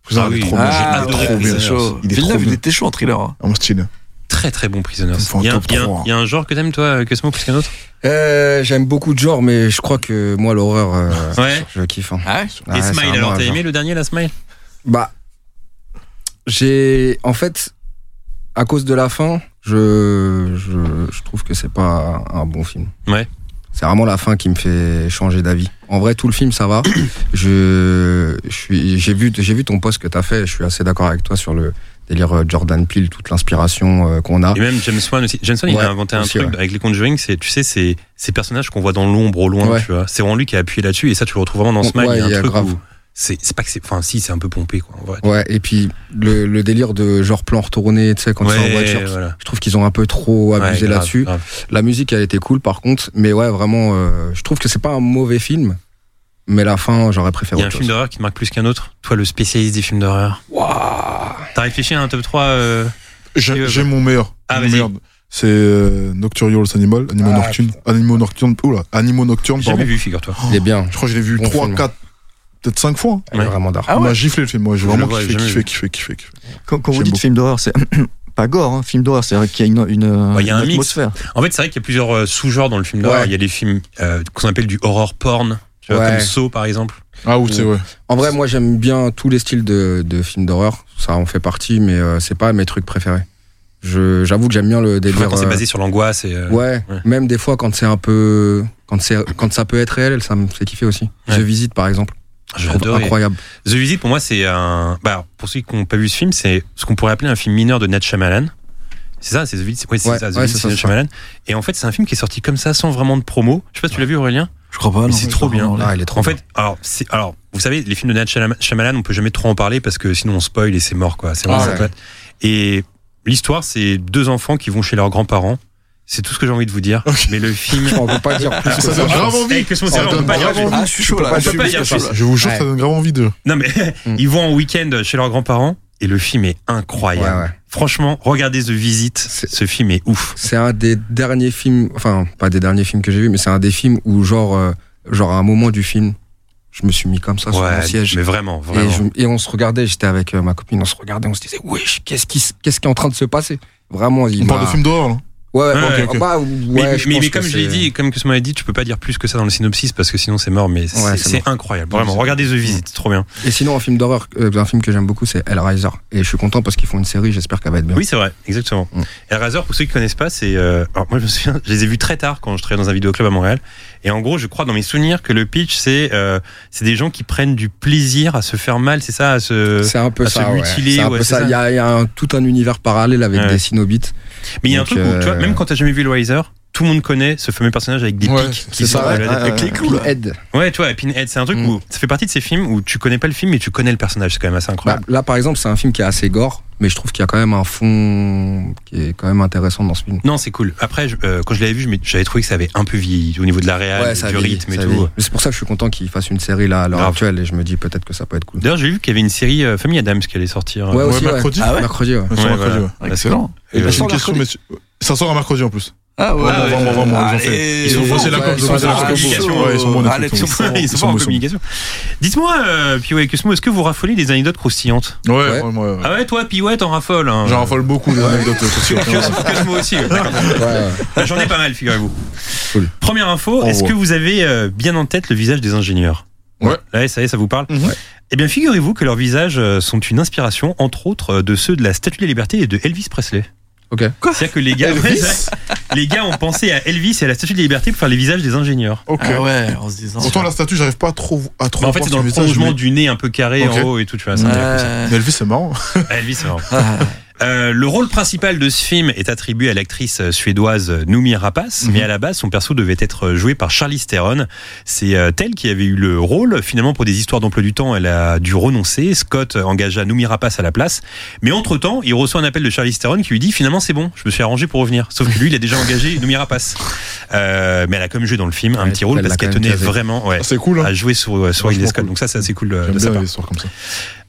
S5: Vous avez trop bien.
S3: Ah,
S5: Il est
S3: adoré
S5: trop bien.
S3: Prisoners.
S6: chaud.
S5: Il est trop
S6: Villeneuve, il
S5: bien.
S6: était chaud en thriller. hein.
S5: Ah, mon style.
S3: Très très bon Prisoners.
S5: Enfin,
S3: Il y, a-
S5: top
S3: il y a-
S5: 3.
S3: il y a un genre que t'aimes, toi, Cosmo, plus qu'un autre
S4: Euh, J'aime beaucoup de genres, mais je crois que moi, l'horreur, euh,
S3: Ouais.
S4: je kiffe. hein.
S6: Ah
S4: Ouais,
S3: Et
S4: c'est
S3: Smile,
S4: vraiment
S3: alors,
S4: un hein.
S3: t'as
S4: genre.
S3: aimé le dernier, la Smile
S4: Bah, j'ai. En fait, à cause de la fin, je, je, je trouve que c'est pas un bon film.
S3: Ouais.
S4: C'est vraiment la fin qui me fait changer d'avis. En vrai, tout le
S3: *coughs*
S4: film, ça va. je, je suis, j'ai vu, j'ai vu ton post que t'as fait. Je suis assez d'accord avec toi sur le délire euh, Jordan Peele, toute l'inspiration euh, qu'on a.
S3: Et même James Wan aussi. James Wan, il
S4: Ouais,
S3: a inventé un
S4: aussi,
S3: truc
S4: ouais.
S3: avec les Conjuring, c'est, tu sais, c'est ces personnages qu'on voit dans l'ombre au loin,
S4: Ouais.
S3: tu vois. C'est vraiment lui qui a appuyé là-dessus, et ça, tu le retrouves vraiment dans
S4: Ouais,
S3: Smile. il y a un truc
S4: grave.
S3: où c'est, c'est pas que c'est, enfin, si, c'est un peu pompé, quoi, en vrai.
S4: Ouais, et puis le, le délire de genre plan retourné, tu sais, quand ils sont en voiture.
S3: voilà.
S4: Je trouve qu'ils ont un peu trop
S3: Ouais,
S4: abusé
S3: grave,
S4: là-dessus.
S3: grave.
S4: La musique, elle était cool par contre, mais ouais, vraiment, euh, je trouve que c'est pas un mauvais film, mais la fin, j'aurais
S3: Il
S4: préféré
S3: y a un
S4: autre
S3: film
S4: chose.
S3: d'horreur qui te marque plus qu'un autre. Toi, le spécialiste des films d'horreur. T'as réfléchi à un top 3 euh, Et, euh,
S5: J'ai j'ai mon meilleur.
S3: Ah,
S5: Mon
S3: vas-y.
S5: meilleur. C'est euh, Nocturial Animal, Animaux
S4: Ah,
S5: Nocturnes. Animaux Nocturnes, oula, Animaux Nocturnes,
S3: J'ai jamais
S5: pardon.
S3: vu, figure-toi.
S4: Il est bien,
S5: Je crois que je l'ai vu
S4: Bon
S5: 3,
S4: film.
S5: 4, peut-être 5 fois. hein.
S4: il est
S3: Ouais.
S4: vraiment dark.
S6: Ah
S5: On
S6: ouais.
S5: m'a giflé le film, moi, j'ai
S3: Je
S5: vraiment
S3: le vois,
S5: kiffé,
S3: j'ai jamais
S5: kiffé,
S3: vu.
S5: kiffé, kiffé, kiffé.
S7: Quand, quand vous
S5: J'aime
S7: dites
S5: beaucoup.
S7: film d'horreur, c'est *coughs* pas gore, hein, film d'horreur, c'est-à-dire qu'il y a une, une, euh,
S3: Ouais, il y a un
S7: une
S3: mix.
S7: atmosphère.
S3: En fait, c'est vrai qu'il y a plusieurs euh, sous-genres dans le film d'horreur.
S4: Ouais.
S3: Il y a les films euh, qu'on appelle du horror porn, tu vois,
S4: Ouais.
S3: comme Saw par exemple.
S5: Ah, ou c'est ouais.
S4: En vrai, moi, j'aime bien tous les styles de, de films d'horreur, ça en fait partie, mais euh, c'est pas mes trucs préférés. Je- J'avoue que j'aime bien le
S3: Enfin,
S4: délire.
S3: quand c'est
S4: euh,
S3: basé sur l'angoisse et. euh,
S4: ouais,
S3: Ouais.
S4: même des fois quand c'est un peu, quand c'est, quand ça peut être réel, ça me fait kiffer aussi.
S3: Ouais.
S4: Je visite par exemple, je
S3: j'ai
S4: trouve
S3: adoré.
S4: incroyable.
S3: The Visit, pour moi, c'est un. Bah, alors, pour ceux qui n'ont pas vu ce film, c'est ce qu'on pourrait appeler un film mineur de Nat Shyamalan. C'est ça, c'est The Visit. Ouais, c'est
S4: Ouais,
S3: ça, The
S4: ouais,
S3: Visit, c'est
S4: c'est ça,
S3: Nat
S4: c'est ça.
S3: Shyamalan. Et en fait, c'est un film qui est sorti comme ça, sans vraiment de promo. Je sais pas si tu l'as vu, Aurélien.
S6: Je crois pas.
S3: Mais
S6: non.
S3: c'est trop bien.
S4: Ah, il est trop
S3: en fait, alors, c'est- alors, vous savez, les films de Nat Shyam- Shyamalan, on peut jamais trop en parler parce que sinon on spoil et c'est mort, quoi. C'est vraiment
S4: Ah
S3: ça,
S4: ouais.
S3: quoi. Et l'histoire, c'est deux enfants qui vont chez leurs grands-parents. C'est tout ce que j'ai envie de vous dire. Mais le film.
S4: bien. on peut
S3: *laughs*
S4: pas dire plus que
S5: Ça
S4: ça.
S5: donne grave envie.
S3: Eh, que son-
S5: Ça
S3: c'est vrai, on peut
S5: donne
S3: pas dire
S5: grave
S3: plus.
S5: envie.
S6: Ah, je suis chaud là.
S3: pas
S6: je suis
S3: dire
S6: plus que
S3: plus.
S6: chaud, là.
S5: Je vous jure,
S4: Ouais.
S5: ça donne grave envie de.
S3: Non mais *laughs*
S4: Mm.
S3: ils vont en week-end chez leurs grands-parents et le film est incroyable.
S4: Ouais, ouais.
S3: Franchement, regardez The Visit,
S4: C'est-
S3: ce film est ouf.
S4: C'est un des derniers films, enfin pas des derniers films que j'ai vu, mais c'est un des films où genre, euh, genre à un moment du film, je me suis mis comme ça sur mon siège.
S3: mais vraiment,
S4: Et,
S3: vraiment.
S4: je- et on se regardait, j'étais avec euh, ma copine, on se regardait, on se disait, wesh, qu'est-ce qui, se- qu'est-ce qui est en train de se passer Vraiment, il
S5: On parle
S4: m'a-
S5: de film d'horreur, là.
S4: Ouais, ouais,
S3: Ouais,
S4: ok,
S5: ok.
S4: bah, ouais,
S3: Mais, mais-
S4: je
S3: mais-
S4: pense
S3: mais
S4: que
S3: comme je l'ai
S4: c'est-
S3: dit, comme que ce m'avait dit, tu peux pas dire plus que ça dans le synopsis parce que sinon c'est mort. Mais c'est-
S4: c'est
S3: c'est incroyable, vraiment.
S4: Ouais, c'est
S3: Regardez The
S4: mort.
S3: Visit, trop bien.
S4: Et sinon, un film d'horreur, euh, un film que j'aime beaucoup, c'est Hellraiser. Et je suis content parce qu'ils font une série, j'espère qu'elle va être bien.
S3: Oui, c'est vrai, exactement.
S4: Mm.
S3: Hellraiser, pour ceux qui connaissent pas, c'est. euh, alors moi, je me souviens, je les ai vus très tard quand je travaillais dans un vidéoclub à Montréal. Et en gros, je crois dans mes souvenirs que le pitch, c'est euh, c'est des gens qui prennent du plaisir à se faire mal, c'est ça, à se.
S4: C'est un peu
S3: euh, à se
S4: ça. ouais.
S3: mutiler,
S4: C'est un
S3: ouais,
S4: peu
S3: c'est ça.
S4: ça. Il y a, il y a un- tout un univers parallèle avec
S3: Ouais.
S4: des Cenobites.
S3: Mais il y a un
S4: Donc,
S3: truc où, tu vois,
S4: euh,
S3: même quand t'as jamais vu le Riser, tout le monde connaît ce fameux personnage avec des
S4: Ouais,
S3: pics
S4: c'est
S3: qui sont
S4: ça, Ah,
S3: de la-
S4: ouais,
S3: des
S7: ouais,
S3: pics.
S7: ouais.
S4: Clou, là. Ed.
S3: Ouais, tu vois, Pinhead, c'est un truc
S4: Mm.
S3: où ça fait partie de ces films où tu connais pas le film mais tu connais le personnage, c'est quand même assez
S4: Bah,
S3: incroyable.
S4: là, par exemple, c'est un film qui est assez gore, mais je trouve qu'il y a quand même un fond qui est quand même intéressant dans ce film.
S3: Non, c'est cool. Après, je- euh, quand je l'avais vu, je m'étais- j'avais trouvé que ça avait un peu vieilli au niveau de la réal,
S4: ça
S3: Ah, du
S4: vieillit,
S3: rythme et
S4: ça
S3: tout.
S4: vieillit. Mais C'est pour ça que je suis content qu'il fasse une série là à l'heure
S3: Grave.
S4: actuelle et je me dis peut-être que ça peut être cool.
S3: D'ailleurs, j'ai vu qu'il y avait une série euh, Famille Adams qui allait sortir. euh,
S4: Ouais, aussi, ouais.
S5: mercredi.
S6: Ah ouais
S4: Mercredi, ouais.
S5: Ouais, sur
S3: Ouais,
S5: mercredi,
S3: voilà.
S5: ouais.
S3: Parce que-
S6: Excellent.
S5: Et
S3: Euh,
S5: j'ai une question, messieurs. Ça sort un mercredi en plus.
S6: Ah ouais,
S3: Ah ouais,
S6: ouais,
S3: vraiment,
S5: vraiment, ils ont
S6: allez.
S5: fait-
S3: Ils ont fait, c'est
S5: la
S6: Ouais,
S5: com-
S6: ils sont
S5: c'est la
S6: bons,
S3: communication,
S6: ils sont
S5: ouais, ils sont bons,
S6: bons.
S5: les
S6: Allez,
S5: trucs,
S6: ils sont bons.
S3: *laughs* ils sont pas en
S5: bons, ils sont
S3: communication. Dites-moi, euh, Pio et Cosmo, est-ce que vous raffolez des anecdotes croustillantes
S5: Ouais,
S4: Ouais.
S5: vraiment, ouais.
S3: Ah ouais, toi, Pio, ouais, t'en raffoles. hein.
S5: J'en raffole beaucoup des anecdotes, hein, c'est sûr.
S3: *laughs* Cosmo aussi. ouais.
S4: *laughs* Ouais, ouais.
S3: Bah, J'en ai pas mal, figurez-vous.
S4: Cool.
S3: Première info,
S5: Au
S3: est-ce que
S5: revoir.
S3: vous avez euh, bien en tête le visage des ingénieurs
S5: Ouais.
S3: Ouais, ça y est, ça vous parle
S5: Mhm. Ouais.
S3: Eh bien, figurez-vous que leurs visages euh, sont une inspiration, entre autres, euh, de ceux de la Statue de la Liberté et de Elvis Presley.
S4: Ok.
S3: C'est-à-dire que les gars, ouais, c'est vrai. les gars ont pensé à Elvis et à la Statue de la Liberté pour faire les visages des ingénieurs.
S5: Ok.
S6: Ah ouais, en se disant.
S5: Pourtant, la statue, j'arrive pas à trop à trop.
S3: Bah, en fait,
S5: voir
S3: c'est
S5: son
S3: dans le
S5: visage,
S3: prolongement
S5: mais-
S3: du nez un peu carré
S5: Ok.
S3: en haut et tout, tu vois. ça, c'est un
S6: Ouais.
S5: Mais Elvis, c'est marrant.
S3: peu ça. Ah, Elvis, c'est marrant. Euh, le rôle principal de ce film est attribué à l'actrice euh, suédoise Noomi Rapace,
S4: Mhm.
S3: mais à la base, son perso devait être joué par Charlize Theron. C'est euh, elle qui avait eu le rôle. Finalement, pour des histoires d'emploi du temps, elle a dû renoncer. Scott engagea Noomi Rapace à la place. Mais entre-temps, il reçoit un appel de Charlize Theron qui lui dit finalement, c'est bon, je me suis arrangé pour revenir. Sauf que lui, il a déjà
S4: *laughs*
S3: engagé Noomi Rapace. Euh, mais elle a quand même joué dans le film un
S4: Ouais,
S3: petit rôle
S4: elle
S3: parce
S4: l'a
S3: qu'elle
S4: quand même
S3: tenait
S4: casé.
S3: vraiment ouais,
S5: C'est cool. hein.
S3: à jouer sur, euh, sur Ridley
S5: Franchement,
S3: Scott.
S5: cool.
S3: Donc ça, c'est assez cool euh,
S5: J'aime
S3: de sa
S5: bien
S3: part.
S5: les histoires comme ça.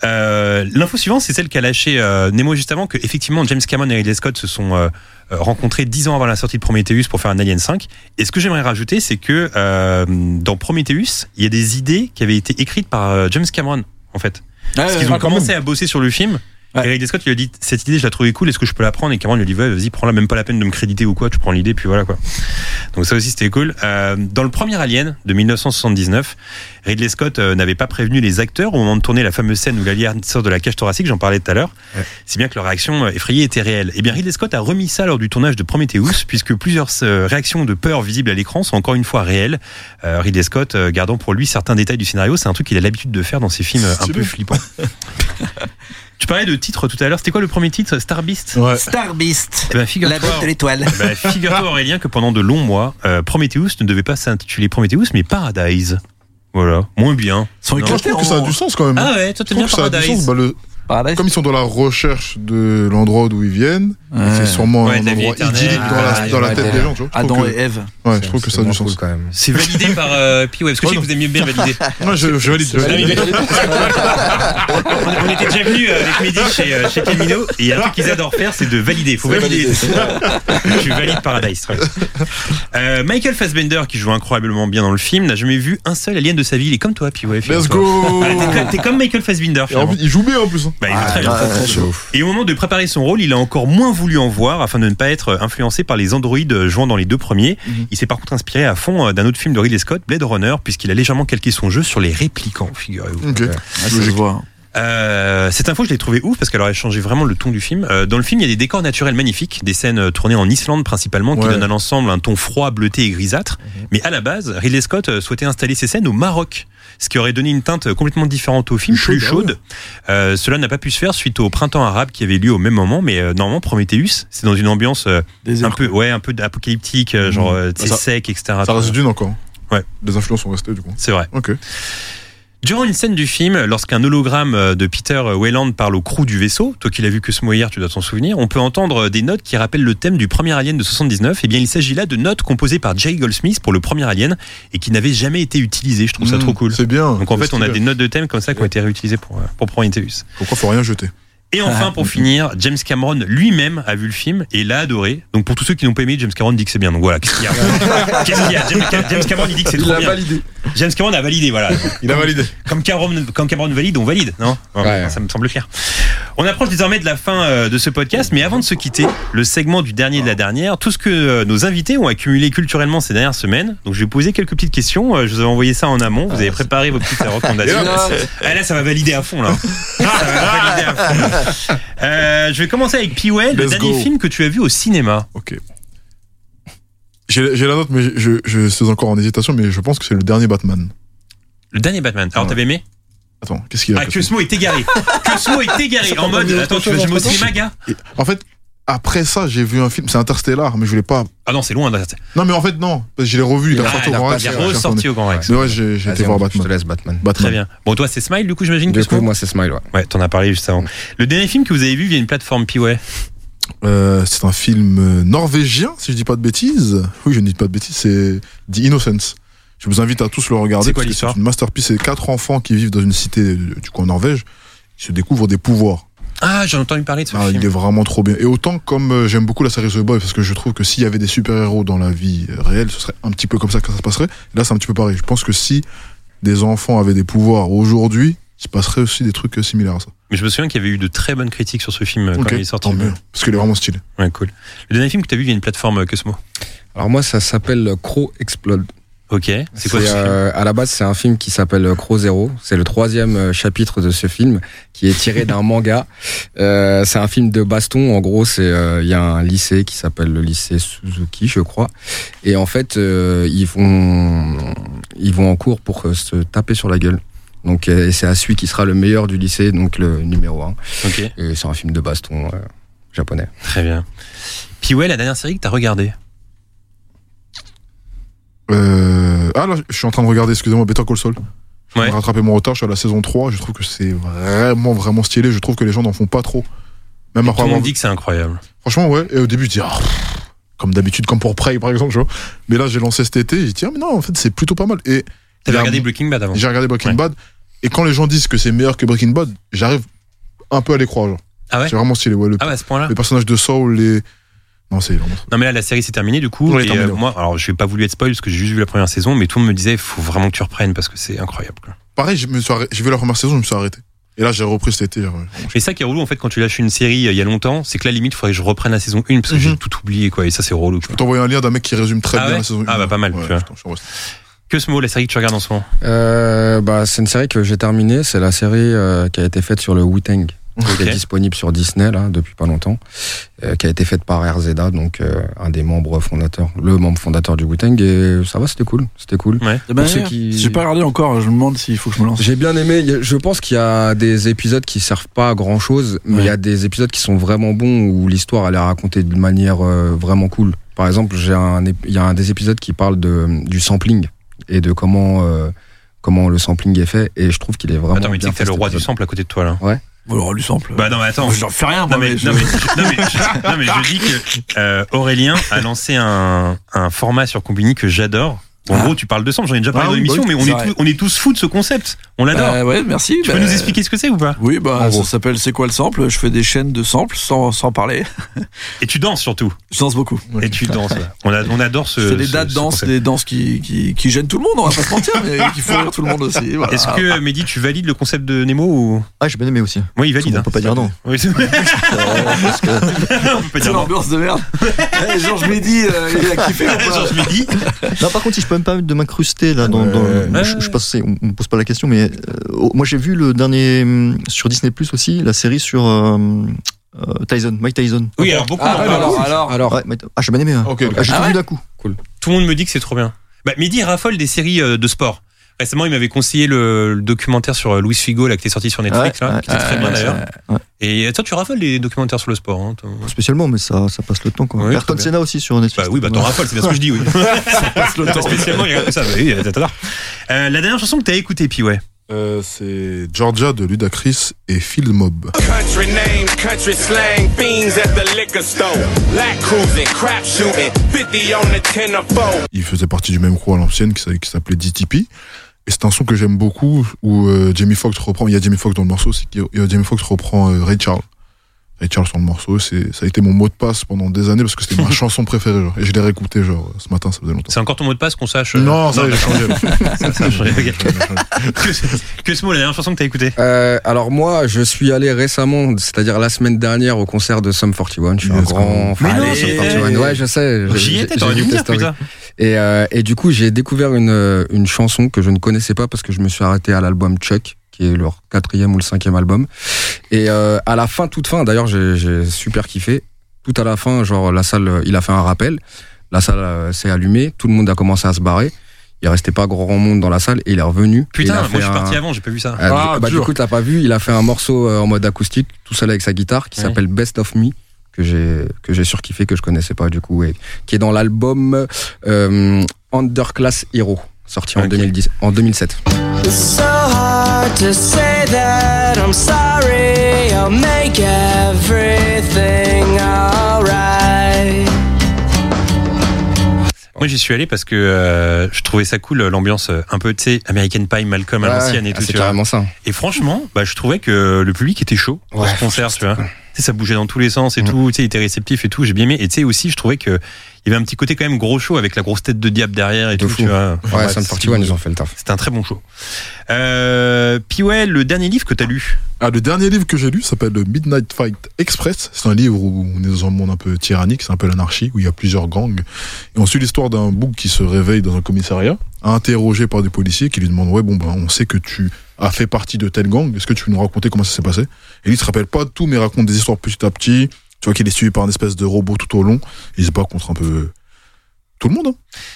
S3: Euh, L'info suivante, c'est celle qu'a lâché euh, Nemo juste avant, que effectivement James Cameron et Ridley Scott se sont euh, euh, rencontrés dix ans avant la sortie de Prometheus pour faire un Alien 5. Et ce que j'aimerais rajouter, c'est que euh, dans Prometheus, il y a des idées qui avaient été écrites par euh, James Cameron, en fait. Parce qu'ils ont commencé à bosser sur le film.
S6: Ah, Ouais.
S3: Et Ridley Scott lui a dit cette idée je la trouvais cool est-ce que je peux la prendre et Cameron lui a dit Ouais, vas-y prends-la même pas la peine de me créditer ou quoi tu prends l'idée puis voilà quoi donc ça aussi c'était cool Euh, dans le premier Alien de 1979 Ridley Scott euh, n'avait pas prévenu les acteurs au moment de tourner la fameuse scène où l'alien sort de la cage thoracique j'en parlais tout à l'heure si bien que leur réaction euh, effrayée était réelle et bien Ridley Scott a remis ça lors du tournage de Prometheus *laughs* puisque plusieurs euh, réactions de peur visibles à l'écran sont encore une fois réelles Euh, Ridley Scott euh, gardant pour lui certains détails du scénario c'est un truc qu'il a l'habitude de faire dans ses films euh, un
S5: Stylé.
S3: peu flippants tu parlais de titre tout à l'heure. C'était quoi le premier titre Star Beast
S5: Ouais.
S8: Star Beast,
S3: Bah, figure-toi.
S8: l'étoile.
S3: Bah, figure-toi, Aurélien que pendant de longs mois, euh, Prometheus ne devait pas s'intituler Prometheus mais Paradise. Voilà, moins bien.
S6: Sont
S5: Moi, je trouve que ça a du sens quand même. hein.
S3: Ah ouais, toi
S5: Je
S3: t'aimes
S5: trouve
S3: bien
S5: que ça a du
S3: Paradise.
S5: sens. Bah, le-
S6: Paradise.
S5: Comme ils sont dans la recherche de l'endroit d'où ils viennent,
S6: Ouais.
S5: c'est sûrement
S3: Ouais, euh, de
S5: un
S3: la vie
S5: endroit
S3: éternelle,
S5: idyllique dans la,
S4: ouais,
S5: dans la
S4: ouais,
S5: tête
S4: ouais.
S5: des gens. Tu vois. Je
S6: Adam
S5: trouve
S6: et
S5: que,
S6: Eve.
S5: ouais, je trouve que
S4: C'est
S5: ça a du
S4: vraiment cool,
S5: sens.
S4: quand même.
S3: C'est validé par euh, Pi, ouais, parce que je sais que vous aimez bien valider.
S5: Non, je, je valide. Je valide.
S3: On, on était déjà venu avec Mehdi *laughs* chez, euh, chez Camino, et il y a un truc qu'ils adorent faire, c'est de valider. Faut valider. *laughs* Tu valides Paradise. très bien. Euh, Michael Fassbender, qui joue incroyablement bien dans le film, n'a jamais vu un seul alien de sa vie. Il est comme toi, Pi, ouais.
S5: Let's
S3: figure-toi.
S5: go
S3: Ah, t'es comme- T'es comme Michael Fassbender,
S5: Et en
S3: finalement.
S5: plus, Il joue bien en plus. hein.
S3: Bah, il est très bien.
S5: C'est ouf.
S3: Et au moment de préparer son rôle, il a encore moins voulu en voir afin de ne pas être influencé par les androïdes jouant dans les deux premiers. Il s'est par contre inspiré à fond euh, d'un autre film de Ridley Scott, Blade Runner, puisqu'il a légèrement calqué son jeu sur les réplicants, figurez-vous.
S5: Ok.
S6: Ah, ça se voit.
S3: Euh, cette info, je l'ai trouvée ouf parce qu'elle aurait changé vraiment le ton du film. Euh, dans le film, il y a des décors naturels magnifiques, des scènes euh, tournées en Islande principalement, qui
S5: Ouais. Mhm.
S3: donnent à l'ensemble un ton froid, bleuté et grisâtre. Mais à la base, Ridley Scott euh, souhaitait installer ces scènes au Maroc, ce qui aurait donné une teinte euh, complètement différente au film, plus,
S5: Plus chaude, ah
S3: chaude. Euh, cela n'a pas pu se faire suite au printemps arabe qui avait lieu au même moment, mais euh, normalement, Prometheus, c'est dans une ambiance euh, un
S6: Désert.
S3: peu, ouais, un peu apocalyptique, euh, genre euh, c'est
S5: Mhm. Ça-
S3: sec, etc.
S5: Ça reste d'une encore.
S3: Ouais.
S5: Les influences sont restées du coup.
S3: C'est vrai.
S5: Ok.
S3: Durant une scène du film, lorsqu'un hologramme euh, de Peter Weyland parle au crew du vaisseau, toi qui l'as vu que ce mois hier, tu dois t'en souvenir, on peut entendre euh, des notes qui rappellent le thème du premier Alien de 79. Eh bien, il s'agit là de notes composées par Jay Goldsmith pour le premier Alien et qui n'avaient jamais été utilisées. Je trouve ça
S5: Mmh,
S3: trop cool.
S5: C'est bien.
S3: Donc en
S5: C'est
S3: fait, on a
S5: stylé.
S3: des notes de thème comme ça qui ont été réutilisées pour, euh, pour Prometheus.
S5: Pourquoi faut rien jeter
S3: Et
S5: Ah,
S3: enfin, pour finir, James Cameron lui-même a vu le film et l'a adoré. Donc pour tous ceux qui n'ont pas aimé, James Cameron dit que c'est bien. Donc voilà, qu'est-ce qu'il y a Qu'est-ce qu'il y a James Ca- James Cameron il dit que c'est trop bien.
S4: validé.
S3: James Cameron a validé, voilà.
S5: Il a validé.
S3: Comme Cameron, comme Cameron valide, on valide, non
S4: Ouais.
S3: Ça me semble clair. On approche désormais de la fin euh, de ce podcast, mais avant de se quitter, le segment du dernier de la dernière, tout ce que euh, nos invités ont accumulé culturellement ces dernières semaines. Donc je vais poser quelques petites questions. Euh, Je vous avais envoyé ça en amont. Vous
S5: Ah,
S3: avez préparé vos petites euh,
S5: *laughs*
S3: recommandations. Ah, là, ça va valider à fond là. Ah, Ça va valider à fond. Euh, je vais commencer avec Piwell, le
S5: Let's
S3: dernier
S5: go.
S3: film que tu as vu au cinéma.
S5: Ok. J'ai j'ai la note, mais je, je- je suis encore en hésitation, mais je pense que c'est le dernier Batman.
S3: Le dernier Batman. Alors
S5: Ouais.
S3: t'avais aimé
S5: Attends, qu'est-ce qu'il y a
S3: Ah,
S5: que ce-
S3: Cosmo est égaré. Cosmo est égaré en mode. Attends, tu veux que je me au cinéma, gars
S5: En fait, Après ça, j'ai vu un film, c'est Interstellar, mais je voulais pas.
S3: Ah non, c'est loin. là.
S5: Non, mais en fait, non, parce que je l'ai revu, il a
S3: Ah,
S5: ressorti au
S3: il a
S5: Grand Rex,
S3: repassé,
S5: j'ai retourné.
S3: ressorti au Grand Rex.
S5: Mais ouais, j'ai j'ai été
S4: Vas-y,
S5: voir
S4: on- Je
S5: Batman.
S4: te laisse Batman.
S3: Très
S5: Batman.
S3: bien. Bon, toi, c'est Smile, du coup, j'imagine que
S4: Du
S3: c'est
S4: coup, moi, c'est Smile, ouais.
S3: Ouais, t'en as parlé juste avant. Le dernier film que vous avez vu via une plateforme Piway.
S5: Euh, c'est un film euh, norvégien, si je dis pas de bêtises. Oui, je ne dis pas de bêtises, c'est The Innocence. Je vous invite à tous le regarder.
S3: C'est quoi
S5: parce que
S3: l'histoire
S5: C'est une masterpiece. C'est quatre enfants qui vivent dans une cité euh, du coup en Norvège. Ils se découvrent des pouvoirs.
S3: Ah, j'en ai entendu parler de ce
S5: Ah, il est
S3: film.
S5: vraiment trop bien. Et autant comme euh, j'aime beaucoup la série The Boy, parce que je trouve que s'il y avait des super-héros dans la vie euh, réelle, ce serait un petit peu comme ça que ça se passerait. Là, c'est un petit peu pareil. Je pense que si des enfants avaient des pouvoirs aujourd'hui, il se passerait aussi des trucs euh, similaires à ça.
S3: Mais je me souviens qu'il y avait eu de très bonnes critiques sur ce film euh, quand
S5: Ok,
S3: il est sorti.
S5: tant mieux. Parce qu'il est vraiment stylé.
S3: Ouais, cool. Le dernier film que t'as vu via une plateforme euh, Cosmo.
S4: Alors, moi, ça s'appelle Crow Explode.
S3: Ok. C'est quoi ce film
S4: euh, À la base, c'est un film qui s'appelle euh, Crow Zero. C'est le troisième euh, chapitre de ce film qui est tiré d'un *laughs* manga. Euh, c'est un film de baston. En gros, c'est euh, il y a un lycée qui s'appelle le lycée Suzuki, je crois. Et en fait, euh, ils vont ils vont en cours pour euh, se taper sur la gueule. Donc, euh, et c'est à celui qui sera le meilleur du lycée, donc le numéro un.
S3: Ok.
S4: Et c'est un film de baston euh, japonais.
S3: Très bien. Piway, la dernière série que t'as regardée.
S5: Euh... Ah là, je suis en train de regarder, excusez-moi, Better Call Saul. Je
S3: Ouais.
S5: vais rattraper mon retard, je suis à la saison 3, je trouve que c'est vraiment, vraiment stylé, je trouve que les gens n'en font pas trop. Même
S3: Tout
S5: après
S3: le
S5: avoir...
S3: monde dit que c'est incroyable.
S5: Franchement, ouais, et au début, je dis, Ah, pff, comme d'habitude, comme pour Prey, par exemple, tu vois. Mais là, j'ai lancé cet été, j'ai dit, ah, mais non, en fait, c'est plutôt pas mal. Et il y
S3: T'avais
S5: a-
S3: regardé Breaking Bad avant.
S5: j'ai regardé Breaking
S3: Ouais.
S5: Bad, et quand les gens disent que c'est meilleur que Breaking Bad, j'arrive un peu à les croire, genre.
S3: Ah ouais
S5: C'est vraiment stylé, ouais. Le,
S3: Ah ouais, à ce point-là
S5: le personnage de Saul, les... Non, c'est vraiment...
S3: Non mais là la série c'est terminée du coup
S5: Ouais,
S3: et
S5: terminée.
S3: euh, moi alors je n'ai pas voulu être spoil parce que j'ai juste vu la première saison mais tout le monde me disait faut vraiment que tu reprennes parce que c'est incroyable quoi.
S5: Pareil, je me suis arrêté- j'ai vu la première saison, je me suis arrêté. Et là, j'ai repris cet été. genre,
S3: Et ça qui est relou en fait quand tu lâches une série euh, il y a longtemps c'est que la limite faudrait que je reprenne la saison 1 parce que
S5: Mhm.
S3: j'ai tout oublié quoi et ça c'est relou.
S5: Je
S3: Quoi.
S5: peux t'envoyer un lien d'un mec qui résume très
S3: Ah
S5: bien
S3: ouais
S5: la saison
S3: Ah
S5: une.
S3: bah, pas mal,
S5: Ouais,
S3: tu vois.
S5: putain, je suis en reste.
S3: Que ce mot la série que tu regardes en ce moment
S4: Euh, bah, c'est une série que j'ai terminée. C'est la série euh, qui a été faite sur le Wu-Tang. qui est
S3: Ok.
S4: disponible sur Disney là depuis pas longtemps, euh, qui a été faite par RZA, donc euh, un des membres fondateurs, le membre fondateur du Wu-Tang. Et ça va, c'était cool, c'était cool.
S3: Ouais.
S6: De manière,
S4: ceux qui-
S6: J'ai pas regardé encore, je me demande s'il faut que je me lance.
S4: J'ai bien aimé. il y a- Je pense qu'il y a des épisodes qui servent pas à grand chose, mais il
S6: Ouais.
S4: y a des épisodes qui sont vraiment bons où l'histoire elle est racontée de manière euh, vraiment cool. Par exemple, j'ai un, ép- il y a un des épisodes qui parle de du sampling et de comment euh, comment le sampling est fait, et je trouve qu'il est vraiment.
S3: Attends mais tu
S4: bien
S3: sais que t'as
S4: fait,
S3: le
S4: cet
S3: roi du
S4: épisode.
S3: sample à côté de toi là.
S6: Alors, du sample.
S3: Bah non mais attends.
S6: J'en fais rien,
S3: Non
S6: moi,
S3: mais,
S6: mais je-
S3: non, mais, je- *laughs* non, mais je- non, mais je dis que euh, Aurélien a lancé un, un format sur Combini que j'adore. En
S6: Ah.
S3: gros, tu parles de sample, j'en ai déjà parlé
S6: Ah
S3: dans
S6: oui,
S3: l'émission,
S6: bah
S3: mais
S6: oui,
S3: on
S6: c'est
S3: est,
S6: vrai.
S3: tous, on est tous fous de ce concept. On l'adore.
S6: Bah ouais, merci.
S3: tu
S6: bah,
S3: peux nous expliquer ce que c'est ou pas
S6: Oui, bah,
S5: En
S6: ça
S5: gros.
S6: s'appelle C'est quoi le sample Je fais des chaînes de samples sans, sans parler. *laughs*
S3: Et tu danses surtout.
S6: Je danse beaucoup.
S3: Et tu danses. ouais. On, a- on adore ce.
S6: je fais des
S3: ce-
S6: dates
S3: ce
S6: danses,
S3: concept.
S6: des danses qui, qui, qui gênent tout le monde, on va pas se mentir, mais qui font rire tout le monde aussi. voilà.
S3: Est-ce que Mehdi, tu valides le concept de Nemo ou
S7: Ah, j'ai bien aimé aussi.
S3: Moi, il valide.
S7: On
S3: hein.
S7: peut pas dire non.
S3: *laughs* Oui, c'est-
S7: *laughs*
S3: *laughs* on peut pas
S6: C'est
S3: dire non.
S6: l'ambiance
S3: *laughs*
S6: de merde. Eh, Georges Mehdi, euh, il a kiffé. ou pas
S3: Genre, je me dis,
S7: Non, par contre, si je peux même pas de m'incruster là, dans, dans-
S3: Ouais.
S7: je, je passe, on, on me pose pas la question, mais euh, oh, moi j'ai vu le dernier hum, sur Disney Plus aussi la série sur euh, euh, Tyson, Mike Tyson.
S3: Oui, alors beaucoup
S6: Ah,
S3: en
S6: alors,
S3: parlent.
S6: alors, alors,
S4: Alors,
S7: Ouais, Mike- ah j'ai bien aimé. hein.
S5: Ok, ok.
S7: Ah, j'ai
S6: Ah
S7: tout
S6: ouais
S7: vu d'un coup.
S3: Tout le monde me dit que c'est trop bien. Bah, Mehdi raffole des séries euh, de sport. Récemment, il m'avait conseillé le, le documentaire sur euh, Luis Figo, là, qui était sorti sur Netflix,
S7: Ouais,
S3: là,
S7: ouais,
S3: qui était très
S6: ouais,
S3: bien
S6: ouais,
S3: d'ailleurs.
S7: ouais, ouais.
S3: Et euh, toi, tu raffoles des documentaires sur le sport. Hein, toi.
S7: Pas spécialement, mais ça, ça passe le temps quoi.
S3: Ouais, très
S7: Ayrton
S3: bien.
S7: Senna aussi sur Netflix.
S3: Bah oui, bah t'en
S7: Ouais.
S3: raffoles, c'est bien ce que je
S7: *laughs*
S3: dis, oui. *laughs* ça passe le temps. Spécialement, il regarde comme ça. Bah oui, t'adores. Euh, la dernière chanson que t'as écoutée, puis ouais.
S5: Euh, c'est Georgia de Ludacris et Phil Mob.
S11: Country name, country slang, fiends at the liquor store. Black cruising, crap shooting, 50 on the 10 or 4.
S5: Il faisait partie du même crew à l'ancienne qui s'a- qui s'appelait DTP. Et c'est un son que j'aime beaucoup où euh, Jamie Foxx reprend. Il y a Jamie Foxx dans le morceau aussi. qui- euh, Jamie Foxx reprend euh, Ray Charles. Ray Charles sur le morceau, c'est ça a été mon mot de passe pendant des années parce que c'était ma chanson préférée. genre. Et je l'ai réécouté genre euh, ce matin, ça faisait longtemps.
S3: C'est encore ton mot de passe qu'on sache. euh,
S5: Non, ça, j'ai
S3: d'accord.
S5: changé. là.
S3: Ça, ça a changé, ok.
S5: J'ai changé.
S3: que, ce- que ce mot, la dernière chanson que t'as écoutée.
S4: Euh, alors moi, je suis allé récemment, c'est-à-dire la semaine dernière, au concert de Sum 41. Je suis un
S5: Yes,
S4: grand
S3: Mais
S4: fan
S3: non,
S4: de Sum
S3: mais-
S4: 41. Ouais, je sais. Euh, j'ai-
S3: J'y
S4: j'ai-
S3: étais,
S4: j'ai
S3: t'aurais dû
S4: vu
S3: me
S4: tes
S3: dire,
S4: stories.
S3: putain.
S4: Et, euh, et du coup, j'ai découvert une, euh, une chanson que je ne connaissais pas parce que je me suis arrêté à l'album Chuck, qui est leur quatrième ou le cinquième album. Et euh, à la fin, toute fin, d'ailleurs, j'ai j'ai super kiffé. Tout à la fin, genre la salle, euh, il a fait un rappel. La salle euh, s'est allumée, tout le monde a commencé à se barrer. Il restait pas grand monde dans la salle et il est revenu. Et il a
S3: Putain, moi
S4: fait
S3: je suis
S4: un-
S3: parti avant, j'ai pas vu ça.
S4: ah,
S6: Ah,
S4: du, bah, du
S6: dur.
S4: coup, t'as pas vu, il a fait un morceau euh, en mode acoustique, tout seul avec sa guitare, qui
S3: Ouais.
S4: s'appelle Best of Me, que j'ai que j'ai surkiffé que je connaissais pas du coup et qui est dans l'album euh, Underclass Hero sorti en 2010 en 2007.
S12: It's so hard to say that I'm sorry. I'll make everything alright.
S3: Moi, j'y suis allé parce que euh, je trouvais ça cool, l'ambiance euh, un peu, tu sais, American Pie, Malcolm à
S4: Ouais,
S3: l'ancienne et
S4: ah,
S3: tout.
S4: c'est
S3: tu vois.
S4: carrément ça.
S3: Et franchement, bah, je trouvais que le public était chaud pour
S4: Ouais, Mm.
S3: ce concert, tu vois. Tu sais, ça bougeait dans tous les sens et tout, tu sais, il était réceptif et tout, j'ai bien aimé. Et tu sais, aussi, je trouvais que il y avait un petit côté quand même gros show avec la grosse tête de diable derrière et tout, tu vois.
S4: Ouais, Sum 41, ils ont fait le taf.
S3: C'était un très bon show. Euh, puis ouais, le dernier livre que t'as lu
S5: Ah, le dernier livre que j'ai lu s'appelle le Midnight Fight Express. C'est un livre où on est dans un monde un peu tyrannique, c'est un peu l'anarchie, où il y a plusieurs gangs. Et on suit l'histoire d'un bouc qui se réveille dans un commissariat, interrogé par des policiers qui lui demandent Ouais, bon, ben, on sait que tu as fait partie de tel gang, est-ce que tu peux nous raconter comment ça s'est passé Et lui, il se rappelle pas de tout, mais raconte des histoires petit à petit. Tu vois qu'il est suivi par une espèce de robot tout au long. Il se bat contre un peu tout le monde. hein.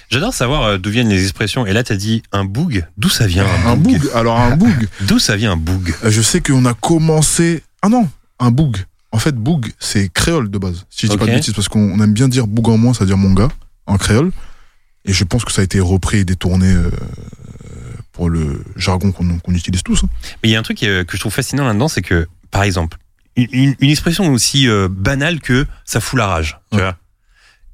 S3: J'adore savoir euh, d'où viennent les expressions. Et là, t'as dit un boug. D'où ça vient
S5: Un boug Alors, un boug
S3: D'où ça vient un boug
S5: Euh, Je sais qu'on a commencé. Ah non, un boug. En fait, boug, c'est créole de base. Si je dis
S3: Ok.
S5: pas de bêtises, parce qu'on on aime bien dire boug en moins, c'est-à-dire mon gars, en créole. Et je pense que ça a été repris et détourné euh, pour le jargon qu'on qu'on utilise tous. hein.
S3: Mais il y a un truc euh, que je trouve fascinant là-dedans, c'est que, par exemple, une, une- une expression aussi euh, banale que ça fout la rage. Tu vois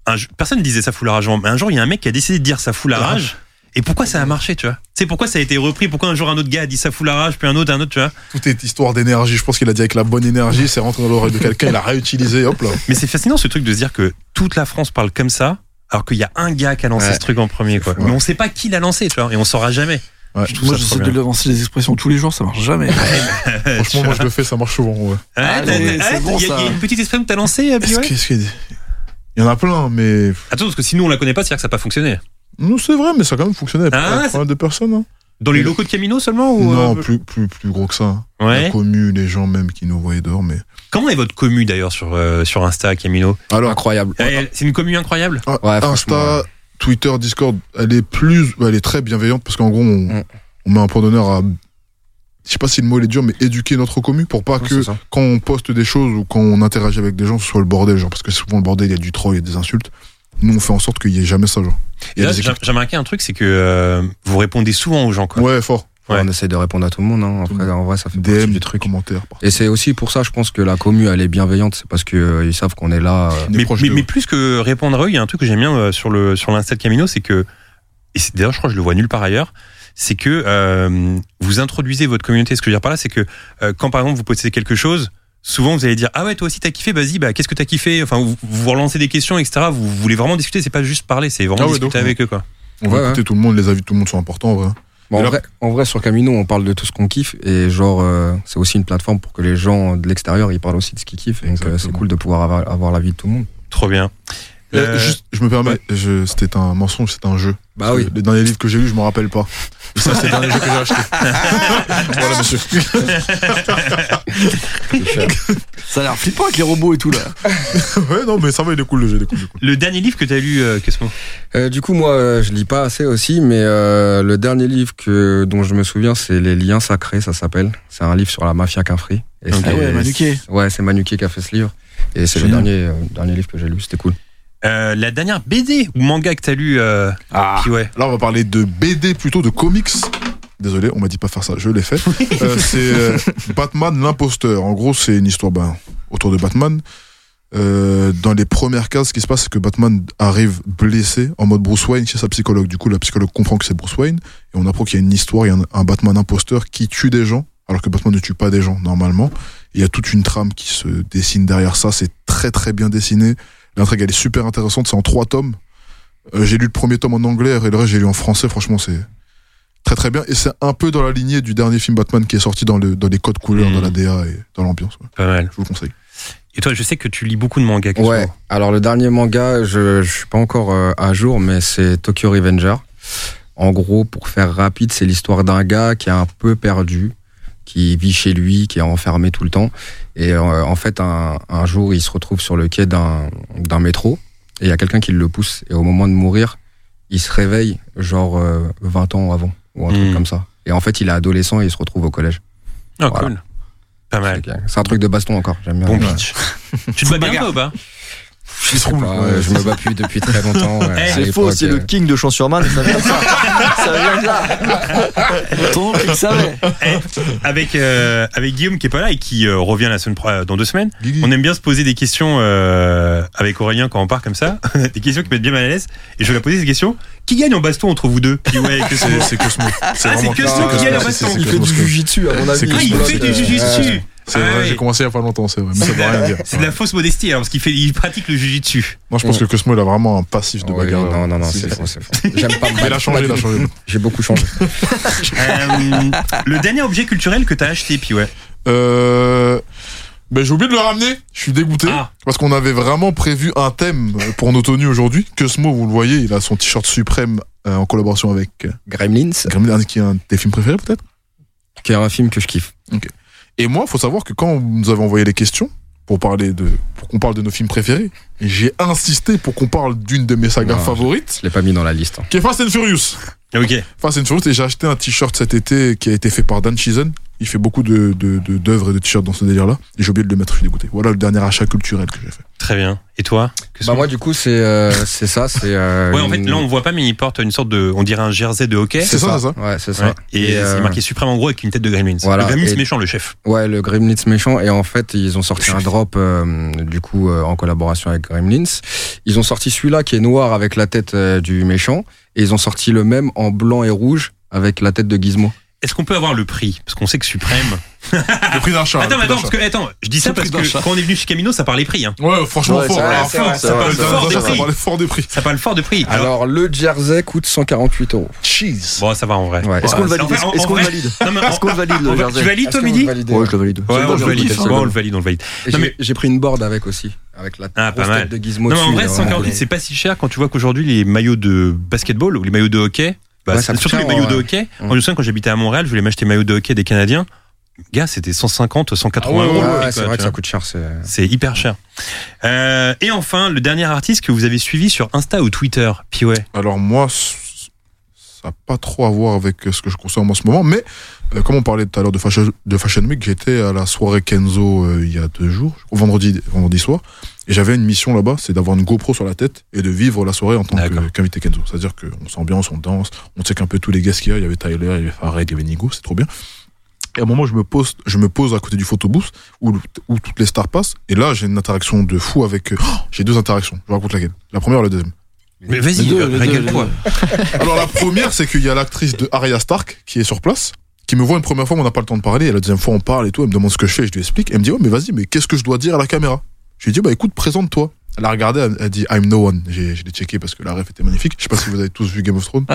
S3: un, ju- personne ne disait ça fout la rage avant, mais un jour, il y a un mec qui a décidé de dire ça fout la
S5: Ah.
S3: rage. Et pourquoi ça a marché, tu vois C'est pourquoi ça a été repris Pourquoi un jour un autre gars a dit ça fout la rage, puis un autre, un autre, tu vois
S5: Tout est histoire d'énergie. Je pense qu'il a dit avec la bonne énergie, c'est rentré dans l'oreille de quelqu'un, il a réutilisé, hop
S3: *laughs*
S5: là.
S3: Mais c'est fascinant ce truc de se dire que toute la France parle comme ça, alors qu'il y a un gars qui a lancé
S4: Ouais.
S3: ce truc en premier, quoi.
S4: fou, ouais.
S3: Mais on sait pas qui l'a lancé, tu vois, et on saura jamais.
S5: Ouais.
S3: Je trouve
S6: Moi,
S3: ça trop
S6: j'essaie de
S3: bien.
S6: lancer les expressions tous les jours, ça marche jamais.
S5: Franchement, moi *laughs* je le fais, ça marche souvent. ouais.
S3: Ah, t'as-
S6: Allez,
S3: ah,
S6: c'est bon,
S3: il y a- il y, a
S6: ça.
S3: une petite expression que t'as lancée, euh, puis
S5: Est-ce
S3: ouais
S5: que- est-ce qu'il y a des- Il y en a plein, mais.
S3: Attends, parce que sinon on la connaît pas, c'est-à-dire que ça n'a pas fonctionné.
S5: Non, c'est vrai, mais ça a quand même fonctionné.
S3: Ah,
S5: Ah, pas
S3: c'est-
S5: mal de personnes. hein.
S3: Dans les locaux de Camino seulement ou
S5: non,
S3: euh,
S5: plus, plus, plus gros que ça. hein.
S3: Ouais.
S5: La commu, les gens même qui nous voyaient dehors, mais.
S3: Comment est votre commu d'ailleurs sur, euh, sur Insta, Camino
S5: Alors,
S4: Incroyable.
S3: Eh, C'est une commu incroyable
S5: Ah,
S4: Ouais, franchement,
S5: Insta, Twitter, Discord, elle est plus, elle est très bienveillante parce qu'en gros, on,
S4: Mm.
S5: on met un point d'honneur à, je sais pas si le mot il est dur, mais éduquer notre commu pour pas
S4: Ouais,
S5: que
S4: c'est ça.
S5: quand on poste des choses ou quand on interagit avec des gens, ce soit le bordel, genre parce que souvent le bordel, il y a du troll, il y a des insultes. Nous, on fait en sorte qu'il y ait jamais ça, genre. Il y a
S3: Là,
S5: des
S3: J'ai
S5: équipes-
S3: j'ai remarqué un truc, c'est que euh, vous répondez souvent aux gens. Quoi.
S5: Ouais, fort.
S3: Ouais.
S4: On essaie de répondre à tout le monde. hein. Après, en vrai, ça fait partie
S5: DM,
S4: du
S5: des
S4: truc.
S5: trucs, commentaires. par-
S4: Et c'est aussi pour ça, je pense que la commu, elle est bienveillante. C'est parce que euh, ils savent qu'on est là. euh,
S5: des
S3: Mais,
S5: proches
S3: mais-
S5: de-
S3: mais plus que répondre à eux, il y a un truc que j'aime bien euh, sur le sur l'insta de Camino, c'est que et c'est- d'ailleurs je crois que je le vois nulle part ailleurs, c'est que euh, vous introduisez votre communauté. Ce que je veux dire par là, c'est que euh, quand par exemple vous postez quelque chose, souvent vous allez dire ah ouais toi aussi t'as kiffé, vas-y bah qu'est-ce que t'as kiffé. Enfin vous, vous relancez des questions etc. Vous voulez vraiment discuter, c'est pas juste parler, c'est vraiment
S5: Ah ouais,
S3: discuter
S5: donc,
S3: avec eux quoi.
S5: On va
S4: Ouais,
S5: écouter tout le monde, les avis de tout le monde sont importants, en vrai.
S4: Bon,
S5: Et
S4: en,
S5: là-
S4: vrai, en vrai, sur Camino, on parle de tout ce qu'on kiffe et genre, euh, c'est aussi une plateforme pour que les gens de l'extérieur, ils parlent aussi de ce qu'ils kiffent. Donc, euh, c'est
S5: Exactement.
S4: cool de pouvoir avoir, avoir l'avis de tout le monde.
S3: Trop bien.
S5: Euh,
S3: Euh,
S5: juste, je me permets, je- c'était un mensonge, c'était un jeu.
S4: Bah oui.
S5: Dans les livres que j'ai lus, je m'en rappelle pas. Et ça, c'est le dernier jeu que j'ai acheté. voilà, monsieur. *laughs*
S6: Ça a l'air flippant avec les robots et tout, là.
S5: ouais, non, mais ça va, il est cool le jeu, il est cool. il est cool.
S3: Le dernier livre que t'as lu, euh, qu'est-ce que
S4: Euh, du coup, moi, euh, je lis pas assez aussi, mais euh, le dernier livre que, dont je me souviens, c'est Les Liens Sacrés, ça s'appelle. C'est un livre sur la mafia Cafri. Et
S3: Ok.
S4: c'est-
S6: Ah ouais, Manuquet.
S4: Ouais, c'est Manuquet qui a fait ce livre. Et c'est le
S6: Génial.
S4: dernier, euh, dernier livre que j'ai lu, c'était cool.
S3: Euh, la dernière BD ou manga que t'as lu, euh,
S6: Ah.
S3: qui, ouais.
S5: Là, on va parler de BD plutôt, de comics. Désolé, on m'a dit pas faire ça, je l'ai fait. Euh, c'est euh, Batman l'imposteur. En gros, c'est une histoire ben, autour de Batman. Euh, dans les premières cases, ce qui se passe, c'est que Batman arrive blessé en mode Bruce Wayne chez sa psychologue. Du coup, la psychologue comprend que c'est Bruce Wayne et on apprend qu'il y a une histoire, il y a un, un Batman imposteur qui tue des gens, alors que Batman ne tue pas des gens normalement. Il y a toute une trame qui se dessine derrière ça. C'est très très bien dessiné. L'intrigue elle est super intéressante. C'est en trois tomes. Euh, j'ai lu le premier tome en anglais et le reste j'ai lu en français. Franchement, c'est très très bien et c'est un peu dans la lignée du dernier film Batman qui est sorti dans, le, dans les codes couleurs,
S3: Mhm.
S5: dans la DA et dans l'ambiance. ouais.
S3: Pas mal.
S5: Je vous le conseille.
S3: Et toi, je sais que tu lis beaucoup de mangas. Cosmo.
S4: Ouais, alors le dernier manga, je, je suis pas encore euh, à jour, mais c'est Tokyo Revenger. En gros, pour faire rapide, c'est l'histoire d'un gars qui est un peu perdu, qui vit chez lui, qui est enfermé tout le temps. Et euh, en fait, un, un jour, il se retrouve sur le quai d'un d'un métro, et il y a quelqu'un qui le pousse. Et au moment de mourir, il se réveille, genre euh, 20 ans avant, ou un
S3: Hmm.
S4: truc comme ça. Et en fait, il est adolescent et il se retrouve au collège.
S3: Ah,
S4: Voilà.
S3: cool. Pas *laughs* mal.
S4: C'est un truc de baston encore, j'aime bien.
S3: Bon pitch. Tu te bats bien toi ou pas
S4: Je sais pas, euh, je me bats plus depuis très
S7: *laughs*
S4: longtemps. ouais, à
S7: C'est faux,
S4: l'époque,
S7: c'est le
S4: euh,
S7: king de Champ-sur-Marne, ça vient de ça.
S3: *laughs*
S7: Ça vient de là.
S6: Ton oncle, il savait.
S3: Eh, avec, euh, avec Guillaume qui est pas là et qui euh, revient la semaine pro- euh, dans deux semaines,
S5: Mm.
S3: on aime bien se poser des questions euh, avec Aurélien quand on part comme ça, *laughs* des questions qui mettent bien mal à l'aise. Et je vais la poser cette question qui gagne en baston entre vous
S5: *laughs*
S3: deux Puis ouais, que ce-
S5: C'est- C'est Cosmo.
S3: Ah, c'est
S5: vraiment
S3: que
S5: Cosmo.
S3: ceux qui gagnent en
S5: C'est-
S3: baston.
S5: c'est- c'est
S4: Il fait
S5: Cosmo
S4: du
S5: que-
S4: jujitsu, à mon
S5: C'est
S4: avis.
S3: Ah, il
S5: Cosmo.
S3: fait du jujitsu. Ah
S5: C'est vrai,
S3: ouais.
S5: j'ai commencé il y a pas longtemps, c'est vrai. Mais ça
S3: C'est de,
S5: veut rien
S3: la-
S5: dire.
S3: c'est de la fausse modestie alors parce qu'il fait, il pratique le
S5: *laughs*
S3: jujitsu.
S5: Moi, je pense que Cosmo, il a vraiment un passif de
S4: Ouais,
S5: bagarre.
S4: non, non, non, c'est faux, c'est faux. J'aime *laughs* pas me
S5: Mais il a
S4: battre.
S5: changé, il a changé.
S4: J'ai beaucoup changé.
S3: Euh, le dernier objet culturel que t'as acheté, puis ouais.
S5: Euh, Ben, j'ai oublié de le ramener. Je suis dégoûté.
S3: Ah.
S5: Parce qu'on avait vraiment prévu un thème pour nos tenues aujourd'hui. Cosmo, vous le voyez, il a son t-shirt suprême euh, en collaboration avec euh,
S4: Gremlins,
S5: Gremlin, qui est un de tes films préférés, peut-être.
S4: qui est un film que je kiffe.
S5: Et moi, faut savoir que quand vous nous avez envoyé les questions pour parler de, pour qu'on parle de nos films préférés, j'ai insisté pour qu'on parle d'une de mes sagas
S4: Non, je-
S5: favorites,
S4: Je l'ai pas mis dans la liste. hein.
S5: qui est Fast and Furious.
S3: Ok.
S5: Fast and Furious, et j'ai acheté un t-shirt cet été qui a été fait par Dan Chizen. Il fait beaucoup de, de, de- d'œuvres et de t-shirts dans ce délire-là. Et j'ai oublié de le mettre, je suis dégoûté. Voilà le dernier achat culturel que j'ai fait.
S3: Très bien. Et toi Que
S4: Bah
S3: sont-
S4: moi du coup c'est euh, c'est ça c'est euh,
S3: *laughs* Ouais, en fait,
S4: une-
S3: là, on voit pas, mais il porte une sorte de. On dirait un jersey de hockey.
S5: C'est ça, c'est
S4: ouais c'est ça
S3: Ouais. Et, c'est
S4: euh,
S3: marqué suprême en gros avec une tête de Gremlins.
S4: voilà.
S3: le Gremlins
S4: Et-
S3: méchant, le chef.
S4: ouais le Gremlins méchant et en fait ils ont sorti un drop euh, du coup euh, en collaboration avec Gremlins ils ont sorti celui-là qui est noir avec la tête euh, du méchant et ils ont sorti le même en blanc et rouge avec la tête de Gizmo
S3: Est-ce qu'on peut avoir le prix Parce qu'on sait que *laughs* suprême.
S5: Le prix d'achat.
S3: attends,
S5: le
S3: mais
S5: prix
S3: attends, parce que, attends, je dis ça
S6: Le prix
S3: parce que
S6: d'achat.
S3: quand on est venu chez Camino, ça parlait prix. Hein.
S5: d'achat. Ouais, franchement,
S7: Ouais,
S5: fort.
S7: c'est vrai,
S5: alors,
S7: c'est vrai,
S5: fort,
S7: c'est
S5: ça
S7: vrai,
S5: parle
S3: c'est
S5: fort
S3: vrai.
S5: des
S3: Ça
S5: prix.
S3: parle
S5: fort des prix.
S3: Ça parle fort de prix.
S4: alors,
S3: Alors,
S4: le jersey coûte 148 euros
S5: Cheese.
S3: bon, euh, ça va en vrai.
S4: ouais
S7: Est-ce qu'on le
S3: Ouais,
S7: valide
S3: en fait, en-
S7: Est-ce
S3: en
S7: qu'on le
S3: vrai-
S7: valide
S3: Non, mais
S7: Est-ce qu'on le valide
S3: on-
S7: le
S3: on va-
S7: jersey
S3: tu valides
S4: Est-ce
S3: toi
S4: que vous
S3: midi
S4: validez
S7: Ouais, je le valide.
S3: Ouais,
S7: C'est
S3: on
S7: bon,
S3: le
S7: je
S3: valide.
S7: c'est
S3: Bon,
S7: bon.
S3: on le valide, on le valide.
S4: Et
S3: Non,
S4: j'ai-
S3: mais-
S4: j'ai pris une board avec aussi avec la
S3: Ah, pas
S4: grosse
S3: mal.
S4: tête de Gizmo
S3: Non, mais en
S4: dessus,
S3: vrai,
S4: là, hein. ouais.
S3: 148, c'est pas si cher quand tu vois qu'aujourd'hui, les maillots de basketball ou les maillots de hockey, bah,
S4: Ouais, ça coûte
S3: surtout les
S4: cher,
S3: maillots
S4: ouais.
S3: de hockey.
S4: Mm.
S3: Moi, je me souviens quand j'habitais à Montréal, je voulais m'acheter maillot de hockey des Canadiens. Gars, c'était 150, 180
S5: Ah ouais,
S3: euros. le
S4: Ouais,
S3: prix,
S4: ouais, c'est
S3: quoi,
S4: vrai
S3: tu
S4: que
S3: vois.
S4: ça coûte cher c'est
S3: C'est hyper cher. Euh, et enfin, le dernier artiste que vous avez suivi sur Insta ou Twitter, Piway.
S5: Alors moi, c- ça n'a pas trop à voir avec euh, ce que je consomme en ce moment, mais euh, comme on parlait tout à l'heure de Fashion, de fashion Week, j'étais à la soirée Kenzo euh, il y a deux jours, au vendredi, vendredi soir, et j'avais une mission là-bas, c'est d'avoir une GoPro sur la tête et de vivre la soirée en tant que-
S3: D'accord.
S5: qu'invité Kenzo. C'est-à-dire qu'on s'ambiance, on danse, on check un peu tous les gars qu'il y a, il y avait Tyler, il y avait Farid, il y avait Nigo, c'est trop bien. Et à un moment, je me pose, je me pose à côté du photobooth où, le- où toutes les stars passent. Et là, j'ai une interaction de fou avec. eux. Oh, j'ai deux interactions. Je vous raconte laquelle. La première, la deuxième.
S3: Mais vas-y,
S6: Les deux, les deux,
S3: régale-toi.
S5: Alors la première, c'est qu'il y a l'actrice de Arya Stark qui est sur place, qui me voit une première fois, mais on n'a pas le temps de parler. Et la deuxième fois, on parle et tout. Elle me demande ce que je fais, je lui explique. Elle me dit ouais, mais vas-y, mais qu'est-ce que je dois dire à la caméra Je lui dis bah écoute, présente-toi. Elle a regardé, elle, elle dit I'm no one. J'ai, je l'ai checké parce que la ref était magnifique. Je sais pas si vous avez tous vu Game of Thrones.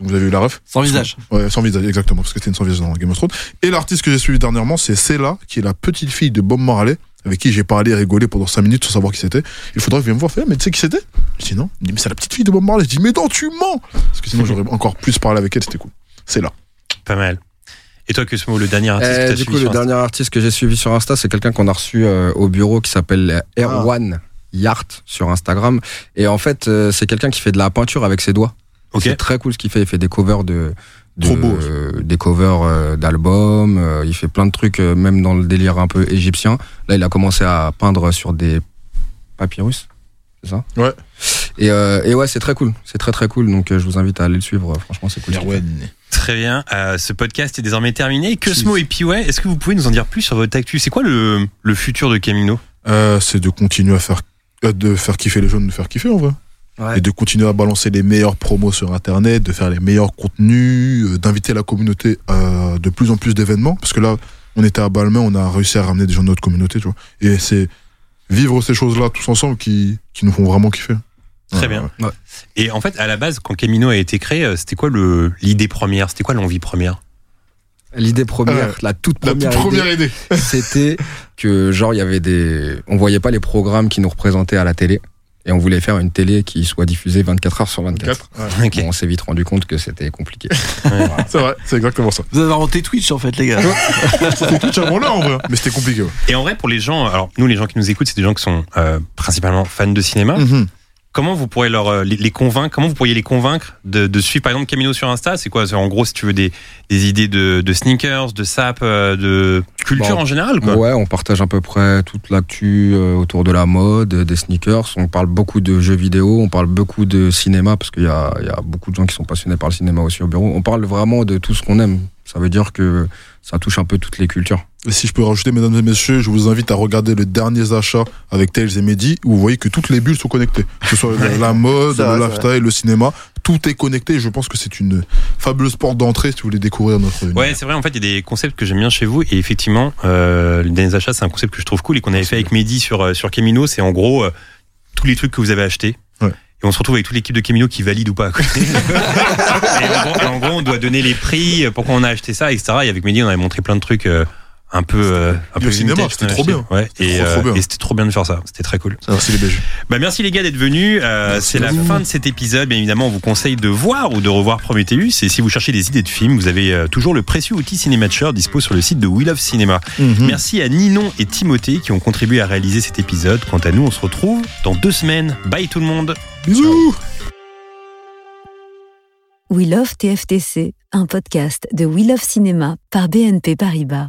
S5: Donc vous avez vu la ref
S6: Sans visage.
S5: Ouais, sans visage, exactement, parce que c'était une sans visage dans Game of Thrones. Et l'artiste que j'ai suivi dernièrement, c'est Cella, qui est la petite fille de Bob Marley, avec qui j'ai parlé et rigolé pendant 5 minutes sans savoir qui c'était. Il faudrait que je vienne me voir, faire, mais tu sais qui c'était Je dis non. Il dit, mais c'est la petite fille de Bob Marley. Je dis, mais non, tu mens Parce que sinon, j'aurais encore plus parlé avec elle, c'était cool. C'est là.
S3: Pas mal. Et toi, Cosmo, le dernier artiste
S4: Euh,
S3: que t'as
S4: du
S3: suivi
S4: coup, le
S3: sur Insta
S4: dernier artiste que j'ai suivi sur Insta, c'est quelqu'un qu'on a reçu euh, au bureau qui s'appelle euh, Erwan Yart sur Instagram. Et en fait, euh, c'est quelqu'un qui fait de la peinture avec ses doigts.
S3: Ok.
S4: C'est très cool ce qu'il fait. Il fait des covers de. de-
S5: Trop beau.
S4: euh, des covers euh, d'albums. euh, il fait plein de trucs, euh, même dans le délire un peu égyptien. Là, il a commencé à peindre sur des papyrus. C'est ça
S5: Ouais.
S4: Et, euh, et ouais, c'est très cool. C'est très très cool. Donc, euh, je vous invite à aller le suivre. Franchement, c'est cool. ce qu'il fait.
S3: Très bien. Euh, ce podcast est désormais terminé. Cosmo et Piway, est-ce que vous pouvez nous en dire plus sur votre actu C'est quoi le, le futur de Camino
S5: Euh, c'est de continuer à faire, euh, de faire kiffer les jeunes, de faire kiffer en vrai.
S4: Ouais.
S5: Et de continuer à balancer les meilleurs promos sur Internet, de faire les meilleurs contenus, euh, d'inviter la communauté à de plus en plus d'événements. Parce que là, on était à Balmain, on a réussi à ramener des gens de notre communauté, tu vois. Et c'est vivre ces choses-là tous ensemble qui, qui nous font vraiment kiffer.
S3: Très
S5: Ouais,
S3: bien.
S5: ouais.
S3: Et en fait, à la base, quand Camino a été créé, euh, c'était quoi le- l'idée première C'était quoi l'envie première
S4: L'idée première,
S5: Euh,
S4: la toute
S5: La
S4: première,
S5: toute
S4: idée,
S5: première idée.
S4: *laughs* c'était que genre il y avait des on voyait pas les programmes qui nous représentaient à la télé et on voulait faire une télé qui soit diffusée 24 heures sur 24.
S3: Ok.
S4: Bon, on s'est vite rendu compte que c'était compliqué.
S5: C'est vrai, c'est exactement ça.
S6: Vous avez inventé Twitch, en fait, les *laughs* gars.
S5: C'était Twitch avant là, en vrai. Mais c'était compliqué. ouais. Mm.
S4: Mm-hmm.
S3: Et en vrai, pour les gens, alors nous, les gens qui nous écoutent, c'est des gens qui sont euh, principalement fans de cinéma. Comment vous pourrez leur, euh, les, les convaincre Comment vous pourriez les convaincre de, de suivre par exemple Camino sur Insta C'est quoi C'est En gros, si tu veux des, des idées de, de sneakers, de sap, euh, de culture
S4: Bon,
S3: en général, *laughs* quoi.
S4: Ouais, on partage à peu près toute l'actu euh, autour de la mode, euh, des sneakers. On parle beaucoup de jeux vidéo, on parle beaucoup de cinéma, parce qu'il y a, il y a beaucoup de gens qui sont passionnés par le cinéma aussi au bureau. On parle vraiment de tout ce qu'on aime. Ça veut dire que ça touche un peu toutes les cultures.
S5: Et si je peux rajouter, mesdames et messieurs, je vous invite à regarder le dernier achat avec Tails et Mehdi, où vous voyez que toutes les bulles sont connectées. Que
S7: *laughs*
S5: ce soit la- la mode,
S7: Ça va,
S5: le
S7: ça
S5: lifestyle, le cinéma, tout est connecté. Je pense que c'est une fabuleuse porte d'entrée si vous voulez découvrir notre univers.
S3: Ouais, c'est vrai. En fait, il y a des concepts que j'aime bien chez vous. Et effectivement, euh, le dernier achat, c'est un concept que je trouve cool et
S5: Ah,
S3: qu'on avait fait avec Mehdi sur, euh, sur Camino. C'est en gros euh, tous les trucs que vous avez achetés.
S5: Ouais.
S3: Et on se retrouve avec toute l'équipe de Camino qui valide ou pas. quoi. *laughs* et en gros, et en gros, on doit donner les prix, euh, pourquoi on a acheté ça, etc. Et avec Mehdi, on avait montré plein de trucs euh, un peu. euh, un
S5: Lié
S3: peu
S5: au cinéma,
S3: vintage qu'on
S5: c'était
S3: a
S5: trop
S3: acheté.
S5: bien.
S3: Ouais,
S5: C'était
S3: et
S5: trop, trop
S3: euh,
S5: bien.
S3: et c'était trop bien de faire ça. C'était très cool.
S5: Merci les BG.
S3: Bah, merci les gars d'être venus. Euh, c'est la fin de cet épisode. Bien évidemment, on vous conseille de voir ou de revoir Prometheus. Et si vous cherchez des idées de films, vous avez euh, toujours le précieux outil Cinémature dispo sur le site de We Love Cinema.
S5: Mhm. Hmm.
S3: Merci à Ninon et Timothée qui ont contribué à réaliser cet épisode. Quant à nous, on se retrouve dans deux semaines. Bye tout le monde.
S5: Bisous
S1: We Love TFTC, un podcast de We Love Cinéma par BNP Paribas.